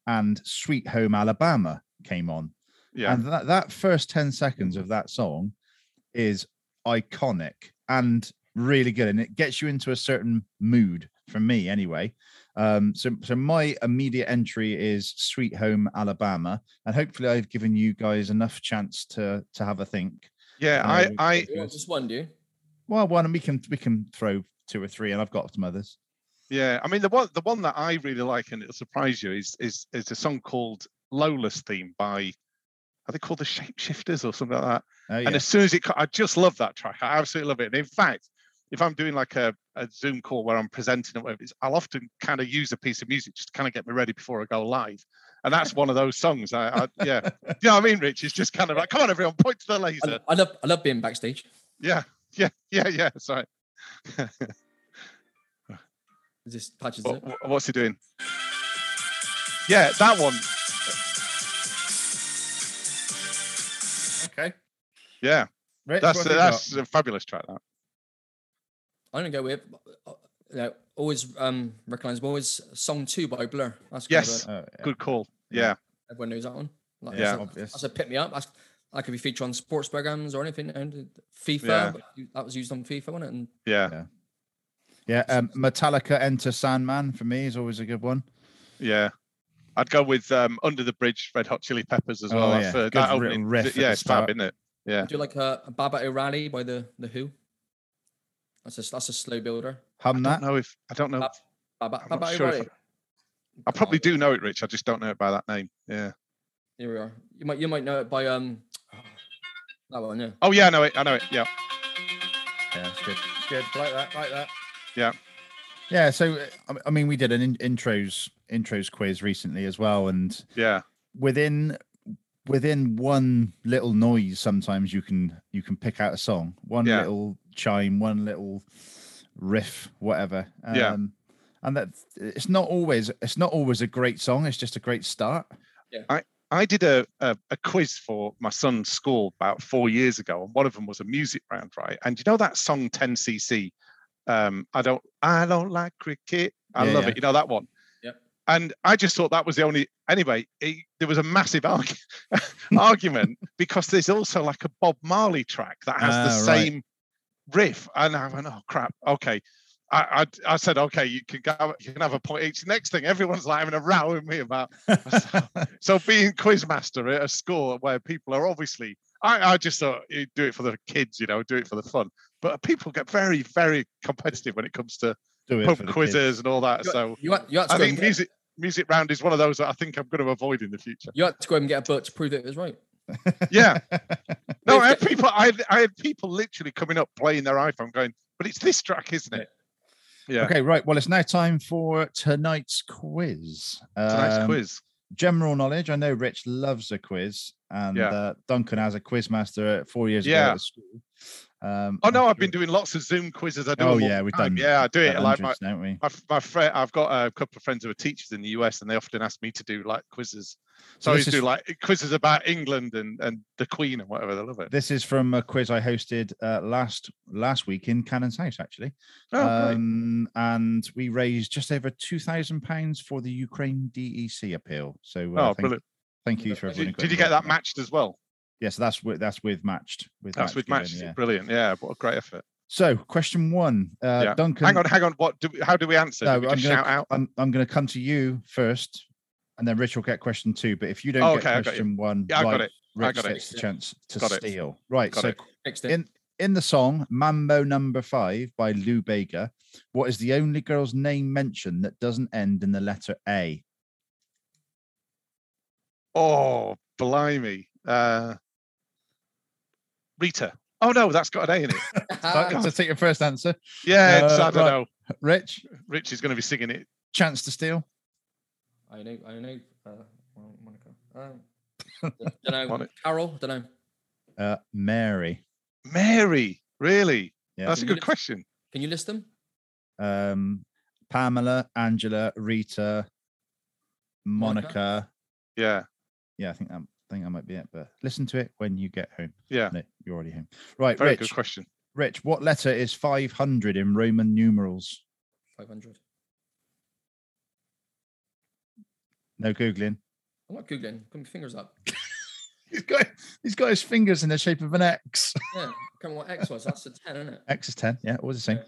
and Sweet Home Alabama came on.
Yeah.
And that, that first 10 seconds of that song is iconic and really good. And it gets you into a certain mood for me anyway. Um, so, so my immediate entry is Sweet Home Alabama, and hopefully I've given you guys enough chance to to have a think.
Yeah,
Uh,
I,
we-
I,
You want just one, do you?
Well, one, and we can we can throw two or three, and I've got some others.
yeah. I mean, the one, the one that I really like, and it'll surprise you, is is is a song called "Lola's Theme" by, are they called the Shapeshifters or something like that?
Oh, yeah.
And as soon as it, co- I just love that track. I absolutely love it. And in fact, if I'm doing like a, a Zoom call where I'm presenting or whatever, it's, I'll often kind of use a piece of music just to kind of get me ready before I go live. And that's one of those songs. I, I yeah, Do you know what I mean, Rich? It's just kind of like, come on, everyone, point to the
I,
laser.
lo- I love I love being backstage.
Yeah, yeah, yeah, yeah. Sorry.
Is This patches
What,
it.
what- what's he doing? Yeah, that one.
Okay.
Yeah,
Rich,
that's
what have you
that's a fabulous track. That.
I'm gonna go with uh, you know, always um recognizable always song two by Blur. That's kind of
Yes,
a-
got? Oh, yeah.
good call.
Yeah.
Yeah,
everyone knows that one. Like,
Yeah.
that's a-
Obvious.
that's a pick me up. That's that could be featured on sports programs or anything. And FIFA
Yeah.
but you- that was used on FIFA, wasn't it? And
yeah,
Yeah. Yeah, um, Metallica Enter Sandman for me is always a good one.
yeah. I'd go with um, Under the Bridge, Red Hot Chili Peppers as
Oh,
well.
yeah.
That's, uh,
Good
that
ri-
opening,
riff at
yeah,
the
it's fab,
start.
isn't it?
I
Yeah,
do like a, a Baba O'Reilly by the the Who. That's a that's a slow builder.
Hum
I
that.
don't know if I don't know.
Bab- Baba,
I'm not
Baba
sure if I-
O'Reilly.
I
God,
probably do know it, Rich. I just don't know it by that name. Yeah.
Here we are. You might you might know it by um that one, yeah.
Oh yeah, I know it. I know it. Yeah.
Yeah, it's good. Good. Like that. Like that.
Yeah.
Yeah. So, uh, I- I mean, we did an in- intros intros quiz recently as well, and
Yeah.
within within one little noise, sometimes you can you can pick out a song, one
Yeah.
little chime, one little riff, whatever. Um,
Yeah.
And that it's not always it's not always a great song. It's just a great start.
I did a, a a quiz for my son's school about four years ago, and one of them was a music round, right? And you know that song 10cc? Um, I don't I don't like cricket. I
Yeah,
love
yeah.
it. You know that one.
Yep.
And I just thought that was the only. Anyway, it, there was a massive argu- argument because there's also like a Bob Marley track that has the
Ah, right.
same riff, and I went, "Oh crap, okay." I, I, I said, "Okay, you can go, you can have a point each." Next thing, everyone's like having a row with me about so being quizmaster at a school where people are obviously I, I just thought you do it for the kids, you know, do it for the fun. But people get very, very competitive when it comes to
Do it. for
pub
the
quizzes
kids.
and all that.
You,
So
you, had, you had to
I
go
think
and get,
music music round is one of those that I think I'm going to avoid in the future.
you had to go and get a book to prove that it was right.
Yeah.
They've
No, I had
got-
people I had, I had people literally coming up playing their iPhone going, but it's this track, isn't it? Yeah.
Okay, right. Well, it's now time for tonight's quiz.
It's a nice
Um,
quiz.
general knowledge. I know Rich loves a quiz, and
Yeah.
uh, Duncan has a quiz master at four years ago
Yeah.
at school. Um,
Oh
I'm
no, I've
sure-
been doing lots of Zoom quizzes. I do.
Oh,
them all
yeah,
the
we've
time.
done-
Yeah, I do it
about
like my,
hundreds, don't we?
my, f- my friend, I've got a couple of friends who are teachers in the US, and they often ask me to do like quizzes. So I
this
used to do
is-
like quizzes about England and and the Queen and whatever. They love it.
This is from a quiz I hosted uh, last last week in Cannon's house, actually,
Oh, great.
um, and we raised just over two thousand pounds for the Ukraine DEC appeal. So, uh,
oh,
thank,
brilliant.
thank you for everyone. who
Did,
got
did you get
involved in
that matched as well?
Yes, that's with that's with matched with
That's with
given,
matched.
yeah.
Brilliant. Yeah, what a great effort.
So, question one, uh,
Yeah.
Duncan.
hang on, hang on. What do we, how do we answer?
No,
do we
I'm
just
gonna-
shout out.
I'm I'm going to come to you first, and then Rich will get question two. But if you don't
Oh,
get
okay, I got you.
question one,
Yeah, I got
right,
it. I
Rich
got it.
gets the chance to
Got it.
steal. Right.
Got
so
it.
Fixed it.
in in the song "Mambo Number Five by Lou Bega, what is the only girl's name mentioned that doesn't end in the letter A?
Oh, blimey. Uh, Rita. Oh no, that's got an A in it.
Ah.
Duncan, so take your first answer.
Yeah, it's,
Uh,
I don't
right.
know.
Rich,
Rich is going to be singing it.
chance to steal.
I know, I know. Uh, well, Monica. Um, don't know.
Monica.
Carol, don't know.
Uh, Mary.
Mary, really?
Yeah.
That's a
Can you
good
list-
question.
Can you list them?
Um, Pamela, Angela, Rita,
Monica.
Monica.
Yeah,
Yeah, I think that I think that might be it. But listen to it when you get home.
yeah.
No, you're already home. Right,
Very
Rich.
good question.
Rich, what letter is 500 in Roman numerals?
500.
No googling.
I'm not Googling. Put my fingers up.
He's got he's got his fingers in the shape of an X.
Yeah. Come on, what X was. That's a 10, isn't it?
X is 10. Yeah, always the same.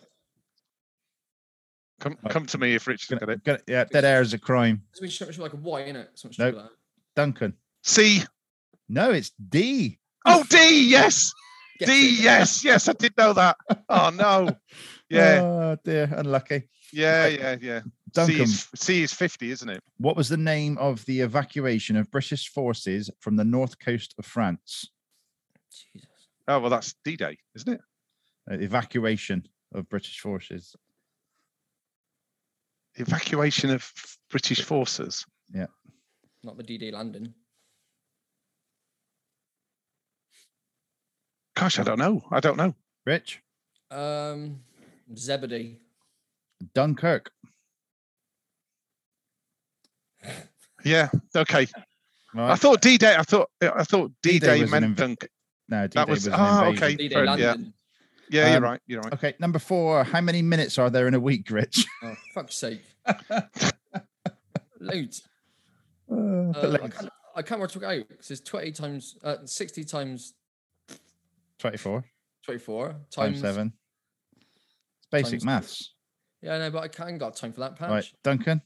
Come, come to me if Richard's got it.
Gonna- yeah, dead air is a crime.
So we should, should be like a Y in it. Something
Nope.
like that.
Duncan.
C.
No, it's D.
Oh, D. Yes.
Get
D.
it.
Yes. Yes. I did know that. Oh no. Yeah.
Oh dear, unlucky.
Yeah. Yeah. Yeah. C
Duncan,
is, C is fifty, isn't it?
what was the name of the evacuation of British forces from the north coast of France?
Jesus.
Oh well, that's D Day, isn't it?
Uh, evacuation of British forces.
Evacuation of British forces.
Not the DD landing.
Gosh, I don't know. I don't know.
Rich,
Um, Zebedee.
Dunkirk.
Yeah. Okay.
All
I
right.
thought D Day. I thought. I thought D
D-Day
Day
was an
meant
inv-
dunk.
No, D-Day
was-
was, an
ah,
invasion.
okay.
DD
Fair- yeah.
landing.
Yeah, you're
Um,
right. You're right.
Okay, number four. How many minutes are there in a week, Rich?
Oh, fuck's sake. Loads.
Uh,
Uh, I,
look,
can't, I can't work it out because it's 20 times, uh, 60 times
24
24 times,
times seven. It's basic
times-
maths.
Yeah, no, but I can't got time for that patch.
Right, Duncan,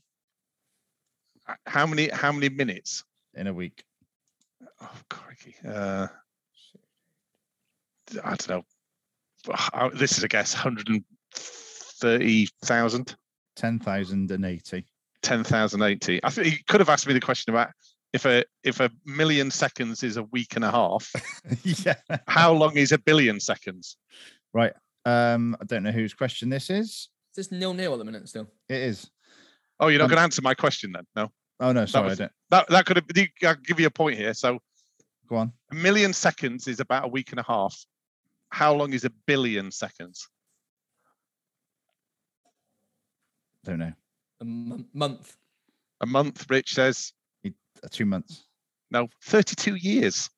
uh,
How many? How many minutes?
in a week.
Oh, crikey. Uh, I don't know. Uh, This is a guess. 130,000,
10,080.
10,080. I think you could have asked me the question about if a if a million seconds is a week and a half,
yeah.
how long is a billion seconds?
Um, I don't know whose question this is.
It's just nil nil at the minute still.
It is.
Oh, you're not
Um,
going to answer my question then. No,
Oh no, sorry,
was-
I don't.
that that could have. I'll give you a point here. So
Go on.
a million seconds is about a week and a half. How long is a billion seconds?
Don't know.
A m- month.
A month, Rich says.
Uh, Two months.
No, 32 years.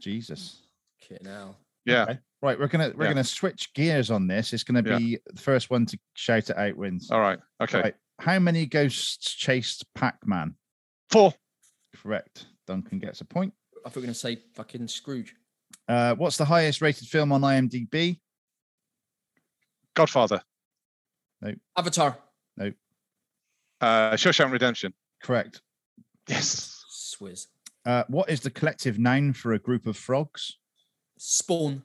Jesus.
Okay, now.
Yeah.
Okay. Right, we're gonna we're
Yeah.
gonna switch gears on this. It's gonna
Yeah. Oh.
be the first one to shout it out wins.
All right. Okay.
Right. How many ghosts chased Pac-Man?
Four.
Correct. Duncan gets a point.
I thought we were going to say fucking Scrooge.
Uh, what's the highest rated film on IMDb?
Godfather.
Avatar.
Uh, Shawshank Redemption.
Correct.
Yes.
Swizz.
Uh, what is the collective noun for a group of frogs?
Spawn.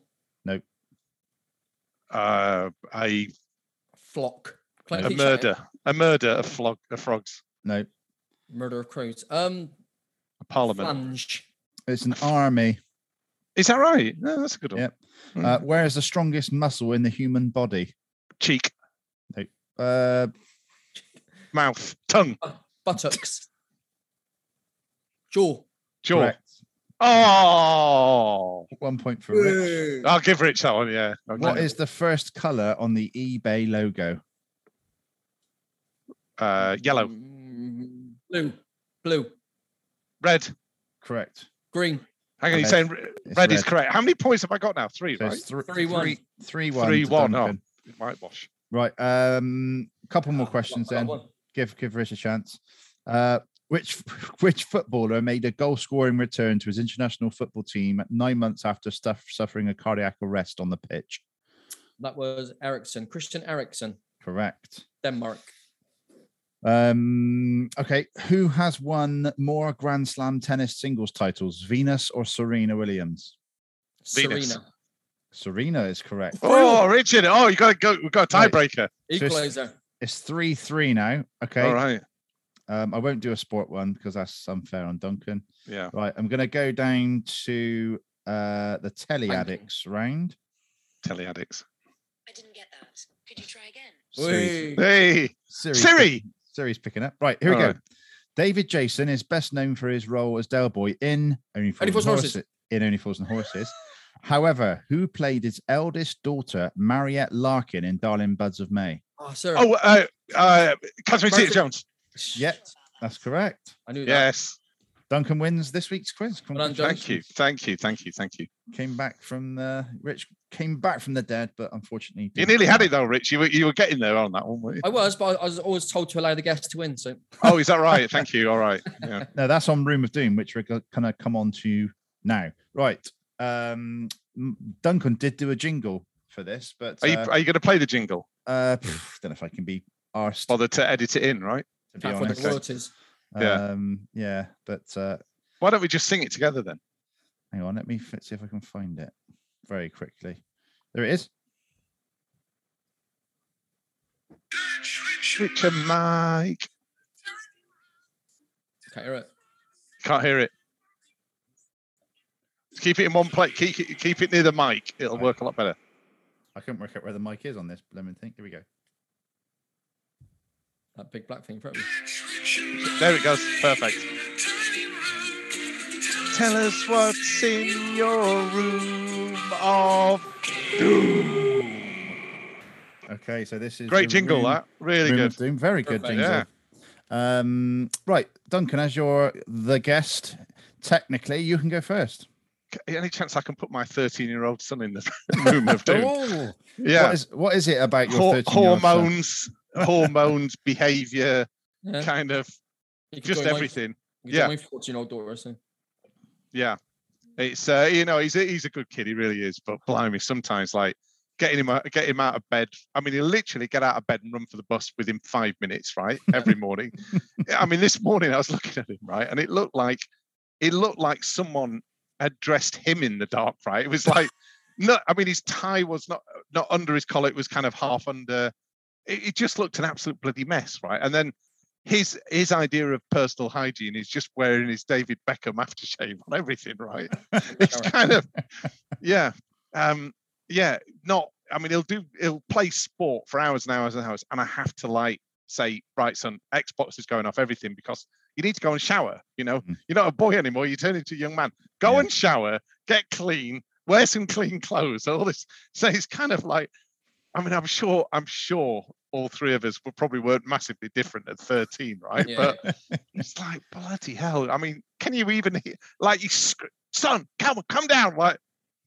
Uh, a,
Flock. Can I
a
keep shouting?
murder. A murder of, flog, of frogs.
No,
Murder of crows. Um,
A parliament.
flange.
it's an army.
Is that right? No, that's a good one.
Yep.
Mm.
Uh, where is the strongest muscle in the human body?
Cheek,
Uh,
mouth, tongue,
Buttocks. Jaw.
jaw.
correct.
Oh,
One point for Rich.
I'll give Rich that one. Yeah. Okay.
What is the first color on the eBay logo?
uh, yellow,
Mm, Blue. Blue.
red?
Correct.
Green.
Hang on, you're
Red.
saying re-
It's
red, is
red.
correct. How many points have I got now? Three,
So
right?
it's thr-
Three, one.
three- three one.
Three,
to
one, oh.
Duncan.
Whitewash.
Right. Um, couple more questions
I got
then.
one.
Give give Rich a chance. Uh, which which footballer made a goal scoring return to his international football team nine months after stuff, suffering a cardiac arrest on the pitch?
That was Ericsson. Christian Ericsson.
Correct.
Denmark.
Um, okay, who has won more Grand Slam tennis singles titles, Venus or Serena Williams?
Venus.
Serena.
Serena is correct.
Oh, Richard. Oh, you got to go. We've got a
Right.
tiebreaker.
it's-
Equalizer.
It's three three now. Okay,
All right.
um, I won't do a sport one because that's unfair on Duncan.
Yeah.
Right, I'm going to go down to uh, the telly
Thank you.
addicts round.
Telly addicts.
I didn't get that. Could you try again?
Siri's,
Whey.
Hey,
Siri's, pick-
Siri.
Siri's picking up. Right, here we
All
go.
right.
David Jason is best known for his role as Del Boy in Only Fools and
Fools and Horses.
Horses. In Only Fools and Horses. However, who played his eldest daughter, Mariette Larkin, in Darling Buds of May?
Oh, Sarah.
Oh, uh, uh, Catherine
Martha-
Zeta Jones.
Yeah, that's correct.
I knew that.
Yes.
Duncan wins this week's quiz.
Well done, Duncan.
Thank you. Thank you. Thank you. Thank you.
Came back from the Rich came back from the dead, but unfortunately,
You
didn't
nearly had
win.
it though, Rich. You were, you were getting there on that one, were you?
I was, but I I was always told to allow the guest to win. So
Oh, is that right? Thank you. All right. Yeah.
No, that's on Room of Doom, which we're going to come on to now. Right. Um, m- Duncan did do a jingle for this, but
Are you
uh,
are you going to play the jingle?
uh, pff, don't know if I can be arse
bother to edit it in, right?
to be
for the
honest.
royalties.
Yeah.
Um, yeah, but uh,
Why don't we just sing it together then?
hang on, let me f- see if I can find it very quickly. There it is.
Richard Mike.
Can't hear it.
Can't hear it. Keep it in one place. Keep it, keep it near the mic. It'll work a lot better.
I couldn't work out where the mic is on this lemon thing. Here we go.
That big black thing in front of me.
There it goes. Perfect. Tell us what's in your room of
Okay, so this is
great
the
jingle.
room-
That really
Room
good.
of Doom. Very good
Perfect.
jingle. Um, right, Duncan, as you're the guest, technically you can go first.
C- Any chance I can put my 13 year old son in the room of doom?
Oh,
Yeah.
What is what is it about your
Hor-
13-year-old son?
hormones, hormones, behavior,
yeah.
kind of
You could
just
join my-
everything.
you could join
yeah.
My 14 year old daughter. So.
Yeah. It's uh, you know, he's a, he's a good kid, he really is. But blimey, sometimes like getting him out, get him out of bed. I mean, he literally get out of bed and run for the bus within five minutes, right? Every morning. I mean, this morning I was looking at him, right, and it looked like it looked like someone had dressed him in the dark, right? It was like no, I mean, his tie was not not under his collar; it was kind of half under. It, it just looked an absolute bloody mess, right? And then his his idea of personal hygiene is just wearing his David Beckham aftershave on everything, right? it's kind of yeah, um, yeah. Not, I mean, he'll do he'll play sport for hours and hours and hours, and I have to like say, right, son, Xbox is going off everything because you need to go and shower. You know,
Mm.
you're not a boy anymore. You turn into a young man. Go
Yeah.
and shower, get clean, wear some clean clothes. All this. So it's kind of like, I mean, I'm sure, I'm sure all three of us were probably weren't massively different at 13, right?
Yeah.
But it's like bloody hell. I mean, can you even hear? Like you, sc- son, come come down, like,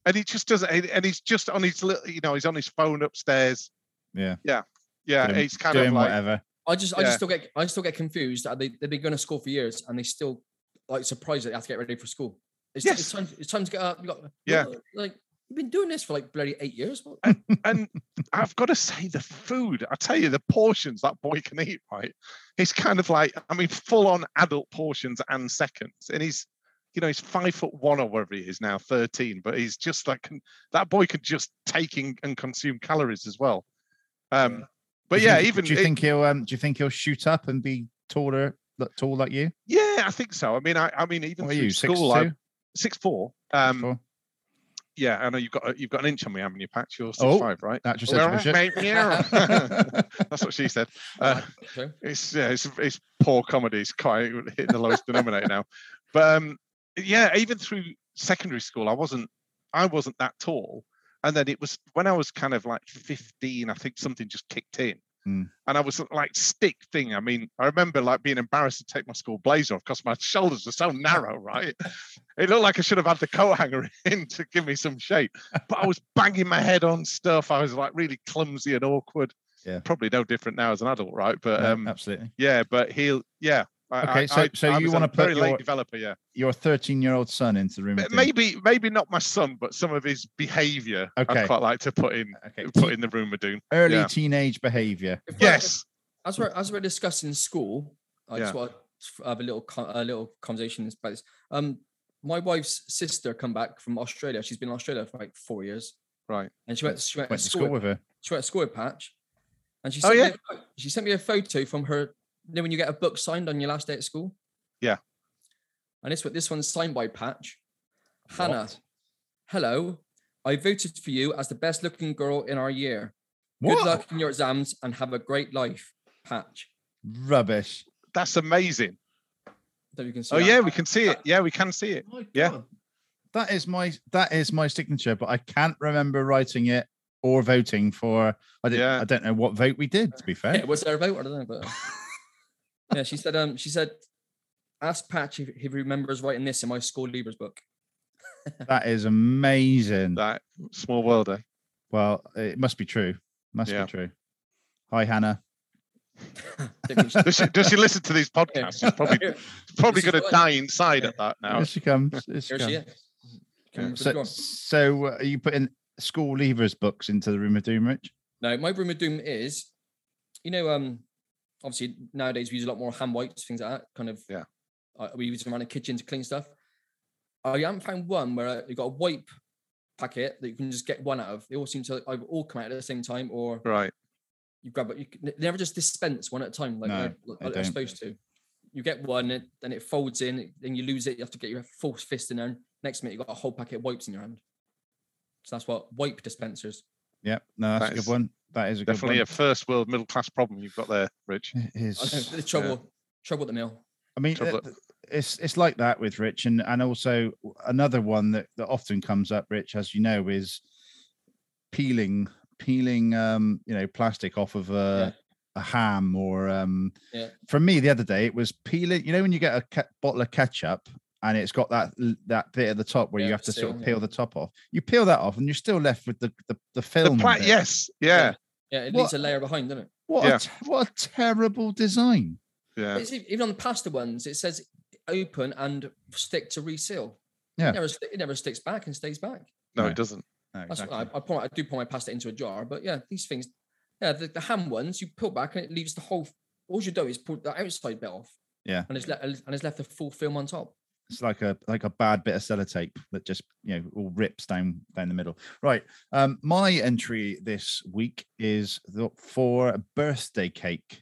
and he just doesn't. And and he's just on his, little, you know, he's on his phone upstairs.
Yeah.
Yeah,
Doing-
it's kind
doing
of like
whatever.
I just, I
Yeah.
just still get, I still get confused. Are they, they've been going to school for years, and they still like surprised that they have to get ready for school. It's,
Yes.
it's time, it's time to get up. You got,
Yeah.
like you've been doing this for like bloody eight years. What?
and I've got to say, the food, I tell you, the portions that boy can eat, right? It's kind of like, I mean, full on adult portions and seconds. And he's, you know, he's five foot one or whatever he is now, 13, but he's just like, can- that boy could just take in and consume calories as well. Um, but
Do you
yeah,
think-
even
do you
it-
think he'll um, do you think he'll shoot up and be taller, look tall like you?
yeah, I think so. I mean, I, I mean, even
What are
through
you? Six
school, I,
two?
six four. Um,
Four?
yeah, I know you've got a, you've got an inch on me, haven't you, Pat? You're six
Oh,
five, right?
That just
All
said to
right, mate, yeah.
the shit.
That's what she said. Uh,
So,
It's yeah, it's it's poor comedy. It's quite hitting the lowest denominator now. But um, yeah, even through secondary school, I wasn't I wasn't that tall. And then it was when I was kind of like 15, I think something just kicked in.
Mm.
And I was like stick thing. I mean, I remember like being embarrassed to take my school blazer off because my shoulders were so narrow, right? It looked like I should have had the coat hanger in to give me some shape. But I was banging my head on stuff. I was like really clumsy and awkward.
Yeah.
Probably no different now as an adult, right? But
No,
um,
absolutely.
yeah, but he'll. Yeah. I-
Okay,
I-
so-
I-
so
I
you
was
wanna
a
put
very
your-
late developer? Yeah.
Your 13 year old son into the room.
M-
of Doom.
Maybe maybe not my son, but some of his behaviour.
Okay.
I'd quite like to put in
Okay.
put in the rumor doom.
Early
yeah.
teenage behavior.
if we're-
Yes.
as we're as we're discussing school, I just want to have a little co- a little conversation about this. Um, my wife's sister come back from Australia. She's been in Australia for like four years,
Right.
and she went she went,
Went to school with her.
she went to school with Patch, and she
Oh,
sent me a, pho- she sent me a photo from her. You know when you get a book signed on your last day at school.
Yeah.
And this one this one's signed by Patch. Hannah, hello. I voted for you as the best looking girl in our year. Good
What?
luck in your exams and have a great life, Patch.
Rubbish.
That's amazing.
That you can see.
Oh
that.
yeah, we can see it. Yeah, we can see it. Yeah.
That is my that is my signature, but I can't remember writing it or voting for. I didn't.
Yeah.
I don't know what vote we did. To be fair,
Yeah, what's there about? I don't know, but uh, yeah, she said. Um, she said, ask Patch if he remembers writing this in my school Libras book.
that is amazing.
That small world, eh?
Well, it must be true. Must
Yeah.
be true. Hi, Hannah.
Don't think she-
Does she, does she listen to these podcasts? She's probably
Here-
probably
This is
going to
good.
die inside at that now.
Here she comes. Here she
here she
comes.
is. Come with the
So,
drum.
so uh, are you putting school leavers books into the room of doom, Rich?
No, my room of doom is, you know, um, obviously nowadays we use a lot more hand wipes, things like that. Kind of
Yeah.
Uh, we use them around the kitchen to clean stuff. I haven't found one where you got a wipe packet that you can just get one out of. They all seem to either all come out at the same time, or
Right.
you grab it. You can, they never just dispense one at a time like
No,
they're- like
they
they're
don't.
supposed to. You get one, and then it folds in, it- then you lose it. You have to get your full fist in there. And next minute, you got a whole packet of wipes in your hand. So that's what wipe dispensers.
Yep. No, that's
That
a good
is
one. That is a
Definitely a
good
first world middle class problem you've got there, Rich.
one. It
I don't
is.
know, the trouble, trouble at the mill.
I mean,
Trouble
uh, it's it's like that with Rich, and and also another one that that often comes up, Rich, as you know, is peeling peeling um you know plastic off of a a ham or um
Yeah.
for me the other day it was peeling you know when you get a ke- bottle of ketchup and it's got that l- that bit at the top where
Yeah,
you have to sort of
seal, yeah.
peel the top off you peel that off and you're still left with the the, the film
the pla-
bit.
yes. Yeah.
Yeah, it
What-
leaves a layer behind, doesn't it?
what
Yeah.
a t- what a terrible design
Yeah.
It's e- even on the pasta ones, it says open and stick to reseal.
Yeah.
It never, st- it never sticks back and stays back.
No,
No.
it doesn't.
No,
That's
exactly.
what I, I, pour, I do pour my pasta into a jar, but yeah, these things, yeah, the, the ham ones you pull back and it leaves the whole. All you do is pull the outside bit off.
Yeah.
and it's left and it's left the full film on top.
it's like a like a bad bit of sellotape that just you know all rips down down the middle right um my entry this week is the, for a birthday cake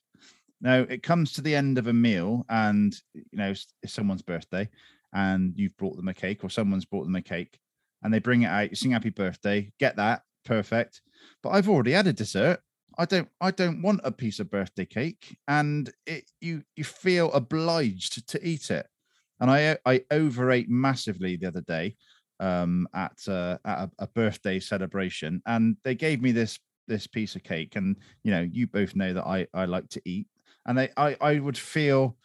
now it comes to the end of a meal and you know it's, it's someone's birthday and you've brought them a cake or someone's brought them a cake and they bring it out you sing happy birthday get that perfect but i've already had a dessert i don't i don't want a piece of birthday cake and it you you feel obliged to eat it and I o- I overate massively the other day um, at uh, at a, a birthday celebration, and they gave me this this piece of cake, and you know you both know that I I like to eat, and I I, I would feel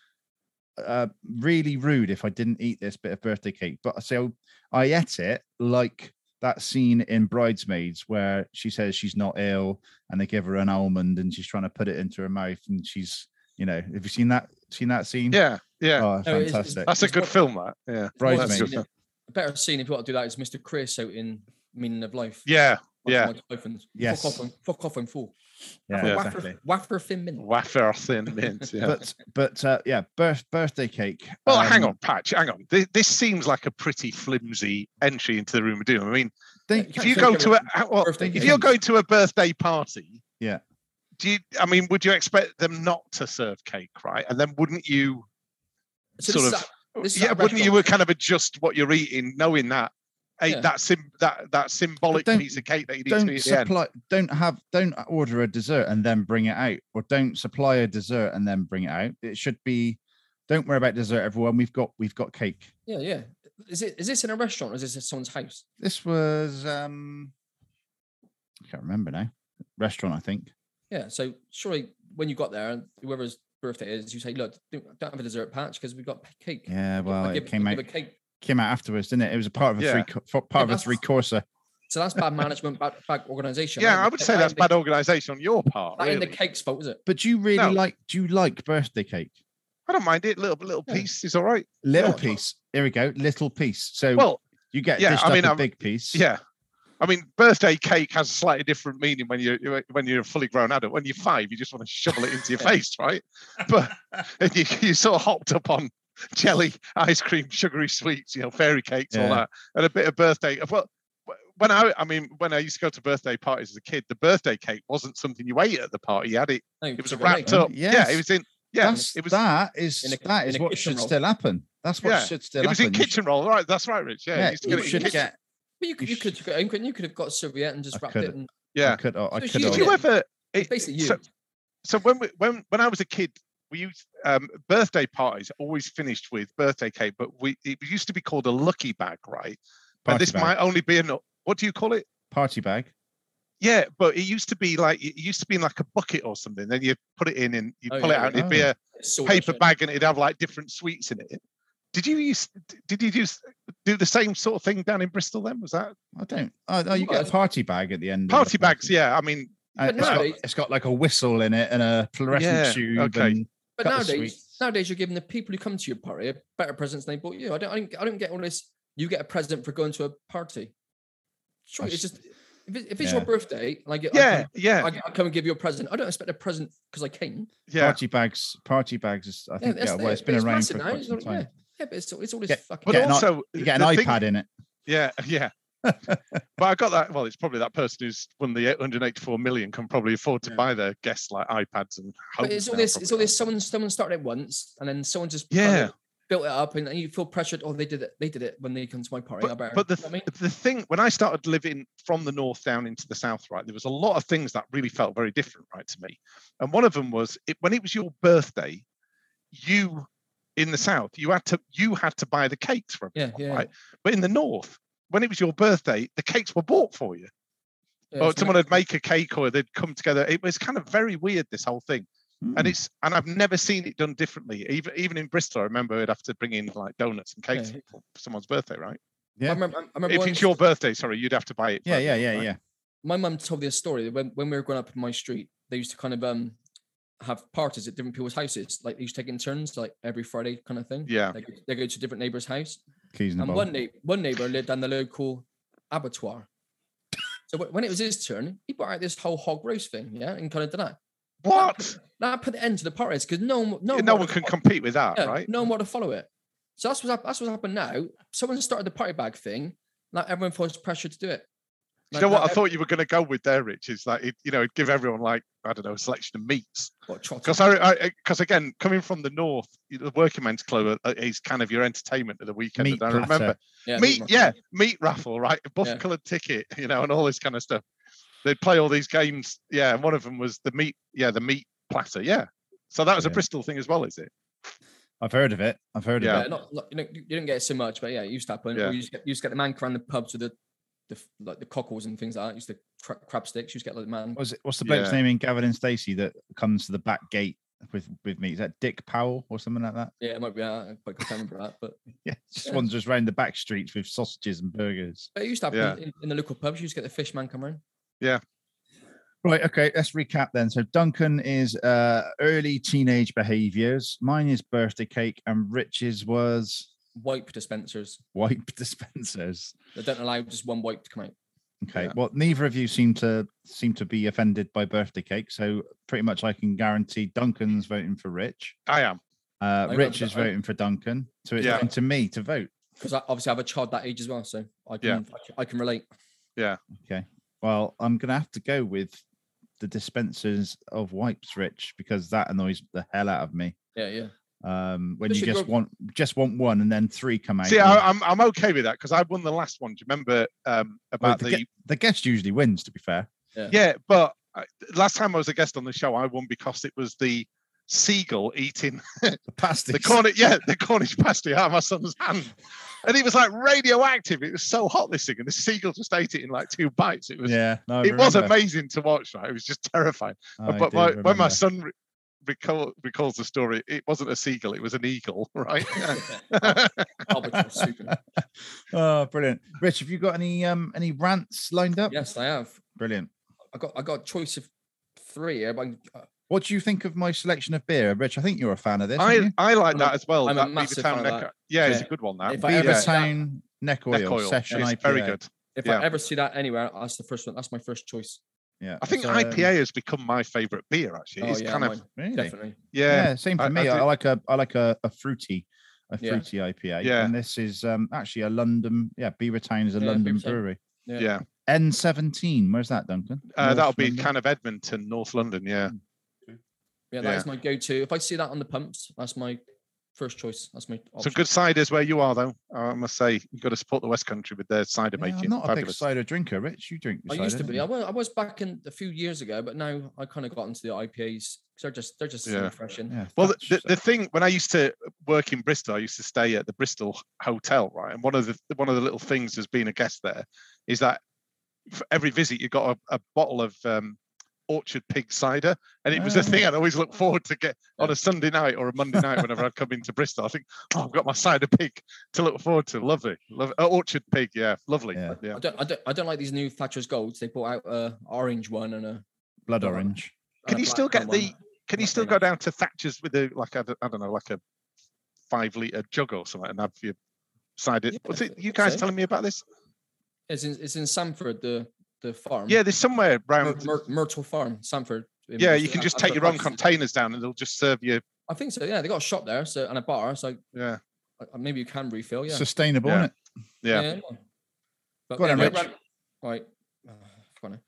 uh really rude if i didn't eat this bit of birthday cake but so i ate it like that scene in bridesmaids where she says she's not ill and they give her an almond and she's trying to put it into her mouth and she's you know have you seen that seen that scene
Yeah. Yeah.
oh
No, it is- it's-
fantastic
That's a
It's
good
what-
film, that. Yeah.
It's more of a
Bridesmaids.
scene- A better scene if you want to do that is Mr. Creosote in Meaning of Life.
Yeah.
Michael-
Yeah.
Michael Owen.
Yes.
Fuck off and fuck off and fool.
Yeah,
Yeah.
exactly.
Waffer, waffer thin mint.
Wafer thin mint. Yeah.
But but uh, yeah, birth, birthday cake.
Well, hang
um,
on, Patch. Hang on. This, this seems like a pretty flimsy entry into the room of doom. I mean,
Think,
You
if
can't
you
say
go
give
to
a
a uh, well,
birthday
if
cake.
you're going to a birthday party,
Yeah.
Do you? I mean, would you expect them not to serve cake, right? And then wouldn't you
So
sort
this
of?
is uh, a- this is
yeah,
a
wouldn't you
restaurant.
kind of adjust what you're eating, knowing that? Hey,
Yeah.
that sim that that symbolic
don't-
piece of cake that you need to
don't
eat. At the end.
supply. Don't have. Don't order a dessert and then bring it out, or don't supply a dessert and then bring it out. It should be. Don't worry about dessert, everyone. We've got we've got cake.
Yeah, yeah. Is it is this in a restaurant or is this at someone's house?
This was um, I can't remember now. Restaurant, I think.
Yeah. So surely when you got there and whoever's birthday it is, you say, look, don't, don't have a dessert patch because we've got cake.
Yeah,
I'll
well,
give-
it came
I'll
out
give a cake.
came out afterwards, didn't it? It was a part of a three
Yeah.
co- part of a
that's-
three courser.
So that's bad management, bad, bad organization.
Yeah, I would say that's bad organisation on your part.
That ain't the
Really.
cake's fault, is it?
But do you really
No.
like? Do you like birthday cake?
I don't mind it. Little little
Yeah.
piece is all right.
Little
Yeah.
piece. Here we go. Little piece. So
Well,
You get
Yeah,
dished
I mean,
up a
I'm-
big piece.
Yeah. I mean, birthday cake has a slightly different meaning when you're you're- when you're a fully grown adult. When you're five, you just want to shovel it into your face, right? But and you you sort of hopped up on jelly, ice cream, sugary sweets, you know, fairy cakes, all
Yeah.
that, and a bit of birthday. Well, wh- when I I mean, when I used to go to birthday parties as a kid, the birthday cake wasn't something you ate at the party. You had it.
No,
It was
took
wrapped
away.
up. Yeah,
Yes.
it was in. Yeah,
That's,
it was.
that is
in a-
that is
in a
what
kitchen
should
roll.
still happen. That's what
Yeah,
should still
It was
happen.
in
You should-
kitchen roll, right? That's right, Rich. Yeah,
Yeah,
you used to
you
get it in
should
kitchen-
get.
But you could, you
sh-
could, you couldn't you? You could have got a serviette and just
I
wrapped
could
it.
have.
And
Yeah,
I could. uh, I
it's
could.
you
Did
Yeah.
you
have-
ever?
it's
it-
basically you.
so- so when we, when when I was a kid, we used um, birthday parties always finished with birthday cake, but we it used to be called a lucky bag, right? But
Party
this
bag.
might only be an what do you call it?
Party bag.
Yeah, but it used to be like it used to be in like a bucket or something. Then you put it in and you
Oh,
pull it
yeah,
out, and it'd be a
Sort of
paper
shit.
bag, and it'd have like different sweets in it. Did you use? Did you use do the same sort of thing down in Bristol? Then was that
I don't. Oh, no, you
Well,
get a party bag at the end. of the
party bags?
party.
Yeah, I mean,
And
But
it's got-
nowadays-
it's got like a whistle in it and a fluorescent
Yeah,
tube.
okay.
and-
But
cut the
nowadays,
sweets.
nowadays you're giving the people who come to your party a better presents than they bought you. I don't, I don't, I don't get all this. You get a present for going to a party.
I
Sure, it's
s-
just If, it, if it's
Yeah.
your birthday, and I get, I
Yeah,
come-
yeah,
I, I come and give you a present. I don't expect a present because I came.
yeah.
Party bags, party bags. Is, I think yeah,
that's
well,
it.
it's been
It's
around
massive
for
now,
quite
it's
some
not-
time.
Yeah, yeah, but it's all, it's all this
Get-
fucking.
But
Get an i-
also,
You get an
the
iPad
thing-
in it.
Yeah, yeah. but I got that. Well, it's probably that person who's won the 884 million can probably afford to
Yeah.
buy their guests like iPads and.
but
homes
it's all
now,
this. It's all
probably.
this. Someone, someone started it once, and then someone just kind
Yeah,
of built it up, and, and you feel pressured. Oh, they did it. They did it when they come to my party. I
but,
better.
but the
you know what I mean?
the thing when I started living from the north down into the south, right, there was a lot of things that really felt very different, right, to me. And one of them was it, when it was your birthday, you in the south you had to you had to buy the cakes from.
yeah, yeah.
right. But in the north, when it was your birthday, the cakes were bought for you.
yeah,
or
it's
someone
like-
would make a cake or they'd come together. It was kind of very weird, this whole thing.
Hmm,
And it's and I've never seen it done differently. Even even in Bristol, I remember we'd have to bring in like donuts and cakes
Yeah.
for someone's birthday, right?
I
Yeah.
remember. I remember
If
once-
it's your birthday, sorry, you'd have to buy it.
yeah,
first,
yeah, yeah,
right?
yeah.
my mum told this story when, when we were growing up in my street, they used to kind of um have parties at different people's houses. Like they used to take in turns, like every Friday kind of thing.
Yeah. Mm,
They, go- they go to different neighbor's house.
Keys in the
And
bowl.
one na- one neighbor lived on the local abattoir. So wh- when it was his turn, he brought out this whole hog roast thing, yeah, and kind of did that.
What?
That put an end to the parties because no, one- no,
No,
wanted
one
to
can
follow-
compete with that,
yeah,
right?
No one wanted to follow it. So that's what's hap- that's what's happened now. Someone started the party bag thing. Now everyone feels pressure to do it.
You
Like,
know what?
now
I
ev-
thought you were going to go with there, Rich. Is like it, you know, it'd give everyone like I don't know a selection of meats.
what, trotted?
Because I, because again, coming from the north, the working men's club uh, is kind of your entertainment of the weekend.
Meat
and I remember
platter.
Yeah,
meat,
right.
yeah, meat raffle, right? Buff
Yeah.
coloured ticket, you know, and all this kind of stuff. They'd play all these games, yeah. And one of them was the meat, yeah, the meat platter, yeah. So that was a
Yeah.
Bristol thing as well, is it?
I've heard of it. I've heard
Yeah.
of
Yeah,
it.
not, not- you, know, you you didn't get it so much, but yeah, it used to happen.
Yeah.
Or You, used to get, you used to get the man around the pubs with the, the f- like the cockles and things like that. Used to cra- crab sticks. You used to get like the man.
What's, it, what's the bloke's
Yeah.
name in Gavin and Stacey that comes to the back gate with with me? Is that Dick Powell or something like that?
Yeah, it might be. Uh, I can't remember that, but,
Yeah, just
Yeah.
wanders around the back streets with sausages and burgers.
but it used to happen
Yeah.
in, in the local pubs. You used to get the fish man come around.
Right. Okay. Let's recap then. So Duncan is uh, early teenage behaviours. Mine is birthday cake, and Rich's was
Wipe dispensers.
wipe dispensers.
They don't allow just one wipe to come out.
Okay.
Yeah.
Well, neither of you seem to seem to be offended by birthday cake, so pretty much I can guarantee Duncan's voting for Rich.
I am.
Uh,
I-
Rich
I-
is
I-
voting for Duncan, so it's
Yeah.
down to me to vote.
Because I, obviously I have a child that age as well, so I can,
Yeah.
I can, I can relate.
Well, I'm gonna have to go with the dispensers of wipes, Rich, because that annoys the hell out of me.
Yeah, yeah.
Um, when
This
you
should
just
go-
want just want one and then three come out.
See,
yeah.
I, I'm I'm okay with that because I won the last one. Do you remember um, about
the
the?
ge- the guest usually wins. To be fair,
yeah, but I, last time I was a guest on the show, I won because it was the seagull eating
the pasties.
the Cornish, yeah, the Cornish pasty out of my son's hand. And it was like radioactive. It was so hot, this thing. And the seagull just ate it in like two bites. It was
yeah, no, I
it was
remember.
amazing to watch. Right? It was just terrifying.
I
but
do
my, when my
remember.
son re- recall, recalls the story, it wasn't a seagull; it was an eagle, right?
Albatross, super.
oh, brilliant, Rich, have you got any um any rants lined up?
Yes, I have.
brilliant.
I got I got a choice of three here, but uh, I'm,
What do you think of my selection of beer, Rich? I think you're a fan of this. aren't
I,
you?
I like
I'm a-
that as well.
I'm a
that Beaver
massive
Town
fan of
Neck-
that.
Yeah, it's a
Yeah.
good one. That
If I
Yeah.
ever
Beaver
see that-
Town Neck Oil,
Neck Oil.
Session
It's
IPA.
very good.
if
Yeah.
I ever see that anywhere, that's the first one. That's my first choice.
Yeah,
I think
it's, um,
IPA has become my favorite beer. Actually, it's kind
Oh, mine,
of
really?
definitely.
yeah,
Yeah, same for
I- I
me. I,
do-
like a I like a, a fruity, a
Yeah.
fruity IPA.
Yeah.
and this is um actually a London. Yeah, Beaver Town is a
Yeah,
London
Beaver Town.
brewery.
yeah.
Yeah.
N seventeen. Where's that, Duncan?
Uh,
North
that'll be
London?
kind of Edmonton, North London. Yeah,
Yeah, that is
Yeah.
my go-to. If I see that on the pumps, that's my first choice. That's my option.
some good ciders where you are, though. I must say, you've got to support the West Country with their cider
Yeah,
making.
I'm not a big
Fabulous.
cider drinker, Rich. You drink.
I
cider,
used to
don't
be.
you?
I was, I was back in a few years ago, but now I kind of got into the IPAs because they're just they're just so
Yeah.
refreshing.
Yeah,
Well, the,
Thatch
the,
cider.
the thing when I used to work in Bristol, I used to stay at the Bristol Hotel, right? And one of the one of the little things as being a guest there is that for every visit you got a, a bottle of um, Orchard Pig cider, and it was
Ah.
a thing I'd always look forward to get on a Sunday night or a Monday night whenever I'd come into Bristol. I think, oh, I've got my cider pig to look forward to. Lovely, love uh, Orchard Pig, yeah, lovely,
Yeah.
yeah.
I don't, I don't I don't like these new Thatcher's Golds. They brought out a orange one and a. and
blood
Oh,
orange.
Can
a
you still
black
get
one.
the? Can you
Not
still
very
go
nice.
down to Thatcher's with a like I don't, I don't know like a five liter jug or something and have your cider?
Yeah,
was
I
it
think
you guys
so.
telling me about this?
It's in it's in Sanford the the farm.
Yeah, there's somewhere
Myr-
around.
Myr- Myrtle Farm, Sanford. in
Yeah,
Bristol.
you can
I-
just
I've
take
got
your own
boxes.
containers down, and they'll just serve you.
I think so. Yeah, they got a shop there, so and a bar, so
Yeah,
uh, maybe you can refill. Yeah.
Sustainable,
Yeah.
isn't it?
yeah.
But
Go on,
yeah,
Rich.
right- Right. Uh, go on then.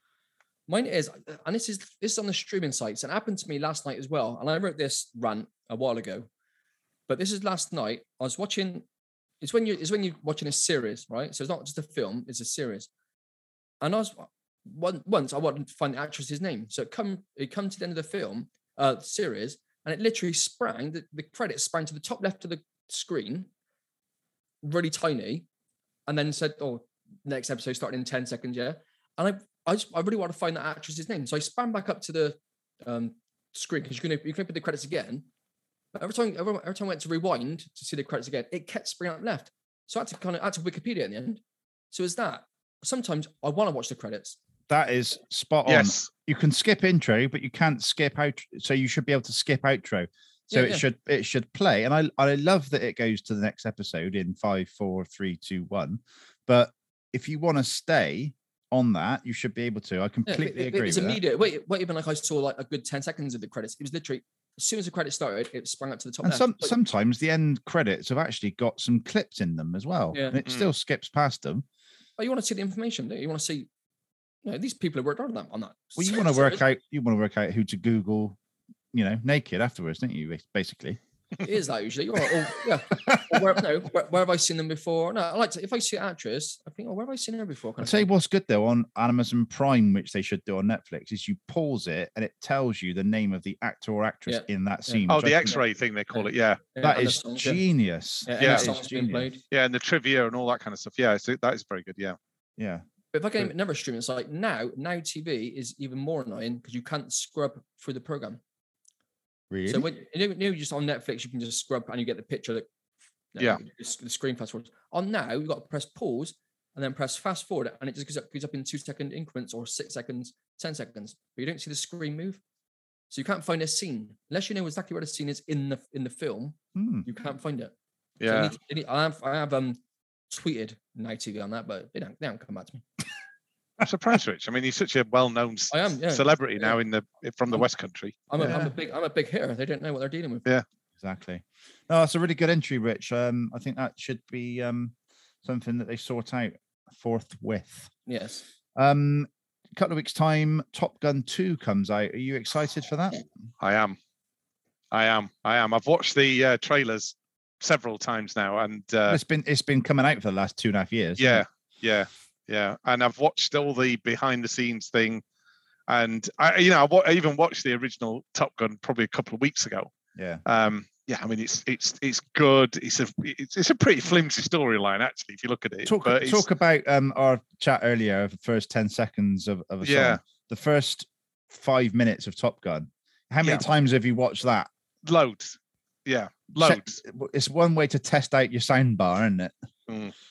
Mine is, and this is this is on the streaming sites, and it happened to me last night as well. And I wrote this rant a while ago, but this is last night. I was watching. It's when you it's when you're watching a series, right? So it's not just a film; it's a series. And I was one once I wanted to find the actress's name, so it come it come to the end of the film uh series, and it literally sprang the, the credits sprang to the top left of the screen, really tiny, and then said, "Oh, next episode starting in ten seconds, yeah." And I, I just, I really want to find that actress's name, so I spam back up to the um, screen because you're gonna, you can open the credits again. But every time, every, every time I went to rewind to see the credits again, it kept springing up left. So I had to kind of, I had to Wikipedia in the end. So is that sometimes I want to watch the credits?
That is
Oh,
spot on.
Yes.
You can skip intro, but you can't skip out. So you should be able to skip outro. So
Yeah,
it
yeah.
should it should play. And I I love that it goes to the next episode in five, four, three, two, one. But if you want to stay on that, you should be able to. I
Yeah, it-
completely
it-
agree
It's
with that.
immediate. Wait, wait, even like I saw like a good ten seconds of the credits. It was literally as soon as the credits started, it sprang up to the top.
And
left.
some
But-
sometimes the end credits have actually got some clips in them as well.
Yeah.
And it
Mm.
still skips past them.
but oh, you want to see the information. Don't you? you want to see. You know, these people have worked hard on that. On that.
Well, you want to work out
series.
you want to work out who to Google, you know, naked afterwards, don't you? bas- Basically.
It is that usually. Or, or, yeah. Or where, no, where, where have I seen them before? No, I like to, if I see an actress, I think, oh, where have I seen her before?
I'll
of
tell you
thing.
what's good though on Amazon Prime, which they should do on Netflix, is you pause it and it tells you the name of the actor or actress in that
Yeah.
scene.
Oh,
which I
the
think
X-ray thing they call it. Yeah,
Yeah,
That
and the
is
uh, songs, yeah.
genius.
Yeah, and
Yeah.
the
That is
songs being
genius.
played.
yeah, and the trivia and all that kind of stuff. Yeah, so that is very good. Yeah,
Yeah.
But if I get another streaming site now, now TV is even more annoying because you can't scrub through the program.
Really?
So when you know, you know, just on Netflix, you can just scrub and you get the picture that you know,
Yeah.
the s- the screen fast forwards. On now, you've got to press pause and then press fast forward, and it just goes up, goes up in two second increments or six seconds, ten seconds, but you don't see the screen move. So you can't find a scene unless you know exactly where the scene is in the in the film.
Hmm.
You can't find it. So I,
yeah.
need to- I, need- I have, I have um tweeted now TV on that, but they don't they don't come back to me.
I'm surprised, Rich. I mean, he's such a well-known s-
I am yeah.
celebrity
yeah.
now in the from the West Country.
I'm, a, I'm
Yeah.
a big I'm a big hitter. They don't know what they're dealing with.
Exactly. No, that's a really good entry, Rich. Um, I think that should be um something that they sort out forthwith.
Yes.
Um a couple of weeks time, Top Gun 2 comes out. Are you excited for that?
I am, I am, I am. I've watched the uh, trailers several times now, and uh,
it's been it's been coming out for the last two and a half years. hasn't
yeah
it?
yeah yeah and i've watched all the behind the scenes thing and i you know I, wa- I even watched the original top gun probably a couple of weeks ago
Yeah.
um yeah i mean it's it's it's good it's a it's, it's a pretty flimsy storyline actually if you look at it
talk
but it's-
talk about um our chat earlier of the first 10 seconds of, of a
Yeah.
song the first five minutes of top gun how many
Yeah.
times have you watched that
loads yeah
Check-
loads
it's one way to test out your sound bar isn't it
Mm.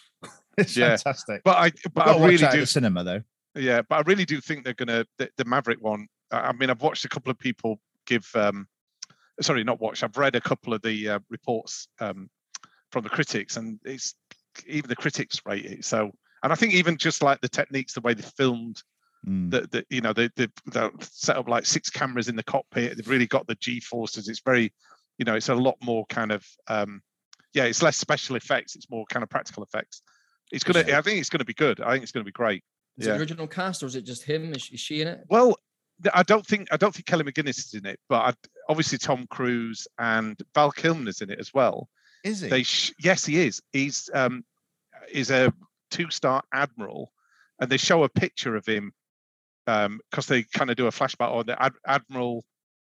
it's
Yeah.
fantastic
but i but
Gotta
i
watch
really
out at
do
the cinema though
Yeah, but I really do think they're gonna the, the Maverick one. I I mean, I've watched a couple of people give, um, sorry, not watched. I've read a couple of the uh, reports um, from the critics, and it's even the critics rate it. So, and I think even just like the techniques, the way they filmed,
Mm.
that the, you know, they they they set up like six cameras in the cockpit. They've really got the G forces. It's very, you know, it's a lot more kind of, um, yeah, it's less special effects. It's more kind of practical effects. It's gonna. I think it's gonna be good. I think it's gonna be great.
Is it
Yeah.
the original cast or is it just him? Is, is she in it?
Well, th- I don't think I don't think Kelly McGinnis is in it, but I, obviously Tom Cruise and Val Kilmer is in it as well.
is it
They sh- yes, he is. He's um is a two-star admiral, and they show a picture of him um because they kind of do a flashback on the Ad- Admiral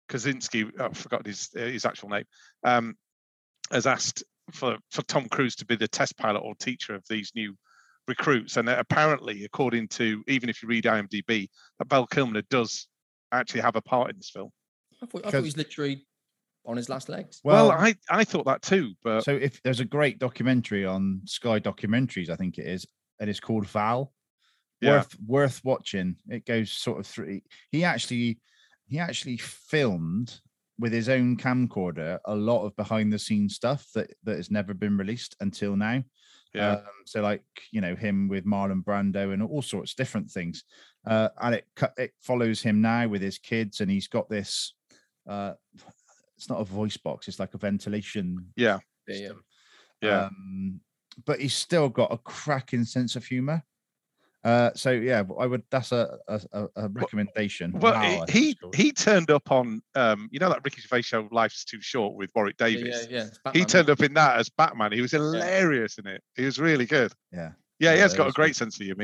Kaczynski. I forgot his uh, his actual name. Um, has asked for for Tom Cruise to be the test pilot or teacher of these new recruits, and apparently, according to even if you read IMDb, that Val Kilmer does actually have a part in this film.
I thought, I thought he
Because-
was literally on his last legs.
Well,
well,
I I thought that too, but
so if there's a great documentary on sky documentaries i think it is and it's called val
yeah,
worth worth watching. It goes sort of through. He actually he actually filmed with his own camcorder a lot of behind the scenes stuff that that has never been released until now.
Yeah.
Um, so like you know him with Marlon Brando and all sorts of different things, uh, and it cu- it follows him now with his kids, and he's got this. Uh, it's not a voice box; it's like a ventilation
yeah.
Yeah, yeah.
Yeah.
um, but he's still got a cracking sense of humor. Uh, so yeah, but I would. That's a a, a- a recommendation.
Well,
Wow, I think
he
it's called.
he turned up on um, you know that Ricky Gervais show Life's Too Short with Warwick
Yeah,
Davis.
yeah, yeah. It's
He
Batman,
turned up in that as Batman. He was hilarious in it. He was really good.
Yeah.
Yeah, he
Yeah,
has
that
got a
is
great sense of humor.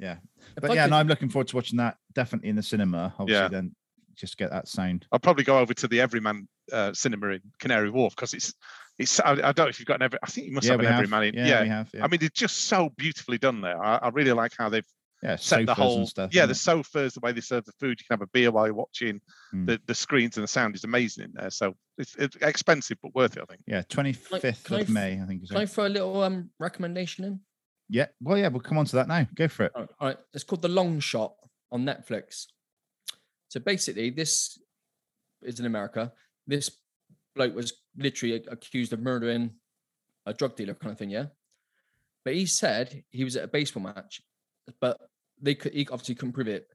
Yeah.
If
but
I
yeah,
could-
and I'm looking forward to watching that definitely in the cinema. Obviously,
Yeah.
then just get that sound.
I'll probably go over to the Everyman uh, cinema in Canary Wharf because it's it's I, I don't know if you've got an every I think you must
yeah,
have
we
an
have.
Everyman in
yeah,
yeah.
we have. Yeah,
I mean, it's just so beautifully done there. I, I really like how they've
yeah
set
sofas
the whole.
and stuff.
yeah,
isn't
the
it?
sofas, the way they serve the food. You can have a beer while you're watching.
Mm.
The the screens and the sound is amazing in there. So it's, it's expensive but worth it. I think.
yeah, 25th
can I
of
f-
May, I think. Is
Can I
it.
throw a little um recommendation in?
Yeah, well, yeah, we'll come on to that now. Go for it.
All right, all right. It's called The Long Shot on Netflix. So basically, this is in America. This bloke was literally a- accused of murdering a drug dealer, kind of thing. Yeah, but he said he was at a baseball match, but they could he obviously couldn't prove it.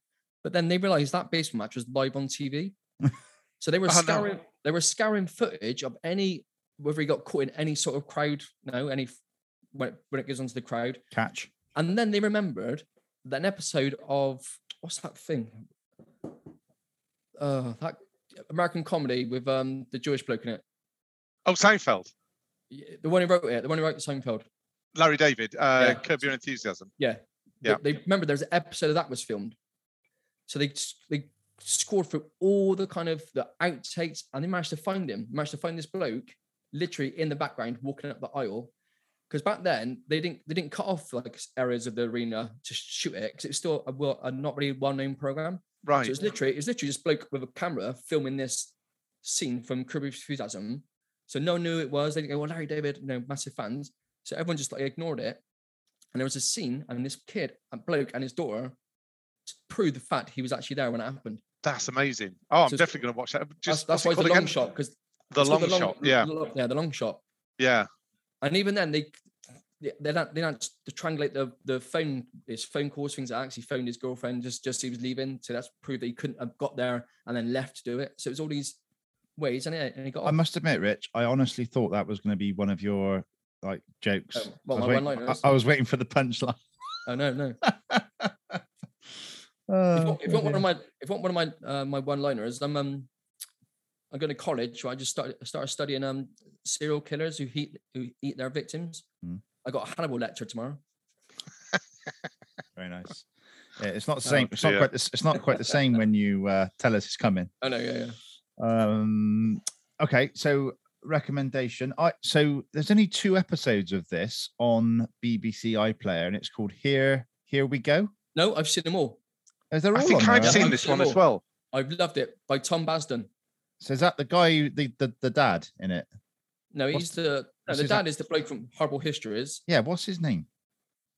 But then they realized that baseball match was live on TV, so they were
Oh, no.
scouring they were scouring footage of any whether he got caught in any sort of crowd, no, any f- when it, when it goes onto the crowd.
Catch.
And then they remembered that an episode of what's that thing? Uh that American comedy with um the Jewish bloke in it.
Oh, Seinfeld,
Y- The one who wrote it, the one who wrote Seinfeld.
Larry David, uh,
Yeah.
Curb Your Enthusiasm.
They-
Yeah.
They, remember there was an episode of that was filmed. So they s- they scored through all the kind of the outtakes and they managed to find him, managed to find this bloke literally in the background walking up the aisle. Because back then they didn't they didn't cut off like s- areas of the arena to shoot it because it was still a, well, a not really well known program.
Right.
So it's literally it's literally just bloke with a camera filming this scene from Kirby Enthusiasm. So no one knew who it was. They didn't go, well, Larry David, you know, massive fans. So everyone just like ignored it. And there was a scene, and this kid, a bloke, and his daughter just proved the fact he was actually there when it happened.
That's amazing. Oh, I'm
So it's-
definitely going to watch that. Just
that's that's
what's it
why it's a
called
long
again?
shot because
The long, shot. Yeah,
yeah, the long shot.
yeah.
And even then, they they they don't they don't to triangulate the the phone his phone calls things. I actually phoned his girlfriend just just he was leaving, so that's proved that he couldn't have got there and then left to do it. So it's all these ways, and it and he got.
I
off.
must admit, Rich, I honestly thought that was going to be one of your like jokes.
Oh, what,
I, was
my
waiting,
one-liners?
I- I was waiting for the punchline.
Oh no no! If you
Oh,
want, if you want one
dear.
of my if you want one of my uh, my one liners, I'm um I'm going to college. Where I just started started studying um serial killers who heat who eat their victims.
Mm.
I got a Hannibal lecture tomorrow.
Very nice. Yeah, it's not the same. it's not
dear.
quite. The, s- it's not quite the same when you uh, tell us it's coming.
Oh no yeah yeah.
Um, okay, so recommendation. I so there's only two episodes of this on BBC iPlayer, and it's called Here Here We Go.
No, I've seen them all.
Is there all
I think
on
I've
there?
Yeah,
seen
I've
this
seen
one
them
as
all.
well.
I've loved it by Tom Basden.
So is that the guy, who- the the, the dad in it?
No,
What's
he's the no,
what's
the
his
dad is the bloke from Horrible Histories.
Yeah, what's his name?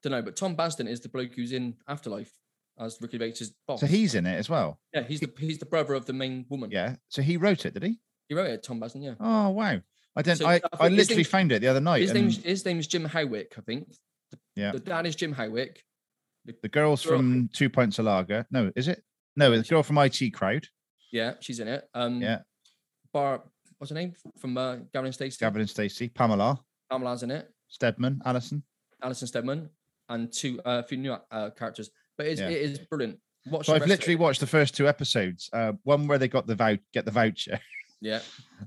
Don't know, but Tom Basden is the bloke who's in Afterlife as Ricky Bates' boss.
So he's in it as well.
yeah, he's the he's the brother of the main woman.
Yeah. So he wrote it, did he?
he wrote it. Tom Basden. Yeah,
Oh wow. I didn't.
So I
I,
think
I
his
literally
name's-
found it the other night.
his
And
name's his name's Jim Howick, I think. The,
Yeah.
the dad is Jim Howick.
the girls
girl-
from Two Pints of Lager. No, is it? No, the girl from IT Crowd.
Yeah, she's in it. Um,
Yeah,
Bar, what's her name from uh, Gavin and Stacey?
Gavin and Stacey, Pamela,
Pamela's in it.
Stedman, Allison.
Alison Stedman, and two uh, a few new uh, characters. But it's,
Yeah.
it is brilliant. Watch
So
the
I've
rest of it.
literally watched the first two episodes. Uh, one where they got the vouch, get the voucher
yeah.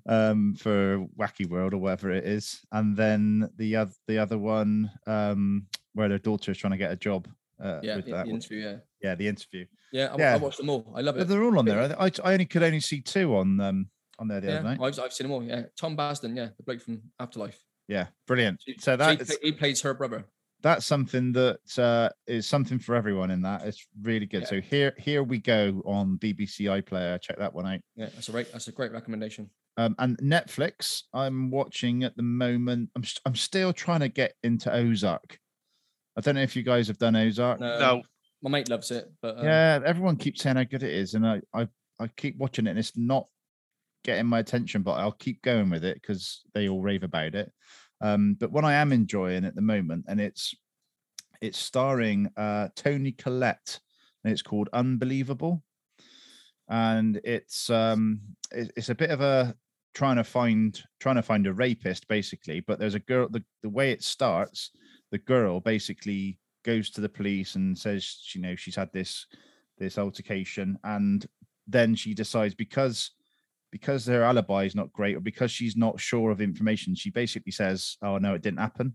um, for Wacky World or whatever it is, and then the other the other one um, where their daughter is trying to get a job. Uh,
Yeah,
with
the,
that
the
one.
interview, yeah,
yeah, the interview.
yeah. I,
Yeah.
I watched them all. I love
But
it.
they're all on there. I, I only could only see two on um, on there the
yeah,
other night.
I've, I've seen them all. Yeah, Tom Basden, yeah, the bloke from Afterlife.
Yeah, brilliant.
She-
So
she
that
pla-
is
he plays her brother.
that's something that uh, is something for everyone in that. It's really good.
Yeah.
So here here we go on BBC iPlayer. Check that one out.
Yeah, that's a great, that's a great recommendation.
Um, and Netflix, I'm watching at the moment. I'm st- I'm still trying to get into Ozark. I don't know if you guys have done Ozark.
Um,
No,
my mate loves it, but um,
Yeah, everyone keeps saying how good it is, and I I, I keep watching it, and it's not getting my attention. But I'll keep going with it because they all rave about it. Um, but what I am enjoying at the moment, and it's it's starring uh, Tony Collette, and it's called Unbelievable, and it's um, it, it's a bit of a trying to find trying to find a rapist basically. But there's a girl. The, the way it starts, the girl basically goes to the police and says, you know, she's had this this altercation, and then she decides because because their alibi is not great or because she's not sure of information, she basically says, Oh, no, it didn't happen.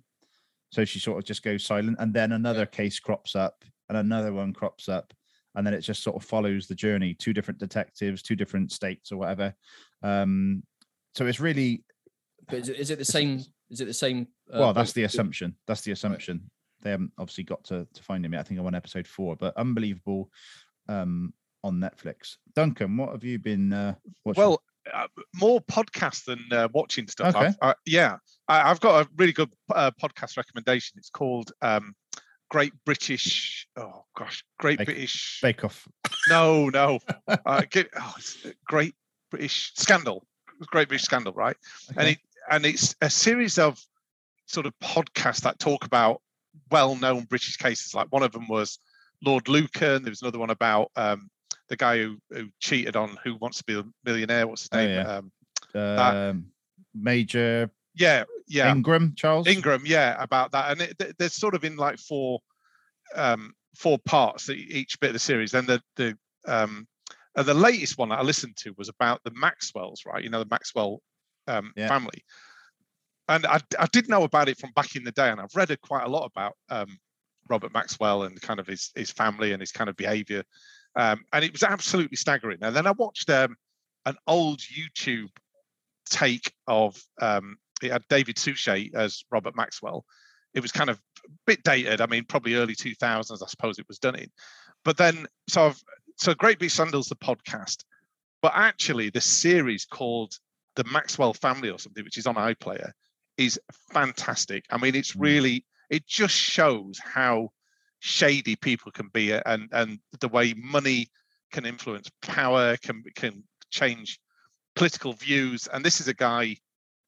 So she sort of just goes silent. And then another case crops up and another one crops up. And then it just sort of follows the journey two different detectives, two different states or whatever. Um, so it's really,
But is it, is it the same? Is it the same? uh,
well, that's the
both-
assumption. That's the assumption. They haven't obviously got to, to find him yet. I think I'm on episode four, but unbelievable um, on Netflix. Duncan, what have you been uh, watching?
Well, uh, more podcasts than uh, watching stuff.
Okay.
I've, I, yeah, I, I've got a really good uh, podcast recommendation. It's called um, Great British. Oh gosh, Great
Bake-
British.
Bake Off.
No, no. uh, get, oh, it's a Great British Scandal. Great British Scandal, right?
Okay.
And it and it's a series of sort of podcasts that talk about well-known British cases. Like one of them was Lord Lucan. There was another one about um, the guy who, who cheated on Who Wants to Be a Millionaire. What's his
Oh,
name?
yeah.
Um,
Um, Major
yeah uh, yeah
Ingram, Charles.
ingram yeah about that and it, th- there's sort of in like four um four parts that e-, each bit of the series then the the um uh, the latest one that i listened to was about the maxwells right you know the maxwell um
Yeah.
family and I, I did know about it from back in the day and i've read a, quite a lot about um robert maxwell and kind of his his family and his kind of behavior um and it was absolutely staggering and then i watched um an old youtube take of um, it had David Suchet as Robert Maxwell. It was kind of a bit dated. I mean, probably early 2000s, I suppose it was done in. But then, so I've, so Great Beach Sandals, the podcast, but actually the series called The Maxwell Family or something, which is on iPlayer, is fantastic. I mean, it's
Mm.
really, it just shows how shady people can be and and the way money can influence power, can can change political views. And this is a guy,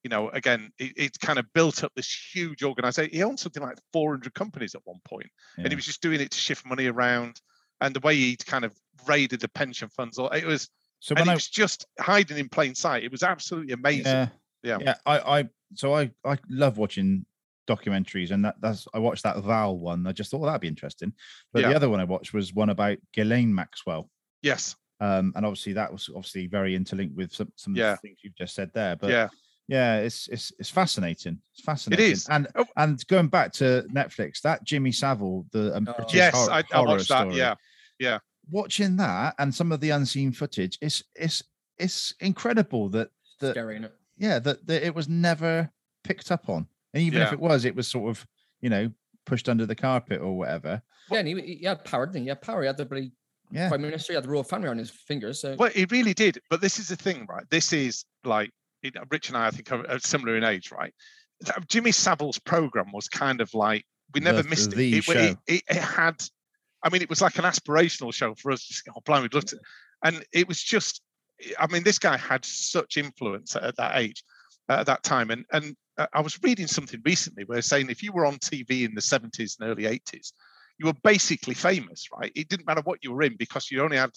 you know, again, it, it's kind of built up this huge organization. He owned something like 400 companies at one point, and
Yeah.
he was just doing it to shift money around. And the way he kind of raided the pension funds, or it was,
So
and
when
he
I
was just hiding in plain sight. It was absolutely amazing.
yeah,
Yeah.
yeah, I, I, so I, I love watching documentaries, and that, that's I watched that Val one. I just thought "Oh, that'd be interesting. But the
Yeah.
other one I watched was one about Ghislaine Maxwell,
Yes.
um, and obviously that was obviously very interlinked with some some of the
Yeah.
things you've just said there. But
yeah.
yeah, it's it's it's fascinating. It's fascinating.
is.
And
Oh.
and going back to Netflix, that Jimmy Savile, the um,
Oh.
British
Yes.
hor-
I, I
horror
watched that.
story,
Yeah.
watching that and some of the unseen footage, it's it's it's incredible that that
Scary, innit?
yeah that, that it was never picked up on and even if
Yeah.
it was it was sort of you know pushed under the carpet or whatever
Yeah, and he, he had power, didn't he? He had power. He had the bloody
yeah
prime minister. He had the royal family on his fingers. So
Well, it really did. But this is the thing, right? This is like you know, Rich and I, I think, are, are similar in age, right? That- Jimmy Savile's program was kind of like we never
The-
missed
the
it. It, it, it. it had, I mean, it was like an aspirational show for us. Just, oh, blimey, we'd love to. And it was just, I mean, this guy had such influence at, at that age, at that time. And and uh, I was reading something recently where saying if you were on TV in the 70s and early 80s, you were basically famous, right? It didn't matter what you were in because you only had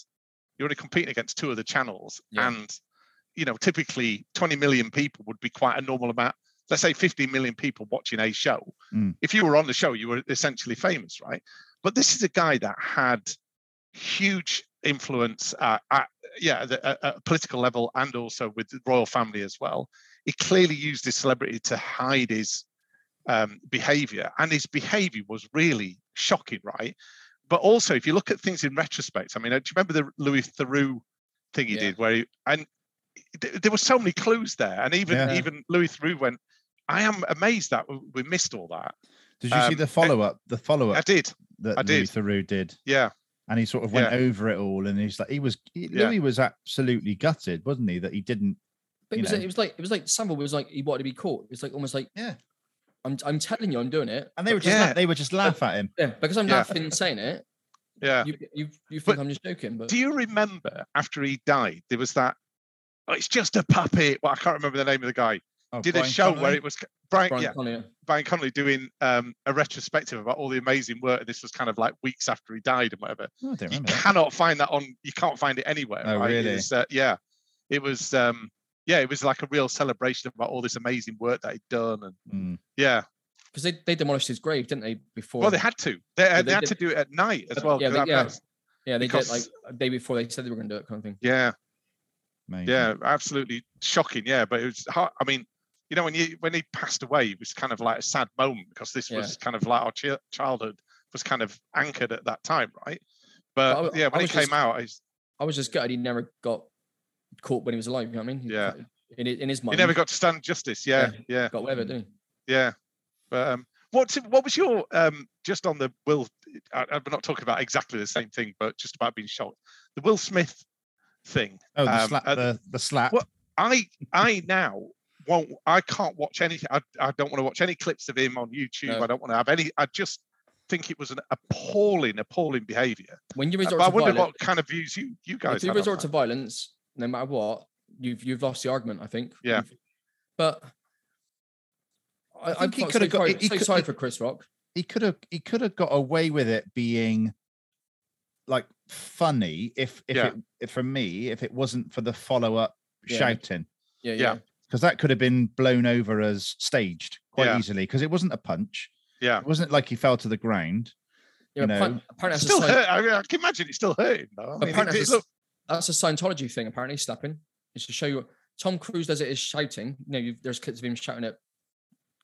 you're only competing against two other channels
Yeah.
and you know typically 20 million people would be quite a normal amount let's say 15 million people watching a show
Mm.
if you were on the show you were essentially famous right but this is a guy that had huge influence uh, at yeah the, at, at a political level and also with the royal family as well he clearly used his celebrity to hide his um, behavior and his behavior was really shocking right but also if you look at things in retrospect i mean uh, do you remember the louis theroux thing he
Yeah.
did where he and th- there were so many clues there and even
Yeah.
even louis theroux went i am amazed that w- we missed all that
did you see
um,
the follow-up the
i
follow-up
did
that
I did.
Louis Theroux did
yeah
and he sort of went over it all and he's like he was he,
Yeah.
louis was absolutely gutted wasn't he that he didn't
but
you
it was,
know.
like- it was like it was like Samuel was like he wanted to be caught. It's like almost like
Yeah.
I'm I'm telling you, I'm doing it.
and they were
but-
just
Yeah.
la- they were just laugh at him
yeah, because I'm
Yeah.
laughing saying it.
yeah
You you you think
But
I'm just joking, but
Do you remember after he died, there was that? Oh, it's just a puppet. Well, I can't remember the name of the guy.
Oh,
did a
Brian
show where
Connolly?
it was Brian,
Brian
yeah,
Connolly.
Brian Connolly doing um, a retrospective about all the amazing work. and This was kind of like weeks after he died and whatever.
Oh, I don't
You
remember that.
cannot find that on. You can't find it anywhere.
Oh,
right? It
really?
was, uh, yeah, it was. Um, yeah, it was like a real celebration about all this amazing work that he'd done, and
Mm.
yeah.
because they, they demolished his grave, didn't they? Before
Well, they had to. They, uh,
Yeah,
they,
they
had
did.
to do it at night as
But-
well.
yeah,
'cause
they-
that-
yeah.
that's-
yeah, they
because-
did like a day before they said they were going to do it, kind of thing.
yeah,
Amazing.
yeah, absolutely shocking. Yeah, but it was hard. I mean, you know, when you when he passed away, it was kind of like a sad moment because this
Yeah.
was kind of like our chi- childhood was kind of anchored at that time, right? But
But I-
yeah,
I
when he
was
came
just-
out, he's,
I was just gutted he never got caught when he was alive. You know what I mean? He-
Yeah.
In, hi- in his
he
mind,
never got to stand justice. Yeah,
Yeah.
yeah,
got whatever, didn't he?
yeah. But um, what what was your um just on the Will? I, I'm not talking about exactly the same thing, but just about being shocked. The Will Smith thing.
Oh, the
um,
slap.
at-
the, the slap.
What- I I now won't I can't watch anything. I, I don't want to watch any clips of him on YouTube.
No.
I don't want to have any. I just think it was an appalling, appalling behaviour.
When you
But
resort
I
to
wonder
violence,
what kind of views you you guys.
if you
had on
resort to
that.
violence, no matter what, you've you've lost the argument. I think.
Yeah.
You've- but I, I
think he
felt so
coulda got-
sorry,
he- he
so
could-
sorry
he-
for Chris Rock.
he could have he could have got away with it being like funny if if,
Yeah.
it, if for me if it wasn't for the follow up
Yeah.
shouting
Yeah,
Yeah.
yeah.
because that could have been blown over as staged quite
Yeah.
easily because it wasn't a punch.
yeah,
It wasn't like he fell to the ground.
Yeah,
You
but appar-
know,
apparently
It
that's a,
still
Scien-
hurt. I, mean, I can imagine it still hurting. Though. I mean, it,
apparently
it,
that's, a,
look,
that's a Scientology thing. Apparently, slapping is to show you. Tom Cruise does it is shouting. You know, you've, there's clips of him shouting at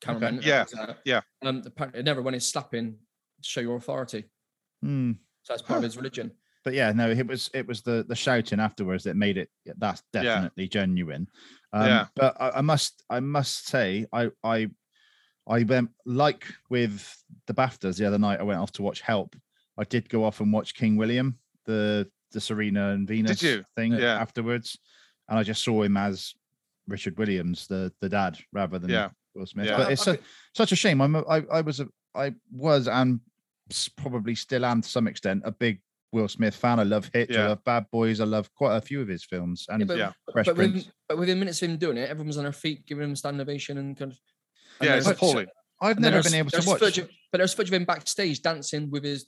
cameramen. and
Yeah,
things like that.
yeah.
Um, apparently, never when it's slapping, to show your authority.
Hmm.
So that's part of
Huh.
his religion.
But yeah, no, it was it was the the shouting afterwards that made it that's
Yeah.
definitely genuine. Um,
Yeah.
But I, I must I must say I I I went like with the Baftas the other night. I went off to watch Help. I did go off and watch King William the the Serena and Venus
you?
thing
Yeah.
afterwards, and I just saw him as Richard Williams, the the dad, rather than
Yeah.
Will Smith.
Yeah.
But
I-
it's
I
su- such a shame. I'm a, I, I was a, I was and s- probably still am to some extent a big Will Smith fan. I love Hitch.
Yeah.
I love Bad Boys. I love quite a few of his films and
Yeah, but,
Yeah.
Fresh
but,
Prince.
within, but within minutes of him doing it, everyone's on their feet, giving him a standing ovation and kind of. and
yeah,
there's-
it's appalling.
I've
and then
never
there's-
been able to
there's
watch.
footage of- but there's footage of him backstage dancing with his.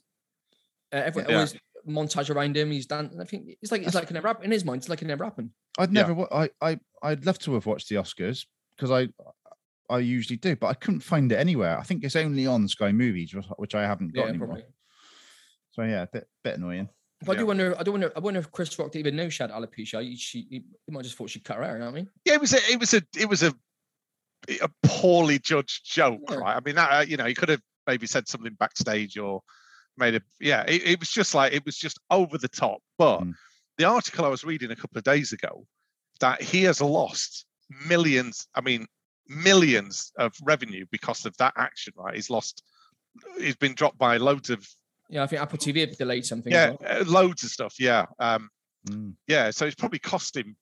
Uh, every,
Yeah.
always montage around him. He's dancing. I think it's like it's like an rap in his mind. It's like an rap.
I'd
Yeah.
never. wa- I I I'd love to have watched the Oscars because I I usually do, but I couldn't find it anywhere. I think it's only on Sky Movies, which- which I haven't got
Yeah,
anymore.
probably.
So yeah, a bit bit annoying.
But I
Yeah.
do wonder. I do wonder. I wonder if Chris Rock didn't even know she had alopecia. He, she, he, he might just thought she cut her hair. You know what I mean?
Yeah, it was a, it was a, it was a, a poorly judged joke,
Yeah.
right? I mean, that uh, you know, he could have maybe said something backstage or made a, yeah, it, it was just like it was just over the top. But
Mm.
the article I was reading a couple of days ago that he has lost millions. I mean, millions of revenue because of that action, right? He's lost. He's been dropped by loads of
Yeah, I think Apple TV have delayed something. as
yeah,
well.
uh, loads of stuff. Yeah, um,
Mm.
yeah. So it's probably cost him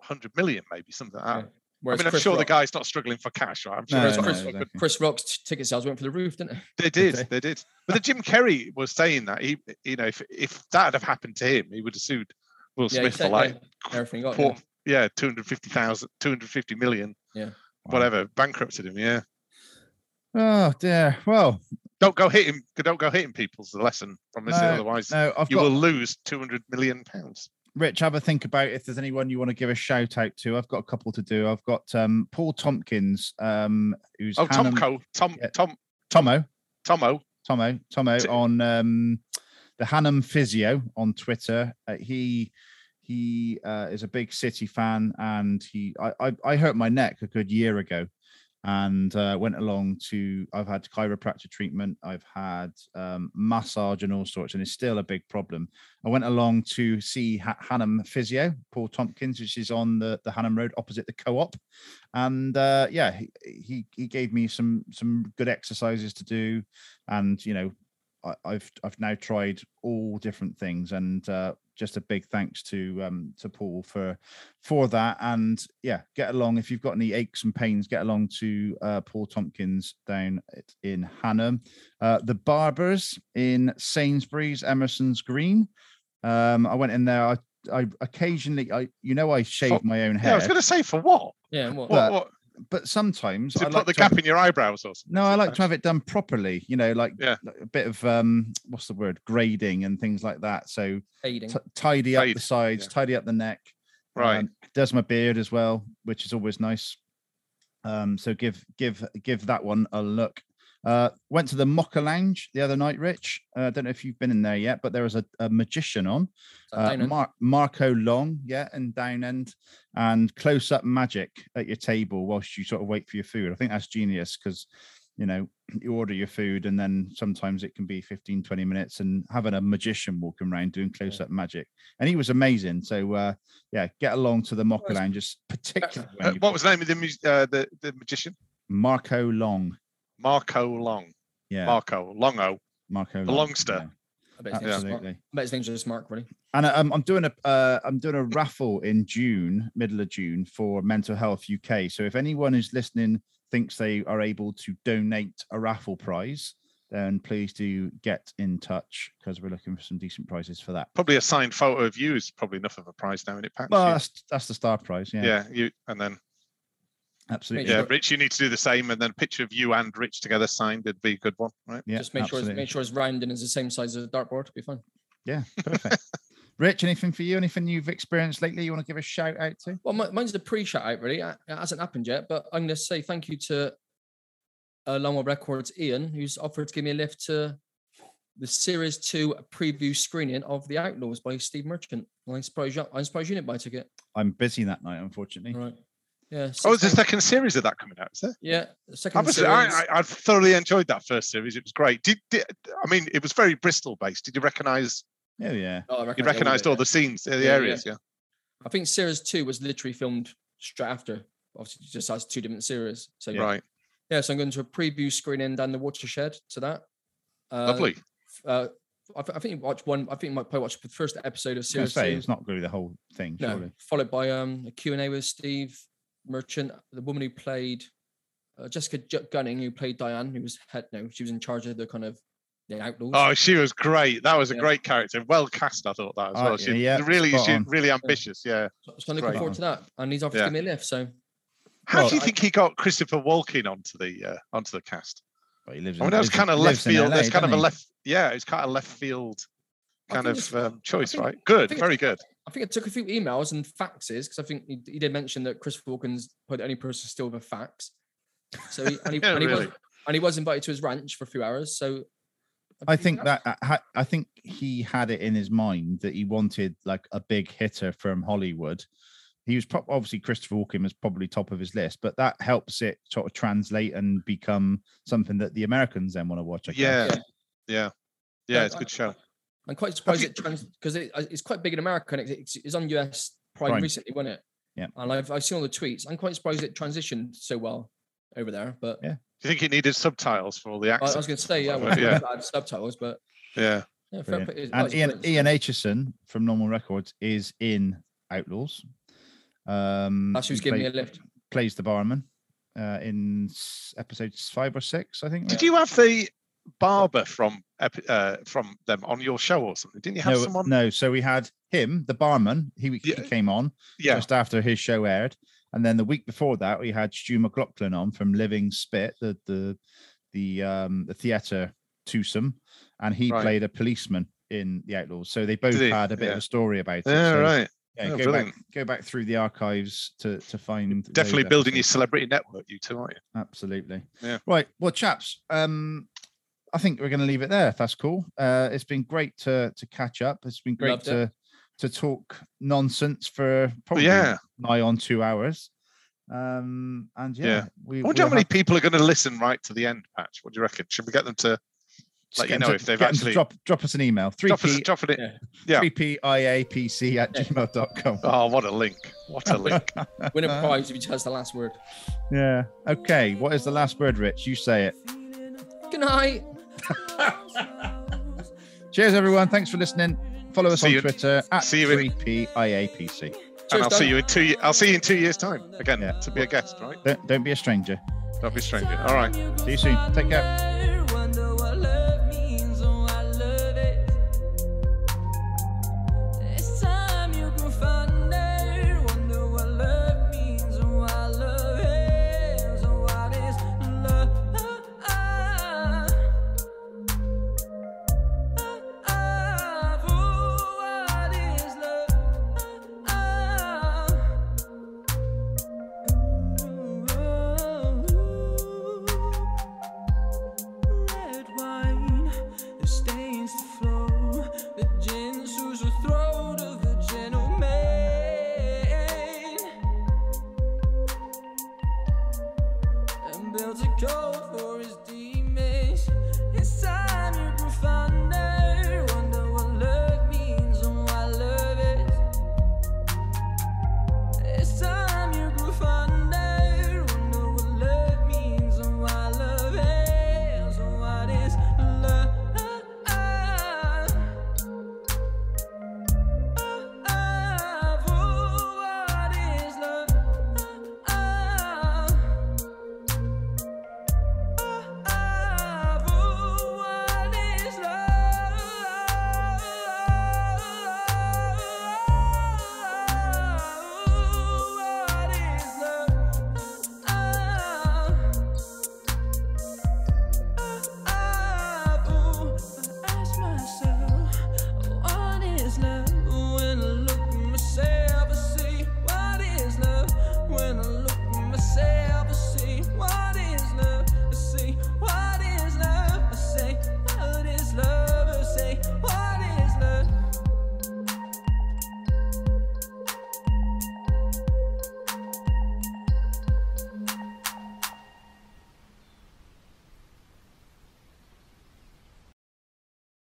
hundred million, maybe something like that.
Yeah. Whereas
I mean, I'm
Chris
sure
Rock-
the guy's not struggling for cash, right? I'm sure
No,
he's
no,
got-
no,
but
exactly.
Chris Rock's t- ticket sales went for the roof, didn't it?
they
Did
did,
they?
they did. But the Jim Kerry was saying that he, you know, if if that had happened to him, he would have sued Will
Yeah,
Smith for
exactly.
like
everything. Got,
four, yeah, 250,000, 250 million,
Wow.
whatever, bankrupted him. Yeah,
Oh dear. Well,
don't go hitting, don't go hitting people's the lesson from this,
No,
otherwise
no, I've
you
got
will lose 200 million pounds.
Rich, have a think about if there's anyone you want to give a shout out to. I've got a couple to do. I've got um, Paul Tompkins, um, who's
Oh,
Hannah-
Tomco, Tom,
yeah.
Tom,
Tomo,
Tomo,
Tomo, Tomo
T-
on um, the Hannum Physio on Twitter. Uh, he he uh, is a big City fan, and he I, I I hurt my neck a good year ago, and uh, went along to I've had chiropractic treatment, I've had um, massage and all sorts, and it's still a big problem. I went along to see ha- Hannum Physio, Paul Tompkins, which is on the the Hannum Road opposite the co-op, and uh, yeah, he, he he gave me some some good exercises to do and you know I, I've I've now tried all different things and uh, just a big thanks to um, to Paul for for that and yeah get along if you've got any aches and pains get along to uh, Paul Tompkins down at, in Hannum uh, the barbers in Sainsbury's Emerson's Green um, I went in there I, I occasionally I you know I shave my own hair
Oh, Yeah, I was going to say for what?
yeah, well,
What,
But-
what?
but sometimes
To
I
put
like
the
to have-
gap in your eyebrows or something.
no, I like to have it done properly. You know, like,
Yeah.
like a bit of um, what's the word, grading and things like that. So
fading.
t- tidy up
Fade,
the sides,
yeah.
tidy up the neck.
Right.
Um, does my beard as well, which is always nice. Um, so give give give that one a look. Uh, went to the Mocha Lounge the other night, Rich. Uh, I don't know if you've been in there yet, but there was a, a magician on, uh,
Down end.
Mar- Marco Long, yeah, and Down End, and close up magic at your table whilst you sort of wait for your food. I think that's genius because, you know, you order your food and then sometimes it can be 15, 20 minutes and having a magician walking around doing close up magic. And he was amazing. So, uh, yeah, get along to the Mocha
Nice.
Lounge, just particularly when
Uh,
you-
what was the name of the mu- uh, the the magician?
Marco Long.
Marco Long.
Yeah,
Marco Longo.
Marco
the Longster.
yeah,
I bet his name's Mark.
Absolutely.
I bet his name's just Mark, really.
And I- I'm, I'm doing a uh, I'm doing a raffle in June, middle of June, for Mental Health UK. So if anyone who's listening thinks they are able to donate a raffle prize, then please do get in touch because we're looking for some decent prizes for that.
Probably a signed photo of you is probably enough of a prize now, isn't it, Pat?
Well,
You-
that's that's the star prize. Yeah,
yeah, you and then
absolutely.
Yeah.
yeah, Rich, you need to do the same, and then a picture of you and Rich together signed would be a good one, right?
Yeah,
just make sure it's,
absolutely.
make sure it's round and it's the same size as a dartboard. It'll be fine.
Perfect. Rich, anything for you? Anything you've experienced lately? You want to give a shout out to?
Well, mi- mine's a pre-shout out, really. Uh, It hasn't happened yet, but I'm going to say thank you to uh, Longwell Records, Ian, who's offered to give me a lift to the Series 2 preview screening of The Outlaws by Steve Merchant. And I'm surprised, you- I'm surprised you didn't buy a ticket.
I'm busy that night, unfortunately.
Right. Yeah.
Oh,
six
is the
pounds-
second series of that coming out? Is there?
Yeah. the Second
I, was,
series.
I, I, I thoroughly enjoyed that first series. It was great. Did, did I mean it was very Bristol based? Did you recognise?
Oh yeah.
Oh, I recognise all
You
of
recognised
it,
all
yeah.
the scenes, uh, the
Yeah, yeah.
areas, yeah.
I think Series 2 was literally filmed straight after. Obviously, it just has two different series. So, yeah.
Right,
so I'm going to a preview screening down the watershed to that. Uh,
lovely.
uh, I, th- I think you watched one. I think you might probably watch the first episode of
I was
series
gonna say
two.
it's not really the whole thing.
no,
Surely.
followed by um a Q and A with Steve Merchant, the woman who played uh, Jessica J- Gunning, who played Diane, who was head no, she was in charge of the kind of the outlaws.
Oh, she was great. That was a
Yeah.
great character. Well cast, I thought that as
Oh,
well.
yeah,
She
yeah,
really,
spot
she
on.
really ambitious. Yeah.
so, so I'm looking
right.
forward to that, and he's offered
Yeah.
to give me a lift. So
How
Well,
do you
I-
think he got Christopher Walken onto the uh, onto the cast?
Well, he lives
I mean,
in-
that was
lives in-
kind of left
lives in
field.
LA,
That's kind of
doesn't
a
he?
left. Yeah, it's kind of left field
I
kind
think
of
it's-
um, choice,
think-
right? Good,
think
very
it's-
good.
I think it took a few emails and faxes because I think he, he did mention that Chris Walken's probably the only person still with a fax. So he, and, he,
Yeah,
and, he was,
really.
and he was invited to his ranch for a few hours. So
I think that I ha- I think he had it in his mind that he wanted like a big hitter from Hollywood. He was prob obviously Christopher Walken was probably top of his list, but that helps it sort of translate and become something that the Americans then want to watch. I guess.
Yeah,
Yeah.
yeah, yeah.
Yeah,
It's a
I-
good show.
I'm quite surprised
you-
it trans because it, uh, it's quite big in America and it, it's, it's on US Prime,
Prime.
recently, wasn't it?
Yeah.
And I've, I've seen all the tweets. I'm quite surprised it transitioned so well over there. But
Yeah,
Do you think it needed subtitles for all the
I, I was
accents?
going to say, yeah,
Well,
well,
yeah.
I had subtitles, but
Yeah,
yeah, fair play.
Brilliant.
Oh,
And
it's
Ian,
brilliant.
Ian Aitchison from Normal Records is in Outlaws. Um,
That's who's
he
giving me
play-
a lift.
Plays the barman uh, in s- episodes five or six, I think.
Did you have the barber from ep- uh, from them on your show or something? Didn't you have
no,
someone?
no. So we had him, the barman. He, he
Yeah.
came on.
Yeah,
just after his show aired. And then the week before that, we had Stu McLaughlin on from Living Spit, the the the um the theatre twosome, and he
Right.
played a policeman in The Outlaws. So they both
he?
had a bit
Yeah.
of a story about it.
yeah,
So,
right.
yeah,
Oh,
go
brilliant.
back go back through the archives to to find those
Definitely building your
episodes.
celebrity network, you two, aren't you?
Absolutely.
Yeah.
Right. Well, chaps, um, I think we're going to leave it there. If that's cool. Uh, it's been great to to catch up. It's been great
Loved it.
to to talk nonsense for probably
yeah.
nigh on two hours. Um, and yeah,
Yeah.
we.
I wonder how
we'll
many
have-
people are going to listen right to the end, Patch. What do you reckon? Should we get them to
just
let
get
you
them
know
to-
if they've
get them to
actually-
drop drop us an email. Three
drop us,
p
drop it?
Yeah.
yeah.
three p i a p c at
Yeah.
gmail.com.
Oh, what a link! What a link!
Win a prize if he has the last word.
Yeah. Okay. What is the last word, Rich? You say it.
Good night.
Cheers, everyone. Thanks for listening. Follow us
See
on
you-
Twitter at
see you in-
three p i a p c.
and
Cheers,
I'll see
Dan.
you in two. ye- I'll see you in two years' time again
Yeah.
to be a guest, right?
Don't don't be a stranger.
Don't be a stranger. All right.
See you soon. Take care.
Take care.